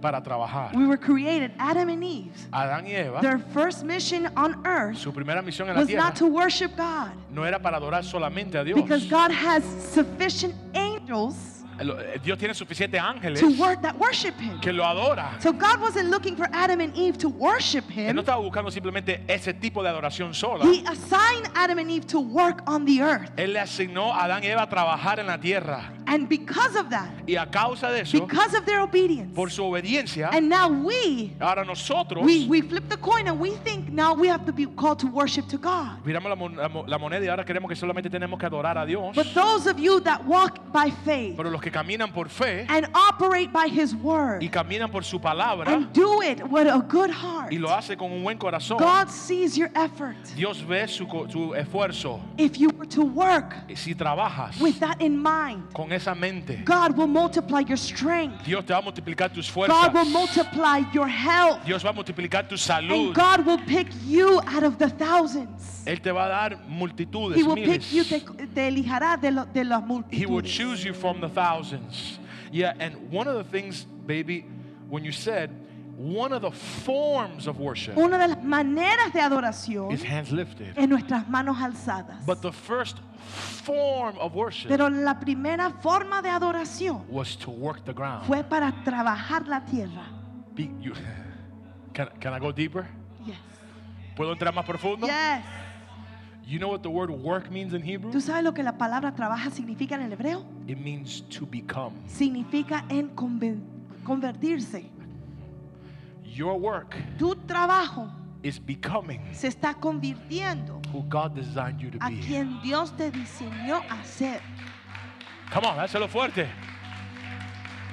Speaker 1: para trabajar.
Speaker 2: We were created, Adam and Eve.
Speaker 1: Adán y Eva,
Speaker 2: Their first mission on earth
Speaker 1: su primera misión en la
Speaker 2: was
Speaker 1: tierra
Speaker 2: not to worship God.
Speaker 1: no era para adorar solamente a Dios.
Speaker 2: Because God has sufficient angels
Speaker 1: Lo- eh, Dios tiene suficientes ángeles
Speaker 2: to work that worship him.
Speaker 1: que lo adoran.
Speaker 2: So God wasn't looking for Adam and Eve to worship
Speaker 1: Él no
Speaker 2: him.
Speaker 1: estaba buscando simplemente ese tipo de adoración sola.
Speaker 2: He assigned Adam and Eve to work on the earth.
Speaker 1: Él le asignó a Adán y Eva a trabajar en la tierra.
Speaker 2: And because of that,
Speaker 1: Y a causa de eso,
Speaker 2: because of their obedience,
Speaker 1: por su obediencia,
Speaker 2: and now we
Speaker 1: ahora nosotros
Speaker 2: we we flip the coin and we think now we have to be called to worship to God.
Speaker 1: viramos la, mon- la mo- la moneda y ahora queremos que solamente tenemos que adorar a Dios.
Speaker 2: But those of you that walk by faith
Speaker 1: Pero los que caminan por fe
Speaker 2: and operate by his
Speaker 1: y
Speaker 2: word
Speaker 1: caminan por su palabra
Speaker 2: and do it with a good heart,
Speaker 1: y lo hace con un buen corazón,
Speaker 2: God sees your effort.
Speaker 1: Dios ve su, co- su esfuerzo.
Speaker 2: If you were to work
Speaker 1: Y Si trabajas
Speaker 2: with that in mind,
Speaker 1: con esa mente,
Speaker 2: God will multiply your strength.
Speaker 1: Dios te va a multiplicar tus fuerzas.
Speaker 2: God will multiply your health.
Speaker 1: Dios va a multiplicar tu
Speaker 2: And
Speaker 1: salud.
Speaker 2: God will pick you out of the thousands.
Speaker 1: Él te va a dar multitudes,
Speaker 2: He will pick you, te,
Speaker 1: miles.
Speaker 2: te elijará de, lo- de las
Speaker 1: He will
Speaker 2: multitudes.
Speaker 1: choose you from the thousands. Yeah, and one of the things, baby, when you said one of the forms of worship
Speaker 2: Una de las maneras de adoración
Speaker 1: is hands lifted.
Speaker 2: es nuestras manos alzadas.
Speaker 1: But the first form of worship
Speaker 2: Pero la primera forma de adoración
Speaker 1: was to work the ground.
Speaker 2: fue para trabajar la tierra.
Speaker 1: Be- you- can, can I go deeper?
Speaker 2: Yes.
Speaker 1: ¿Puedo entrar más profundo?
Speaker 2: Yes.
Speaker 1: You know what the word work means in Hebrew?
Speaker 2: ¿Tú sabes lo que la palabra trabaja significa en el hebreo?
Speaker 1: It means to become.
Speaker 2: Significa en conven- convertirse.
Speaker 1: Your work
Speaker 2: Tu trabajo
Speaker 1: is becoming
Speaker 2: se está convirtiendo
Speaker 1: who God designed you to
Speaker 2: a
Speaker 1: be.
Speaker 2: quien Dios te diseñó a ser.
Speaker 1: Come on, dáselo fuerte.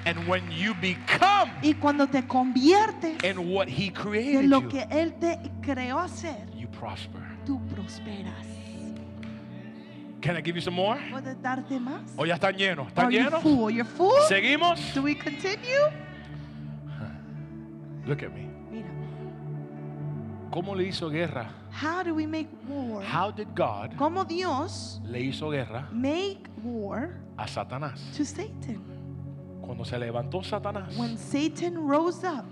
Speaker 1: And when you become
Speaker 2: Y cuando te conviertes
Speaker 1: in what He
Speaker 2: de
Speaker 1: created
Speaker 2: lo
Speaker 1: you,
Speaker 2: que Él te creó hacer,
Speaker 1: you prosper.
Speaker 2: tú prosperas.
Speaker 1: Can I give you some more?
Speaker 2: ¿Puedes darte más?
Speaker 1: ¿O ya están llenos?
Speaker 2: Are
Speaker 1: ¿Están
Speaker 2: you
Speaker 1: llenos?
Speaker 2: full? You're full?
Speaker 1: ¿Seguimos?
Speaker 2: Do we continue?
Speaker 1: Look at me.
Speaker 2: Mira,
Speaker 1: ¿Cómo le hizo guerra?
Speaker 2: How do we make war?
Speaker 1: How did God
Speaker 2: ¿Cómo Dios
Speaker 1: le hizo guerra
Speaker 2: make war
Speaker 1: a Satanás?
Speaker 2: to Satan?
Speaker 1: Cuando se levantó Satanás,
Speaker 2: When Satan rose up,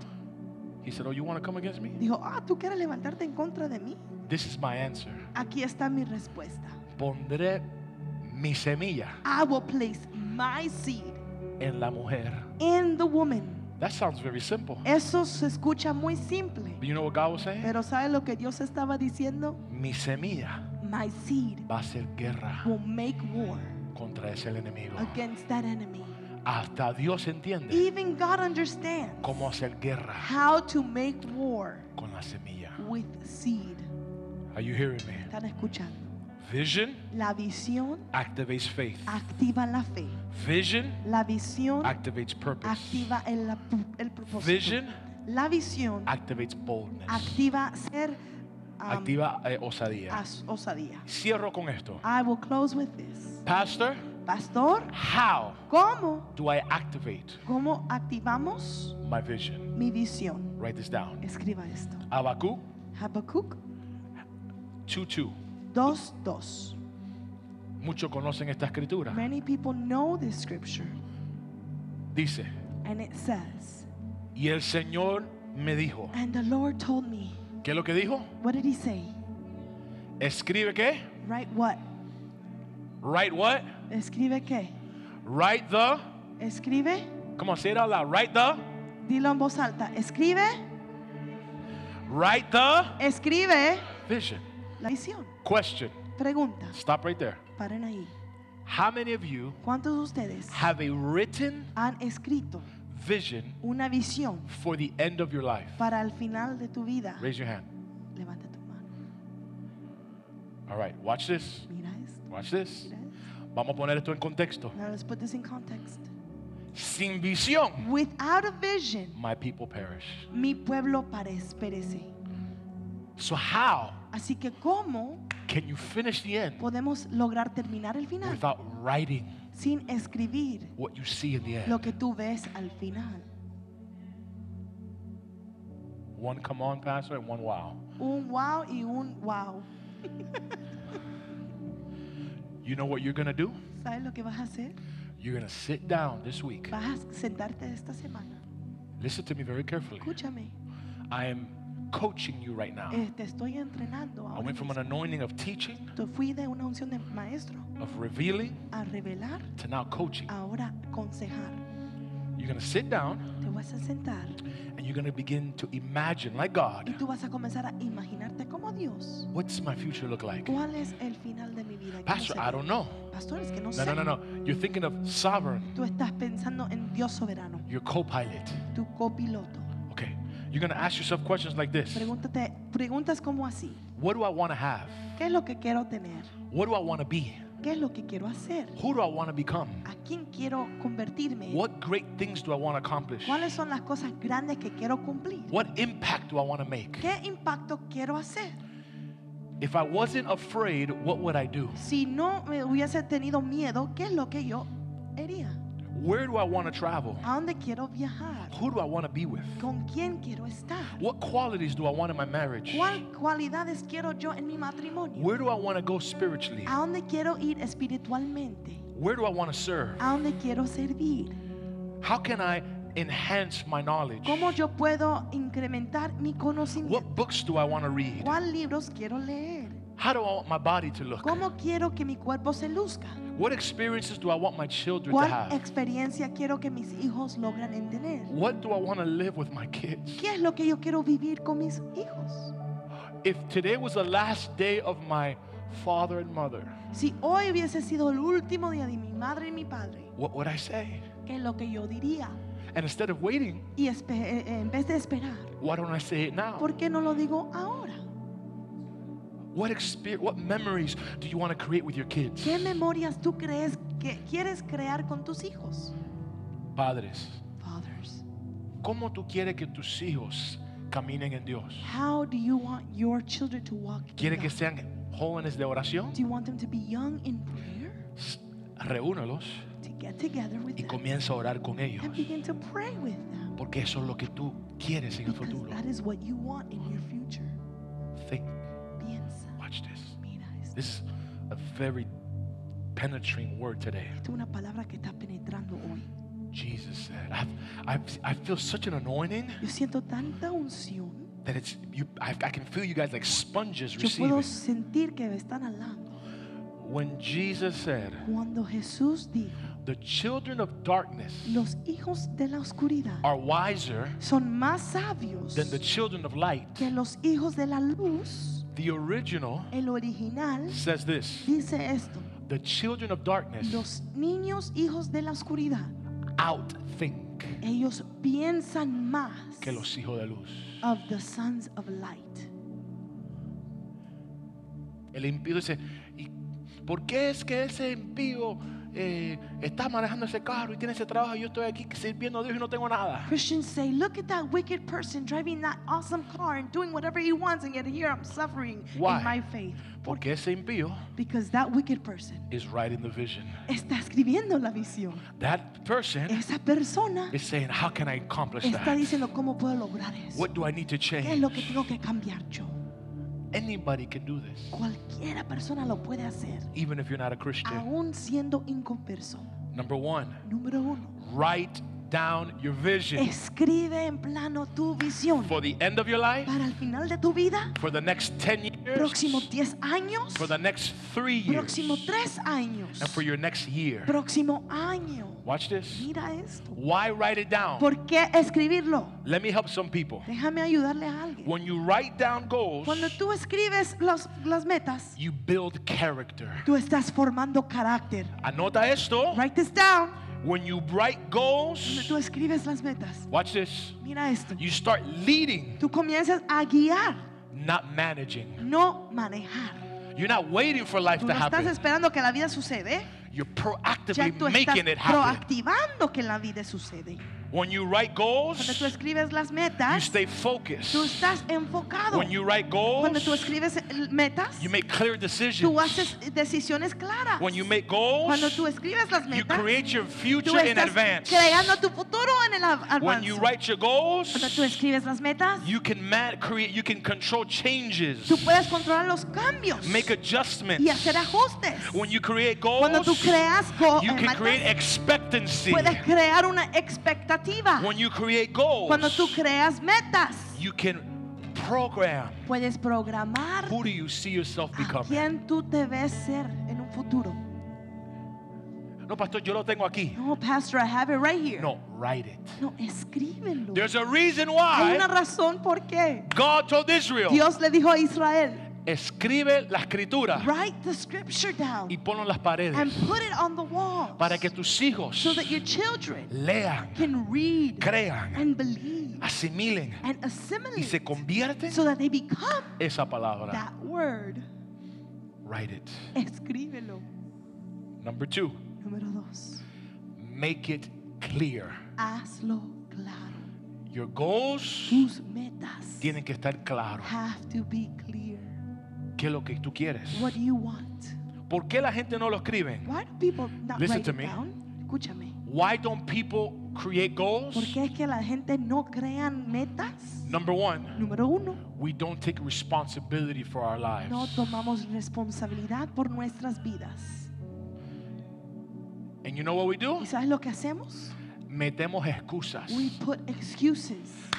Speaker 1: he said, "Oh, you want to come against me?
Speaker 2: dijo, ah, tú quieres levantarte en contra de mí.
Speaker 1: This is my answer.
Speaker 2: Aquí está mi respuesta.
Speaker 1: Pondré mi semilla
Speaker 2: I will place my seed
Speaker 1: en la mujer."
Speaker 2: in the woman.
Speaker 1: That sounds very simple.
Speaker 2: Eso se escucha muy simple.
Speaker 1: But you know what God was saying?
Speaker 2: Pero ¿sabe lo que Dios estaba diciendo?
Speaker 1: Mi semilla
Speaker 2: My seed
Speaker 1: va a hacer guerra
Speaker 2: will make war
Speaker 1: contra ese enemigo.
Speaker 2: against that enemy.
Speaker 1: Hasta Dios entiende
Speaker 2: Even God understands
Speaker 1: cómo hacer guerra
Speaker 2: how to make war
Speaker 1: con la semilla.
Speaker 2: with seed.
Speaker 1: Are you hearing me?
Speaker 2: ¿Están escuchando?
Speaker 1: Vision
Speaker 2: La visión
Speaker 1: activates faith.
Speaker 2: activa la fe.
Speaker 1: Vision
Speaker 2: La visión
Speaker 1: activates purpose.
Speaker 2: activa el, la- el propósito.
Speaker 1: Vision
Speaker 2: La visión
Speaker 1: activates boldness.
Speaker 2: activa ser um,
Speaker 1: Activa eh, osadía.
Speaker 2: as- osadía.
Speaker 1: Cierro con esto.
Speaker 2: I will close with this.
Speaker 1: Pastor,
Speaker 2: Pastor,
Speaker 1: how
Speaker 2: ¿cómo?
Speaker 1: do I activate
Speaker 2: ¿Cómo activamos
Speaker 1: my vision?
Speaker 2: mi visión?
Speaker 1: Write this down.
Speaker 2: Escriba esto.
Speaker 1: Habacuc
Speaker 2: Habacuc
Speaker 1: 2:2.
Speaker 2: 2.2.
Speaker 1: Muchos conocen esta escritura.
Speaker 2: Many people know this scripture
Speaker 1: Dice,
Speaker 2: and it says,
Speaker 1: y el Señor me dijo,
Speaker 2: And the Lord told me,
Speaker 1: ¿qué es lo que dijo?
Speaker 2: what did he say?
Speaker 1: Escribe qué?
Speaker 2: Write what?
Speaker 1: Write what?
Speaker 2: Escribe qué?
Speaker 1: Write the,
Speaker 2: Escribe,
Speaker 1: come on, say it out loud. Write the,
Speaker 2: dilo en voz alta. Escribe,
Speaker 1: write the
Speaker 2: escribe
Speaker 1: vision.
Speaker 2: la visión.
Speaker 1: Question.
Speaker 2: Pregunta,
Speaker 1: Stop right there.
Speaker 2: paren ahí.
Speaker 1: How many of you
Speaker 2: ¿Cuántos de ustedes
Speaker 1: have a written
Speaker 2: han escrito
Speaker 1: vision
Speaker 2: una visión
Speaker 1: for the end of your life?
Speaker 2: para el final de tu vida?
Speaker 1: Raise your hand.
Speaker 2: Levanta tu mano.
Speaker 1: All right, watch this.
Speaker 2: Mira esto,
Speaker 1: Watch this.
Speaker 2: mira esto.
Speaker 1: Vamos a poner esto en contexto.
Speaker 2: Now let's put this in context.
Speaker 1: Sin visión,
Speaker 2: Without a vision,
Speaker 1: my people perish.
Speaker 2: mi pueblo parece, perece.
Speaker 1: So, how
Speaker 2: Así que ¿cómo
Speaker 1: can you finish the end
Speaker 2: podemos lograr terminar el final
Speaker 1: without writing
Speaker 2: sin escribir
Speaker 1: what you see in the
Speaker 2: lo
Speaker 1: end?
Speaker 2: que tú ves al final?
Speaker 1: One come on, Pastor, and one wow.
Speaker 2: Un wow y un wow.
Speaker 1: You know what you're going to do?
Speaker 2: ¿Sabes lo que vas a hacer?
Speaker 1: You're going to sit down this week.
Speaker 2: Vas a sentarte esta semana.
Speaker 1: Listen to me very carefully.
Speaker 2: Escúchame,
Speaker 1: I am coaching you right now.
Speaker 2: eh, te estoy entrenando
Speaker 1: I
Speaker 2: ahora.
Speaker 1: went from an anointing of teaching,
Speaker 2: Te fui de una unción de maestro
Speaker 1: of revealing,
Speaker 2: a revelar,
Speaker 1: to now coaching.
Speaker 2: ahora a aconsejar.
Speaker 1: You're going to sit down
Speaker 2: Te vas a sentar
Speaker 1: and you're going to begin to imagine, like
Speaker 2: y
Speaker 1: God,
Speaker 2: tú vas a comenzar a imaginarte como Dios.
Speaker 1: what's my future look like?
Speaker 2: ¿Cuál es el final de mi vida? ¿Cómo
Speaker 1: Pastor,
Speaker 2: será?
Speaker 1: I don't know.
Speaker 2: Pastor, es que
Speaker 1: No,
Speaker 2: no sé.
Speaker 1: no, no, no. You're thinking of sovereign,
Speaker 2: Tú estás pensando en Dios soberano,
Speaker 1: your co pilot.
Speaker 2: tu copiloto.
Speaker 1: Okay. You're going to ask yourself questions like this
Speaker 2: Pregúntate, preguntas como así.
Speaker 1: What do I want to have?
Speaker 2: ¿Qué es lo que quiero tener?
Speaker 1: What do I want to be?
Speaker 2: ¿Qué es lo que quiero hacer?
Speaker 1: Who do I want to become?
Speaker 2: ¿A quién quiero convertirme?
Speaker 1: What great things do I want to accomplish?
Speaker 2: ¿Cuáles son las cosas grandes que quiero cumplir?
Speaker 1: What impact do I want to make?
Speaker 2: ¿Qué impacto quiero hacer?
Speaker 1: If I wasn't afraid, what would I do?
Speaker 2: Si no me hubiese tenido miedo, ¿qué es lo que yo haría?
Speaker 1: Where do I want to travel?
Speaker 2: ¿A dónde quiero viajar?
Speaker 1: Who do I want to be with?
Speaker 2: ¿Con quién quiero estar?
Speaker 1: What qualities do I want in my marriage?
Speaker 2: ¿Cuál cualidades quiero yo en mi matrimonio?
Speaker 1: Where do I want to go spiritually?
Speaker 2: ¿A dónde quiero ir espiritualmente?
Speaker 1: Where do I want to serve?
Speaker 2: ¿A dónde quiero servir?
Speaker 1: How can I enhance my knowledge?
Speaker 2: ¿Cómo yo puedo incrementar mi conocimiento?
Speaker 1: What books do I want to read?
Speaker 2: ¿Cuáles libros quiero leer?
Speaker 1: How do I want my body to look?
Speaker 2: ¿Cómo quiero que mi cuerpo se luzca?
Speaker 1: What experiences do I want my children to
Speaker 2: ¿Cuál
Speaker 1: have?
Speaker 2: experiencia quiero que mis hijos logran entender?
Speaker 1: What do I want to live with my kids?
Speaker 2: ¿Qué es lo que yo quiero vivir con mis hijos?
Speaker 1: If today was the last day of my father and mother,
Speaker 2: Si hoy hubiese sido el último día de mi madre y mi padre,
Speaker 1: what would I say?
Speaker 2: ¿qué es lo que yo diría?
Speaker 1: And instead of waiting,
Speaker 2: Y espe- eh, en vez de esperar,
Speaker 1: why don't I say it now?
Speaker 2: ¿por qué no lo digo ahora?
Speaker 1: What experience, what memories do you want to create with your kids?
Speaker 2: ¿Qué memorias tú crees que quieres crear con tus hijos?
Speaker 1: Padres,
Speaker 2: Fathers,
Speaker 1: ¿cómo tú quieres que tus hijos caminen en Dios?
Speaker 2: how do you want your children to walk? in
Speaker 1: ¿Quieres que
Speaker 2: God?
Speaker 1: sean jóvenes de oración?
Speaker 2: Do you want them to be young in prayer?
Speaker 1: S- Reúnelos
Speaker 2: To get together with
Speaker 1: y
Speaker 2: them
Speaker 1: comienza a orar con ellos,
Speaker 2: and begin to pray with them.
Speaker 1: porque eso es lo que tú quieres en el
Speaker 2: Because
Speaker 1: futuro.
Speaker 2: that is what you want in your future.
Speaker 1: Think,
Speaker 2: Piensa,
Speaker 1: watch this.
Speaker 2: mira esto.
Speaker 1: This is a very penetrating word today.
Speaker 2: Esta es una palabra que está penetrando hoy.
Speaker 1: Jesus said, I've, I've, I feel such an anointing
Speaker 2: Yo siento tanta unción.
Speaker 1: that it's you. I, I can feel you guys like sponges
Speaker 2: Yo puedo
Speaker 1: receiving.
Speaker 2: sentir que me están hablando.
Speaker 1: When Jesus said,
Speaker 2: Cuando Jesús dijo,
Speaker 1: the children of darkness
Speaker 2: los hijos de la oscuridad
Speaker 1: are wiser
Speaker 2: son más sabios
Speaker 1: than the children of light,
Speaker 2: que los hijos de la luz,
Speaker 1: the original
Speaker 2: el original
Speaker 1: says this:
Speaker 2: dice esto.
Speaker 1: the children of darkness
Speaker 2: Los niños hijos de la oscuridad,
Speaker 1: outthink
Speaker 2: ellos piensan más
Speaker 1: que los hijos de luz.
Speaker 2: of the sons of light.
Speaker 1: El impío dice, ¿y por qué es que ese impío eh, está manejando ese carro y tiene ese trabajo y yo estoy aquí sirviendo a Dios y no tengo nada?
Speaker 2: Christians say, look at that wicked person driving that awesome car and doing whatever he wants, and yet here I'm suffering
Speaker 1: Why?
Speaker 2: in my faith. ¿Por
Speaker 1: Porque ese impío
Speaker 2: Because that wicked person
Speaker 1: is writing the vision.
Speaker 2: está escribiendo la visión.
Speaker 1: That person
Speaker 2: Esa persona
Speaker 1: is saying, how can I accomplish
Speaker 2: está
Speaker 1: that?
Speaker 2: diciendo, ¿cómo puedo lograr eso?
Speaker 1: What do I need to
Speaker 2: ¿Qué es lo que
Speaker 1: change?
Speaker 2: tengo que cambiar yo?
Speaker 1: Anybody can do this,
Speaker 2: Cualquiera persona lo puede hacer,
Speaker 1: even if you're not a Christian.
Speaker 2: aún siendo inconverso.
Speaker 1: Number one,
Speaker 2: Número uno,
Speaker 1: write down your vision
Speaker 2: escribe en plano tu visión
Speaker 1: for the end of your life,
Speaker 2: para el final de tu vida,
Speaker 1: for the next 10
Speaker 2: próximos
Speaker 1: years,
Speaker 2: 10 años,
Speaker 1: for the next three years,
Speaker 2: próximos 3 años,
Speaker 1: and for your next year.
Speaker 2: próximo año.
Speaker 1: Watch this.
Speaker 2: Mira esto.
Speaker 1: Why write it down?
Speaker 2: ¿Por qué escribirlo?
Speaker 1: Let me help some people.
Speaker 2: Déjame ayudarle a alguien.
Speaker 1: When you write down goals,
Speaker 2: Cuando tú escribes los- las metas,
Speaker 1: you build character.
Speaker 2: tú estás formando carácter.
Speaker 1: Anota esto.
Speaker 2: Write this down.
Speaker 1: When you write
Speaker 2: Cuando tú
Speaker 1: goals,
Speaker 2: escribes las metas,
Speaker 1: watch this.
Speaker 2: mira esto.
Speaker 1: You start leading,
Speaker 2: Tú comienzas a guiar,
Speaker 1: not managing.
Speaker 2: no manejar.
Speaker 1: You're not waiting for life
Speaker 2: Tú
Speaker 1: to
Speaker 2: no estás
Speaker 1: happen.
Speaker 2: esperando que la vida sucede.
Speaker 1: You're
Speaker 2: Ya tú
Speaker 1: proactively
Speaker 2: estás
Speaker 1: making it happen.
Speaker 2: proactivando que la vida sucede.
Speaker 1: When you write
Speaker 2: Cuando tú
Speaker 1: goals,
Speaker 2: escribes las
Speaker 1: you
Speaker 2: metas,
Speaker 1: stay
Speaker 2: tú
Speaker 1: focused.
Speaker 2: estás enfocado.
Speaker 1: When you write
Speaker 2: Cuando tú
Speaker 1: goals,
Speaker 2: escribes eh, metas,
Speaker 1: you make clear
Speaker 2: tú
Speaker 1: decisions.
Speaker 2: haces decisiones claras.
Speaker 1: When you make
Speaker 2: Cuando
Speaker 1: goals,
Speaker 2: tú escribes las
Speaker 1: you
Speaker 2: metas,
Speaker 1: create your
Speaker 2: tú
Speaker 1: future in
Speaker 2: estás
Speaker 1: advance.
Speaker 2: creando tu futuro en el av-
Speaker 1: When you
Speaker 2: avance.
Speaker 1: write your
Speaker 2: Cuando tú
Speaker 1: goals,
Speaker 2: escribes las metas,
Speaker 1: you can man, create, you can control changes,
Speaker 2: tú puedes controlar los cambios
Speaker 1: make
Speaker 2: y
Speaker 1: adjustments.
Speaker 2: hacer ajustes.
Speaker 1: When you create
Speaker 2: Cuando tú
Speaker 1: goals,
Speaker 2: creas go-
Speaker 1: you
Speaker 2: eh,
Speaker 1: can
Speaker 2: metas,
Speaker 1: create expectancy.
Speaker 2: puedes crear una expectativa.
Speaker 1: When you create goals,
Speaker 2: Cuando tú creas metas,
Speaker 1: you can program.
Speaker 2: puedes programar
Speaker 1: Who do you see yourself
Speaker 2: a
Speaker 1: becoming?
Speaker 2: quién tú te ves ser en un futuro.
Speaker 1: No, pastor, yo lo tengo aquí.
Speaker 2: No, pastor, I have it right here.
Speaker 1: No, write it.
Speaker 2: No, escríbelo.
Speaker 1: There's a reason
Speaker 2: Hay una
Speaker 1: why
Speaker 2: razón por qué.
Speaker 1: God told Israel,
Speaker 2: Dios le dijo a Israel,
Speaker 1: escribe la escritura
Speaker 2: write the scripture down
Speaker 1: y ponlo en las
Speaker 2: and
Speaker 1: paredes
Speaker 2: put it on the wall
Speaker 1: para que tus hijos
Speaker 2: so that your children
Speaker 1: lean,
Speaker 2: can read
Speaker 1: crean,
Speaker 2: and believe
Speaker 1: asimilen
Speaker 2: and
Speaker 1: y
Speaker 2: assimilate
Speaker 1: se convierten
Speaker 2: so that they become
Speaker 1: esa palabra.
Speaker 2: that word.
Speaker 1: Write it.
Speaker 2: Escríbelo.
Speaker 1: Number two,
Speaker 2: Número dos.
Speaker 1: make it clear.
Speaker 2: Hazlo claro.
Speaker 1: Your goals
Speaker 2: Tus metas
Speaker 1: tienen que estar claros.
Speaker 2: have to be clear.
Speaker 1: ¿Qué es lo que tú quieres?
Speaker 2: What do you want?
Speaker 1: ¿Por qué la gente no lo escribe?
Speaker 2: Why do people not
Speaker 1: Listen
Speaker 2: write
Speaker 1: to
Speaker 2: it
Speaker 1: me.
Speaker 2: down? Escúchame.
Speaker 1: Why don't people create goals?
Speaker 2: ¿Por qué es que la gente no crean metas?
Speaker 1: Number one,
Speaker 2: Número uno,
Speaker 1: we don't take responsibility for our lives.
Speaker 2: no tomamos responsabilidad por nuestras vidas.
Speaker 1: And you know what we do?
Speaker 2: ¿Y sabes lo que hacemos?
Speaker 1: Metemos excusas.
Speaker 2: We put excuses.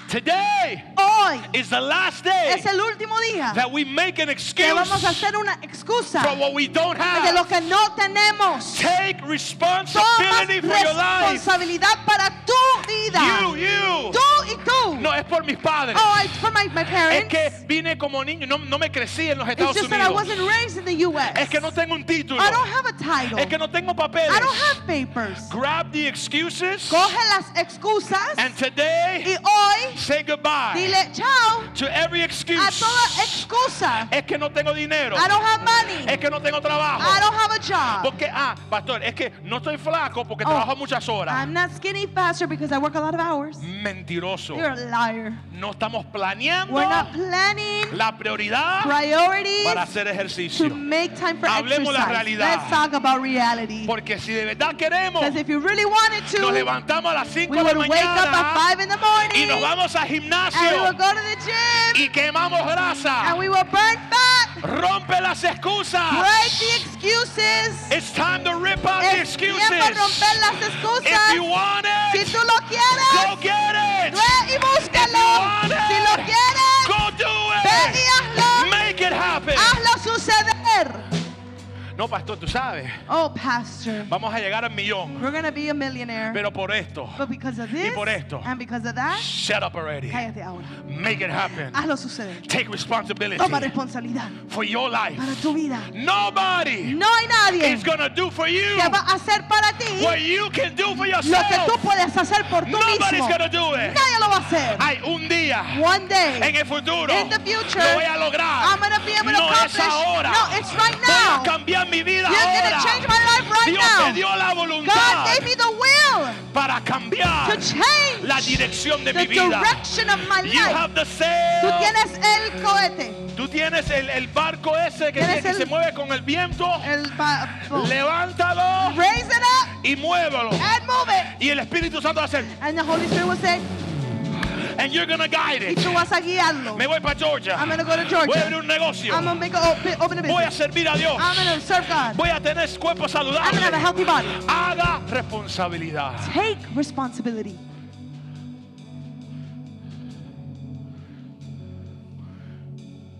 Speaker 1: Today
Speaker 2: Hoy
Speaker 1: is the last day
Speaker 2: es el último día
Speaker 1: that we make an
Speaker 2: que
Speaker 1: excuse
Speaker 2: vamos a hacer una excusa
Speaker 1: for what we don't
Speaker 2: de lo
Speaker 1: have.
Speaker 2: que no tenemos.
Speaker 1: Take
Speaker 2: Tomas
Speaker 1: responsibility for your life.
Speaker 2: responsabilidad para tu
Speaker 1: You,
Speaker 2: vida.
Speaker 1: you.
Speaker 2: Tú y tú.
Speaker 1: No, es por mis padres.
Speaker 2: Oh, it's for my, my
Speaker 1: Es
Speaker 2: parents.
Speaker 1: que vine como niño, no, no me crecí en los
Speaker 2: It's
Speaker 1: Estados
Speaker 2: just that I
Speaker 1: Unidos.
Speaker 2: wasn't raised in the U.S.
Speaker 1: Es que no tengo un título.
Speaker 2: I don't have a title.
Speaker 1: Es que no tengo papeles.
Speaker 2: I don't have papers.
Speaker 1: Grab the excuses
Speaker 2: Coge las excusas
Speaker 1: and today
Speaker 2: y hoy
Speaker 1: say goodbye
Speaker 2: dile chao
Speaker 1: to every
Speaker 2: a toda
Speaker 1: excuse.
Speaker 2: excusa.
Speaker 1: Es que no tengo dinero.
Speaker 2: I don't have
Speaker 1: Es
Speaker 2: money.
Speaker 1: que no tengo trabajo.
Speaker 2: I don't have a job.
Speaker 1: Porque, ah, pastor, es que no estoy flaco porque
Speaker 2: Oh.
Speaker 1: trabajo muchas horas.
Speaker 2: I'm not skinny faster because I work a lot of hours.
Speaker 1: Mentiroso.
Speaker 2: You're a liar.
Speaker 1: No estamos planeando
Speaker 2: We're not planning
Speaker 1: la prioridad para
Speaker 2: priorities
Speaker 1: hacer
Speaker 2: to
Speaker 1: ejercicio.
Speaker 2: make time for
Speaker 1: Hablemos la
Speaker 2: exercise.
Speaker 1: realidad.
Speaker 2: Let's talk about reality.
Speaker 1: Porque si de verdad queremos,
Speaker 2: Because if you really wanted
Speaker 1: nos
Speaker 2: to,
Speaker 1: levantamos a las 5
Speaker 2: We
Speaker 1: de
Speaker 2: would
Speaker 1: la
Speaker 2: wake up at
Speaker 1: mañana
Speaker 2: 5 in the
Speaker 1: y
Speaker 2: morning
Speaker 1: nos vamos al
Speaker 2: and we
Speaker 1: gimnasio
Speaker 2: would go to the gym
Speaker 1: y quemamos grasa.
Speaker 2: and we would burn fat,
Speaker 1: Rompe las
Speaker 2: break the
Speaker 1: excusas.
Speaker 2: excuses.
Speaker 1: It's time to rip out the
Speaker 2: Es tiempo de romper
Speaker 1: excuses.
Speaker 2: las
Speaker 1: If you
Speaker 2: excusas.
Speaker 1: want
Speaker 2: Si
Speaker 1: it,
Speaker 2: tú lo
Speaker 1: go
Speaker 2: quieres,
Speaker 1: get it.
Speaker 2: ve y búscalo. Si lo quieres,
Speaker 1: Go do
Speaker 2: ve y Ah.
Speaker 1: it.
Speaker 2: hazlo.
Speaker 1: Make it happen.
Speaker 2: Hazlo suceder.
Speaker 1: No, pastor, tú sabes.
Speaker 2: Oh, Pastor,
Speaker 1: Vamos a llegar al millón.
Speaker 2: we're going to be a millionaire.
Speaker 1: Pero por esto,
Speaker 2: But because of this
Speaker 1: por esto.
Speaker 2: and because of that,
Speaker 1: shut up already.
Speaker 2: cállate ahora.
Speaker 1: Make it happen.
Speaker 2: Hazlo suceder.
Speaker 1: Take responsibility
Speaker 2: Toma responsabilidad
Speaker 1: for your
Speaker 2: para
Speaker 1: life.
Speaker 2: tu vida.
Speaker 1: Nobody
Speaker 2: No hay nadie
Speaker 1: is going to do for you
Speaker 2: que va a hacer para ti
Speaker 1: what you can do for
Speaker 2: lo que tú
Speaker 1: yourself.
Speaker 2: puedes hacer por tú
Speaker 1: Nobody's
Speaker 2: mismo.
Speaker 1: going to do it.
Speaker 2: Nadie lo va a hacer.
Speaker 1: Hay un día
Speaker 2: One
Speaker 1: en
Speaker 2: day,
Speaker 1: el futuro
Speaker 2: in the future,
Speaker 1: lo voy a lograr.
Speaker 2: I'm gonna be able to
Speaker 1: no es
Speaker 2: accomplish.
Speaker 1: ahora.
Speaker 2: No, it's right
Speaker 1: Voy a
Speaker 2: now.
Speaker 1: cambiar mi vida
Speaker 2: You're
Speaker 1: ahora.
Speaker 2: gonna change my life right
Speaker 1: Dios me
Speaker 2: now.
Speaker 1: dio la voluntad
Speaker 2: God gave me the will
Speaker 1: para cambiar
Speaker 2: to change
Speaker 1: la dirección de mi
Speaker 2: the
Speaker 1: vida.
Speaker 2: direction of my
Speaker 1: You
Speaker 2: life.
Speaker 1: have the
Speaker 2: Tú
Speaker 1: sail.
Speaker 2: tienes el cohete,
Speaker 1: Tú tienes el, el barco ese que,
Speaker 2: Tienes
Speaker 1: que
Speaker 2: el-
Speaker 1: se mueve con el viento.
Speaker 2: el ba- bo-
Speaker 1: Levántalo
Speaker 2: Raise it up
Speaker 1: y muévelo.
Speaker 2: and move it.
Speaker 1: Y el Espíritu Santo va a hacer.
Speaker 2: And the Holy Spirit will say,
Speaker 1: And you're gonna guide
Speaker 2: y
Speaker 1: it.
Speaker 2: tú vas a guiarlo.
Speaker 1: Me voy para Georgia.
Speaker 2: I'm gonna go to
Speaker 1: Voy a
Speaker 2: Georgia.
Speaker 1: abrir un negocio.
Speaker 2: I'm gonna make a, open, open a
Speaker 1: Voy a
Speaker 2: business.
Speaker 1: servir a Dios.
Speaker 2: I'm gonna serve God.
Speaker 1: Voy a tener cuerpo
Speaker 2: I'm gonna have a
Speaker 1: saludable.
Speaker 2: healthy body.
Speaker 1: Haga responsabilidad.
Speaker 2: Take responsibility.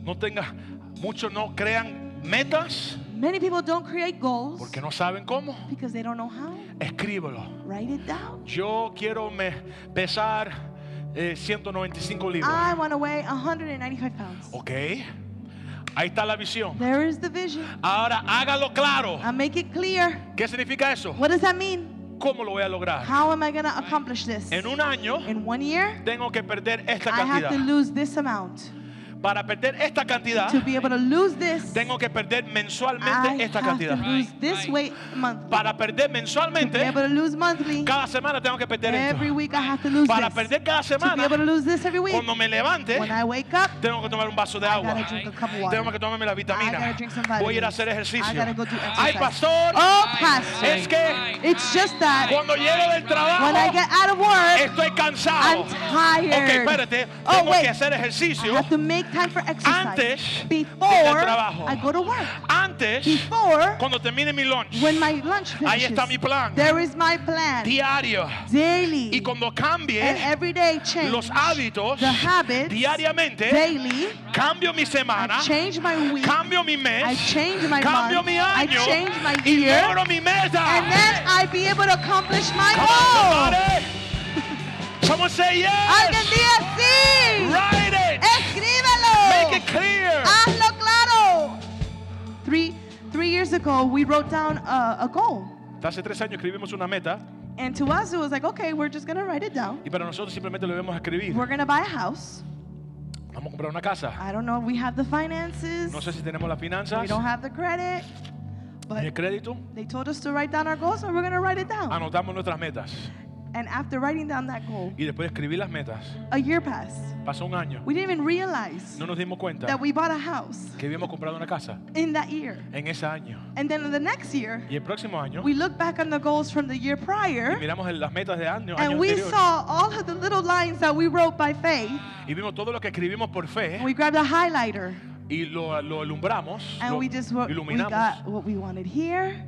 Speaker 1: No tengas, muchos no crean metas
Speaker 2: Many people don't create goals
Speaker 1: porque no saben cómo.
Speaker 2: because they don't know how.
Speaker 1: Escríbelo.
Speaker 2: Write it down.
Speaker 1: Yo quiero me- pesar eh, 195 libras.
Speaker 2: I want to weigh 195 pounds.
Speaker 1: Ok. Ahí está la visión.
Speaker 2: There is the vision.
Speaker 1: Ahora hágalo claro.
Speaker 2: I make it clear.
Speaker 1: ¿Qué significa eso?
Speaker 2: What does that mean?
Speaker 1: ¿Cómo lo voy a lograr?
Speaker 2: How am I going to accomplish this?
Speaker 1: En un año
Speaker 2: In one year,
Speaker 1: tengo que perder esta
Speaker 2: I have
Speaker 1: cantidad.
Speaker 2: to lose this amount.
Speaker 1: Para perder esta cantidad,
Speaker 2: To be able to lose this,
Speaker 1: tengo que perder mensualmente
Speaker 2: I
Speaker 1: esta
Speaker 2: have to
Speaker 1: cantidad.
Speaker 2: lose this weight monthly.
Speaker 1: Para perder
Speaker 2: To be
Speaker 1: mensualmente,
Speaker 2: able to lose monthly,
Speaker 1: cada semana tengo que perder
Speaker 2: every
Speaker 1: esto.
Speaker 2: week I have to lose
Speaker 1: Para
Speaker 2: this.
Speaker 1: perder cada
Speaker 2: To be able to
Speaker 1: semana,
Speaker 2: lose this every week,
Speaker 1: cuando me levante,
Speaker 2: when I wake up,
Speaker 1: tengo que tomar un vaso de
Speaker 2: I
Speaker 1: agua.
Speaker 2: gotta drink a cup of
Speaker 1: Tengo que
Speaker 2: water.
Speaker 1: tomarme la
Speaker 2: I gotta
Speaker 1: vitamina.
Speaker 2: drink some
Speaker 1: Voy a ir a hacer
Speaker 2: vitamins. I
Speaker 1: ejercicio.
Speaker 2: gotta go do
Speaker 1: Ay,
Speaker 2: exercise.
Speaker 1: pastor,
Speaker 2: Oh, Pastor,
Speaker 1: es que
Speaker 2: it's just that
Speaker 1: cuando llego del
Speaker 2: when I
Speaker 1: trabajo,
Speaker 2: get out of work,
Speaker 1: estoy cansado.
Speaker 2: I'm tired.
Speaker 1: Ok, espérate,
Speaker 2: Oh,
Speaker 1: tengo que
Speaker 2: wait.
Speaker 1: hacer
Speaker 2: I
Speaker 1: ejercicio.
Speaker 2: have to make time for exercise
Speaker 1: Antes de ir
Speaker 2: before
Speaker 1: al trabajo.
Speaker 2: I go to work.
Speaker 1: Antes,
Speaker 2: Before
Speaker 1: cuando termine mi lunch,
Speaker 2: when my lunch
Speaker 1: Ahí
Speaker 2: finishes.
Speaker 1: está mi plan.
Speaker 2: There is my plan
Speaker 1: diario.
Speaker 2: daily
Speaker 1: Y cuando
Speaker 2: and
Speaker 1: cambie
Speaker 2: every day change
Speaker 1: los hábitos
Speaker 2: the habits
Speaker 1: diariamente,
Speaker 2: daily.
Speaker 1: cambio mi semana,
Speaker 2: I change my week.
Speaker 1: cambio mi
Speaker 2: I
Speaker 1: mes,
Speaker 2: change my
Speaker 1: cambio
Speaker 2: month.
Speaker 1: mi
Speaker 2: I
Speaker 1: año
Speaker 2: change my
Speaker 1: y
Speaker 2: year.
Speaker 1: logro mi
Speaker 2: And
Speaker 1: meta.
Speaker 2: then oh! I be able to accomplish my
Speaker 1: Come on,
Speaker 2: goal.
Speaker 1: somebody. Someone say
Speaker 2: Alguien
Speaker 1: yes.
Speaker 2: diga sí.
Speaker 1: Write it. Make it
Speaker 2: Escríbelo.
Speaker 1: clear.
Speaker 2: Hazlo claro. Three, three years ago, we wrote down a, a goal.
Speaker 1: Hace tres años escribimos una meta
Speaker 2: And to us, it was like, okay, we're just going to write it down.
Speaker 1: y para nosotros simplemente lo debemos escribir.
Speaker 2: We're going to buy a house.
Speaker 1: Vamos a comprar una casa.
Speaker 2: I don't know if we have the finances.
Speaker 1: No sé si tenemos las
Speaker 2: We
Speaker 1: finanzas,
Speaker 2: don't have the credit.
Speaker 1: ni el Ah,
Speaker 2: But
Speaker 1: crédito.
Speaker 2: they told us to write down our goals, and we're going to write it down.
Speaker 1: Anotamos nuestras metas
Speaker 2: And after writing down that goal,
Speaker 1: y después escribí las metas.
Speaker 2: a year passed.
Speaker 1: Pasó un año.
Speaker 2: We didn't even realize
Speaker 1: No nos dimos cuenta
Speaker 2: that we bought a house
Speaker 1: que habíamos comprado una casa
Speaker 2: in that year.
Speaker 1: en ese año.
Speaker 2: And then the next year,
Speaker 1: Y el próximo año
Speaker 2: we looked back on the goals from the year prior,
Speaker 1: miramos el- las metas de año, año
Speaker 2: and we
Speaker 1: anterior
Speaker 2: saw all of the little lines that we wrote by faith.
Speaker 1: y vimos todo lo que escribimos por fe
Speaker 2: We grabbed a highlighter,
Speaker 1: y lo, lo alumbramos,
Speaker 2: and
Speaker 1: lo
Speaker 2: we just wo- we
Speaker 1: iluminamos,
Speaker 2: got what we wanted here.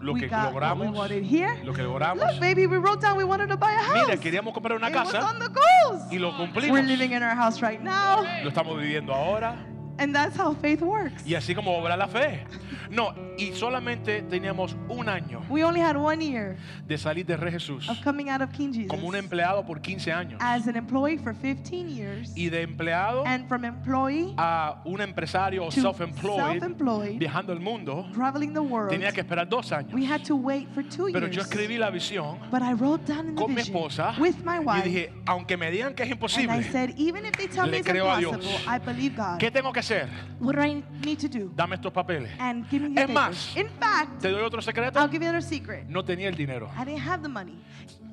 Speaker 1: lo
Speaker 2: we
Speaker 1: que
Speaker 2: got what we
Speaker 1: logramos,
Speaker 2: wanted here.
Speaker 1: lo que logramos.
Speaker 2: Look, baby, we wrote down we wanted to buy a house.
Speaker 1: Mira, queríamos comprar una
Speaker 2: it was
Speaker 1: casa
Speaker 2: on the goals.
Speaker 1: y lo
Speaker 2: We're
Speaker 1: cumplimos.
Speaker 2: living in our house right now,
Speaker 1: Lo estamos viviendo ahora
Speaker 2: and that's how faith works.
Speaker 1: y así como obra la fe. No, y solamente teníamos un año
Speaker 2: We only had one year
Speaker 1: de salir de Rey Jesús
Speaker 2: of coming out of King Jesus
Speaker 1: como un empleado por 15 años
Speaker 2: as an employee for 15 years,
Speaker 1: y de empleado
Speaker 2: and from employee
Speaker 1: a un empresario o
Speaker 2: to
Speaker 1: self-employed
Speaker 2: self-employed,
Speaker 1: viajando el mundo
Speaker 2: traveling the world.
Speaker 1: tenía que esperar dos años.
Speaker 2: We had to wait for two
Speaker 1: Pero yo
Speaker 2: years.
Speaker 1: escribí la visión
Speaker 2: But I wrote down in the
Speaker 1: con mi
Speaker 2: vision
Speaker 1: esposa
Speaker 2: with my
Speaker 1: y
Speaker 2: wife,
Speaker 1: dije, aunque me digan que es
Speaker 2: and I
Speaker 1: imposible,
Speaker 2: said, even if they tell
Speaker 1: Le
Speaker 2: me it's
Speaker 1: creo a Dios.
Speaker 2: impossible, I believe God.
Speaker 1: ¿qué tengo que hacer?
Speaker 2: What do I need to do?
Speaker 1: Dame estos papeles.
Speaker 2: And give me the
Speaker 1: Es más,
Speaker 2: papers. In fact,
Speaker 1: ¿Te doy otro
Speaker 2: I'll
Speaker 1: secreto?
Speaker 2: give you another secret.
Speaker 1: No tenía el dinero.
Speaker 2: I didn't have the money.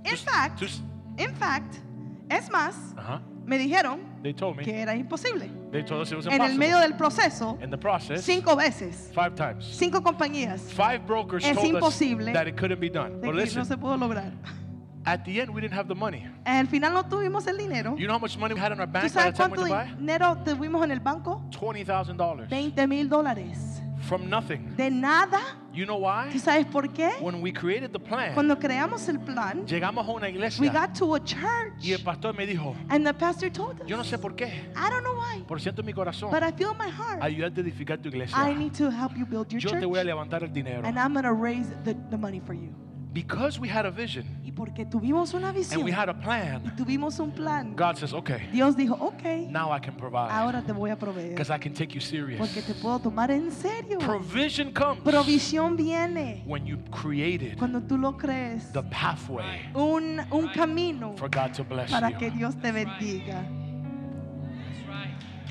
Speaker 2: In
Speaker 1: Tú-
Speaker 2: fact,
Speaker 1: tú s-
Speaker 2: in fact, es más,
Speaker 1: Ajá.
Speaker 2: me dijeron
Speaker 1: They told me.
Speaker 2: que era imposible.
Speaker 1: They told us it was
Speaker 2: En el medio
Speaker 1: impossible.
Speaker 2: del proceso,
Speaker 1: In the process,
Speaker 2: cinco veces,
Speaker 1: five times.
Speaker 2: cinco compañías,
Speaker 1: Five brokers
Speaker 2: Es
Speaker 1: told us
Speaker 2: imposible
Speaker 1: that it couldn't be done. But
Speaker 2: de que no
Speaker 1: listen,
Speaker 2: se pudo lograr.
Speaker 1: At the end, we didn't have the money.
Speaker 2: Al final no tuvimos el dinero.
Speaker 1: You know how much money we had in our
Speaker 2: ¿Tú
Speaker 1: bank by
Speaker 2: sabes
Speaker 1: the time we
Speaker 2: cuánto
Speaker 1: went to buy?
Speaker 2: dinero tuvimos en el banco?
Speaker 1: $20,000
Speaker 2: 20 mil dólares.
Speaker 1: from nothing.
Speaker 2: De nada.
Speaker 1: You know
Speaker 2: ¿Tú
Speaker 1: why?
Speaker 2: sabes por qué?
Speaker 1: When we created the plan,
Speaker 2: Cuando creamos el plan,
Speaker 1: llegamos a una
Speaker 2: we
Speaker 1: iglesia
Speaker 2: got to a
Speaker 1: y
Speaker 2: church
Speaker 1: el pastor me dijo,
Speaker 2: and the pastor told us,
Speaker 1: yo no sé por qué,
Speaker 2: I don't know why,
Speaker 1: por siento en mi corazón,
Speaker 2: but I feel in my heart,
Speaker 1: ayudarte a edificar tu
Speaker 2: I
Speaker 1: iglesia.
Speaker 2: need to help you build your
Speaker 1: Yo te voy a
Speaker 2: church
Speaker 1: levantar el dinero.
Speaker 2: and I'm going to raise the, the money for you.
Speaker 1: Because we had a vision
Speaker 2: Y porque tuvimos una
Speaker 1: and
Speaker 2: visión
Speaker 1: we had a
Speaker 2: y
Speaker 1: plan,
Speaker 2: tuvimos un plan,
Speaker 1: God eh. says, okay,
Speaker 2: Dios dijo, ok,
Speaker 1: now I can provide
Speaker 2: ahora te voy a proveer
Speaker 1: because I can take you
Speaker 2: porque
Speaker 1: serious.
Speaker 2: te puedo tomar en serio.
Speaker 1: Provision comes
Speaker 2: Provisión viene
Speaker 1: when you created
Speaker 2: cuando tú lo crees.
Speaker 1: the pathway
Speaker 2: Un, un camino
Speaker 1: for God to bless
Speaker 2: para que
Speaker 1: you.
Speaker 2: Dios te bendiga.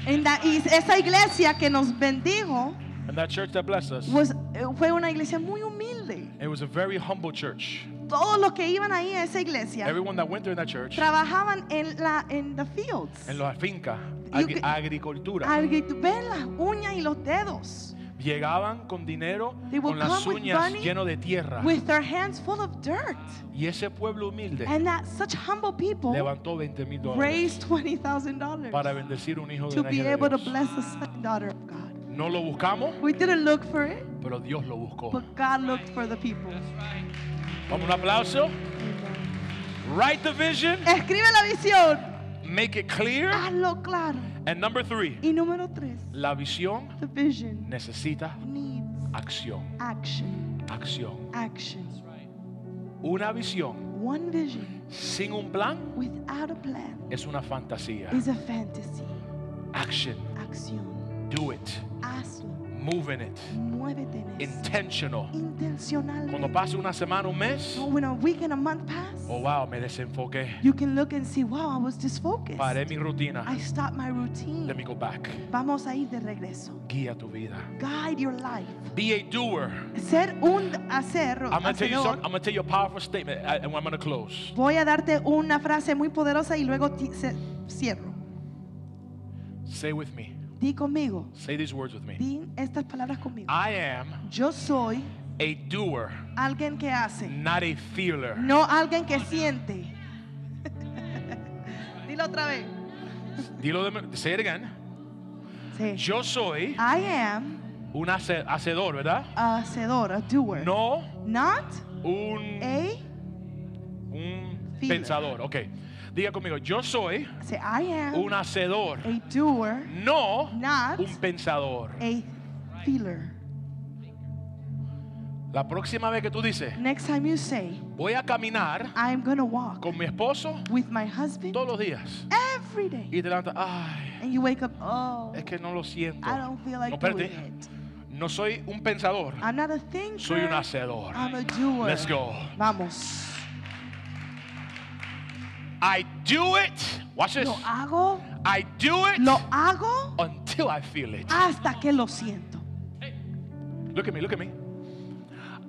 Speaker 2: En la- y esa iglesia que nos bendijo
Speaker 1: And that church that blessed us,
Speaker 2: was- eh, fue una iglesia muy humilde.
Speaker 1: it was a very humble church.
Speaker 2: Todos los que iban ahí a esa iglesia
Speaker 1: Everyone that went there in that church,
Speaker 2: trabajaban en la en the fields.
Speaker 1: en la finca,
Speaker 2: You
Speaker 1: agri-
Speaker 2: can-
Speaker 1: agricultura,
Speaker 2: Alguien- ven las uñas y los dedos.
Speaker 1: llegaban con dinero,
Speaker 2: They will
Speaker 1: con las
Speaker 2: come with
Speaker 1: uñas
Speaker 2: money
Speaker 1: lleno de tierra.
Speaker 2: With their hands full of dirt.
Speaker 1: Y ese pueblo humilde
Speaker 2: And that such humble people
Speaker 1: levantó 20 mil dólares
Speaker 2: raised $20,000
Speaker 1: para bendecir un hijo de
Speaker 2: to
Speaker 1: la
Speaker 2: be
Speaker 1: hija de
Speaker 2: able to
Speaker 1: Dios.
Speaker 2: bless the son and daughter of God.
Speaker 1: No lo buscamos,
Speaker 2: We didn't look for it,
Speaker 1: pero Dios lo buscó.
Speaker 2: but God looked for the people.
Speaker 1: Oh. Vamos un aplauso.
Speaker 2: Amen.
Speaker 1: Write the vision,
Speaker 2: Escribe la visión,
Speaker 1: make it clear.
Speaker 2: hazlo claro.
Speaker 1: And number three,
Speaker 2: Y número tres,
Speaker 1: la visión
Speaker 2: the vision
Speaker 1: necesita
Speaker 2: needs
Speaker 1: acción.
Speaker 2: action,
Speaker 1: Acción.
Speaker 2: action.
Speaker 1: Una visión
Speaker 2: One vision
Speaker 1: sin un plan
Speaker 2: without a plan
Speaker 1: es una fantasía.
Speaker 2: is a fantasy.
Speaker 1: Action.
Speaker 2: Acción,
Speaker 1: Do it.
Speaker 2: hazlo,
Speaker 1: Move in it.
Speaker 2: muévete en eso.
Speaker 1: Intentional. Cuando
Speaker 2: Intencionalmente.
Speaker 1: pase una semana, un mes,
Speaker 2: So when a week and a month pass,
Speaker 1: oh wow, me desenfoqué.
Speaker 2: you can look and see, wow, I was disfocused.
Speaker 1: Paré mi rutina.
Speaker 2: I stopped my
Speaker 1: Let
Speaker 2: routine.
Speaker 1: me go back.
Speaker 2: Vamos a ir de regreso.
Speaker 1: Guía tu vida.
Speaker 2: Guide your life.
Speaker 1: Be a doer.
Speaker 2: Ser un hacer,
Speaker 1: I'm gonna tell you
Speaker 2: hacedor.
Speaker 1: some, I'm gonna tell you a powerful statement, uh, and I'm gonna close.
Speaker 2: Voy a darte una frase muy poderosa y luego ti- ce- cierro.
Speaker 1: Say with me.
Speaker 2: Di conmigo.
Speaker 1: Say these words with me.
Speaker 2: Di estas palabras conmigo.
Speaker 1: I am
Speaker 2: Yo soy
Speaker 1: a doer,
Speaker 2: alguien que hace,
Speaker 1: not a feeler.
Speaker 2: no alguien que siente. Dilo otra vez.
Speaker 1: Dilo de me- Say it again.
Speaker 2: Sí.
Speaker 1: Yo soy
Speaker 2: I am
Speaker 1: un hace- hacedor, ¿verdad?
Speaker 2: a hacedor, a doer.
Speaker 1: No
Speaker 2: Not
Speaker 1: un,
Speaker 2: a.
Speaker 1: un
Speaker 2: feeler.
Speaker 1: pensador. Ok. Diga conmigo. Yo soy
Speaker 2: Say, I am
Speaker 1: un hacedor,
Speaker 2: a doer,
Speaker 1: no
Speaker 2: Not.
Speaker 1: un pensador.
Speaker 2: a feeler.
Speaker 1: La próxima vez que tú dices,
Speaker 2: Next time you say,
Speaker 1: voy a caminar
Speaker 2: I'm gonna walk
Speaker 1: con mi esposo
Speaker 2: with my husband
Speaker 1: todos los días.
Speaker 2: every day.
Speaker 1: Y te levantas, ay,
Speaker 2: And you wake up, oh,
Speaker 1: es que no lo siento.
Speaker 2: I don't feel like
Speaker 1: No,
Speaker 2: doing
Speaker 1: espérate.
Speaker 2: it.
Speaker 1: No soy un pensador,
Speaker 2: I'm not a thinker.
Speaker 1: soy un hacedor.
Speaker 2: I'm a doer.
Speaker 1: Let's go.
Speaker 2: Vamos.
Speaker 1: I do it. Watch this.
Speaker 2: Lo hago,
Speaker 1: I do it
Speaker 2: lo hago
Speaker 1: until I feel it.
Speaker 2: hasta que lo siento.
Speaker 1: Look at me, look at me.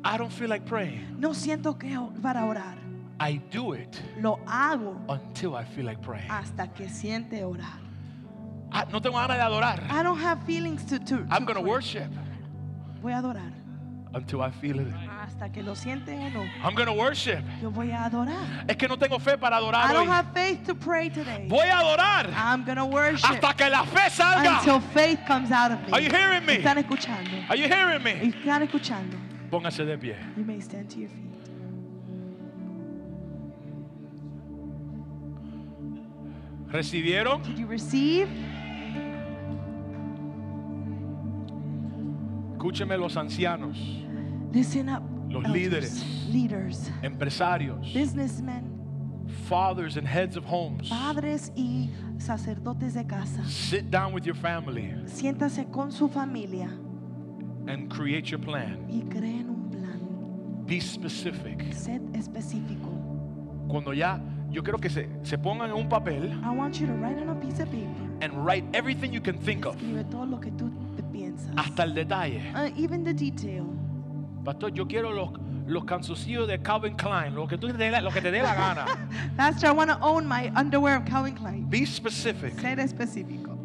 Speaker 1: I don't feel like praying.
Speaker 2: No siento que o- para orar.
Speaker 1: I do it
Speaker 2: Lo hago
Speaker 1: until I feel like praying.
Speaker 2: hasta que siente orar.
Speaker 1: Ah, no tengo ganas de adorar.
Speaker 2: I don't have feelings to, to,
Speaker 1: I'm
Speaker 2: to
Speaker 1: going to
Speaker 2: pray.
Speaker 1: worship
Speaker 2: Voy a adorar
Speaker 1: until I feel it.
Speaker 2: hasta que lo siente o no.
Speaker 1: I'm going to worship.
Speaker 2: Yo voy a adorar.
Speaker 1: Es que no tengo fe para
Speaker 2: I
Speaker 1: adorar
Speaker 2: don't
Speaker 1: hoy.
Speaker 2: have faith to pray today.
Speaker 1: Ah, Voy a adorar
Speaker 2: I'm gonna worship
Speaker 1: hasta que la fe
Speaker 2: until
Speaker 1: salga.
Speaker 2: faith comes out of me.
Speaker 1: Are you hearing me?
Speaker 2: Están escuchando.
Speaker 1: Are you hearing me?
Speaker 2: Están escuchando.
Speaker 1: Póngase de pie.
Speaker 2: You may stand to your feet.
Speaker 1: ¿Recibieron?
Speaker 2: Did you receive?
Speaker 1: Escúcheme los ancianos,
Speaker 2: Listen up.
Speaker 1: Los
Speaker 2: elders, Leaders,
Speaker 1: empresarios,
Speaker 2: businessmen,
Speaker 1: fathers and heads of homes.
Speaker 2: padres y sacerdotes de casa.
Speaker 1: Sit down with your family
Speaker 2: Siéntase con su familia
Speaker 1: and create your plan.
Speaker 2: y creen un plan.
Speaker 1: Be specific.
Speaker 2: Sed específico.
Speaker 1: Cuando ya, yo quiero que se, se pongan en un papel
Speaker 2: I want you to write on a piece of paper.
Speaker 1: and write everything you can think of,
Speaker 2: Escribe todo lo que tú te piensas.
Speaker 1: hasta el detalle.
Speaker 2: Uh, even the detail.
Speaker 1: Pastor, yo quiero los, los calzoncillos de Calvin Klein, lo que, tú te dé la- lo que te dé la gana.
Speaker 2: Pastor, I want to own my underwear of Calvin Klein.
Speaker 1: Be specific.
Speaker 2: Ser específico.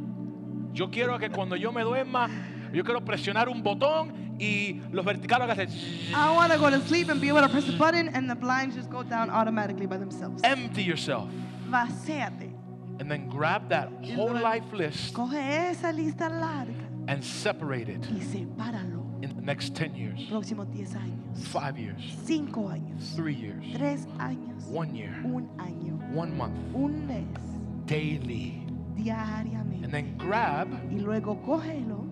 Speaker 1: Yo quiero que cuando yo me duerma, yo quiero presionar un botón y los verticales que hacen
Speaker 2: I want to go to sleep and be able to press a button and the blinds just go down automatically by themselves.
Speaker 1: empty yourself
Speaker 2: Vacíate.
Speaker 1: and then grab that whole
Speaker 2: luego-
Speaker 1: life list
Speaker 2: Coge esa lista larga
Speaker 1: and separate it
Speaker 2: y sepáralo.
Speaker 1: in the next 10 years,
Speaker 2: Próximos 10 años,
Speaker 1: 5 years,
Speaker 2: 5 años,
Speaker 1: 3 years,
Speaker 2: 3 años,
Speaker 1: 1 year,
Speaker 2: un año,
Speaker 1: 1 month,
Speaker 2: un mes,
Speaker 1: daily. And
Speaker 2: diariamente.
Speaker 1: then grab
Speaker 2: Y luego cógelo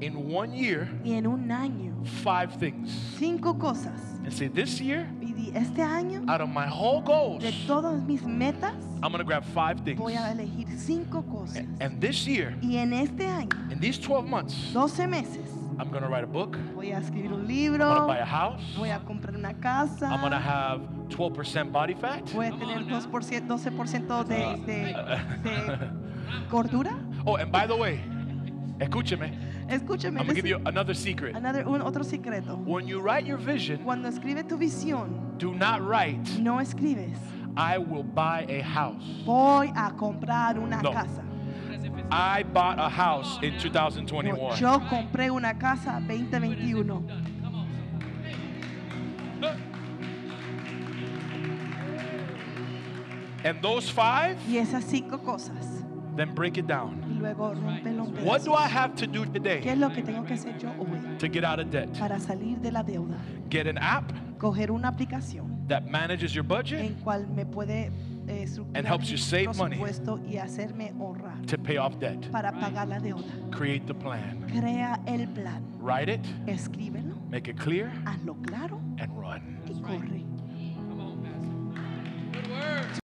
Speaker 1: in 1 year
Speaker 2: y en un año,
Speaker 1: 5 things
Speaker 2: 5 cosas.
Speaker 1: and say this year
Speaker 2: Y di, este año,
Speaker 1: out of my whole goals,
Speaker 2: de todas mis metas,
Speaker 1: I'm going to grab 5 things.
Speaker 2: voy a elegir 5 cosas.
Speaker 1: A- And this year,
Speaker 2: Y en este año,
Speaker 1: in these 12 months,
Speaker 2: 12 meses,
Speaker 1: I'm going to write a book,
Speaker 2: voy a escribir un
Speaker 1: I'm going to
Speaker 2: libro,
Speaker 1: buy a house,
Speaker 2: voy a comprar una
Speaker 1: I'm going to
Speaker 2: casa,
Speaker 1: have 12% body fat.
Speaker 2: voy a tener 2%, 12% de, de, de gordura.
Speaker 1: Oh, and by the way, escúcheme.
Speaker 2: Escúchame,
Speaker 1: I'm gonna give you
Speaker 2: listen,
Speaker 1: another secret.
Speaker 2: another- un- otro secreto.
Speaker 1: When you write your vision,
Speaker 2: Cuando escribe tu visión,
Speaker 1: do not write,
Speaker 2: no escribes,
Speaker 1: I will buy a house.
Speaker 2: voy a comprar una
Speaker 1: No.
Speaker 2: casa.
Speaker 1: I bought a house in
Speaker 2: No,
Speaker 1: 2021.
Speaker 2: yo compré una casa 2021.
Speaker 1: And those five,
Speaker 2: Y esas cinco cosas.
Speaker 1: then break it down.
Speaker 2: Y luego rompelo en
Speaker 1: What do
Speaker 2: pedazos.
Speaker 1: I have to do
Speaker 2: ¿Qué
Speaker 1: today
Speaker 2: es lo que tengo que hacer yo hoy
Speaker 1: to get out of debt?
Speaker 2: para salir de la deuda?
Speaker 1: Get an app
Speaker 2: Coger una aplicación
Speaker 1: that manages your budget
Speaker 2: en cual me puede eh, estructurar
Speaker 1: And helps
Speaker 2: mi
Speaker 1: you save money.
Speaker 2: presupuesto y hacerme ahorrar
Speaker 1: to pay off debt.
Speaker 2: para pagar la deuda.
Speaker 1: Create the plan.
Speaker 2: Crea el plan,
Speaker 1: Write it,
Speaker 2: escríbelo,
Speaker 1: make it clear,
Speaker 2: hazlo claro
Speaker 1: and run.
Speaker 2: y corre.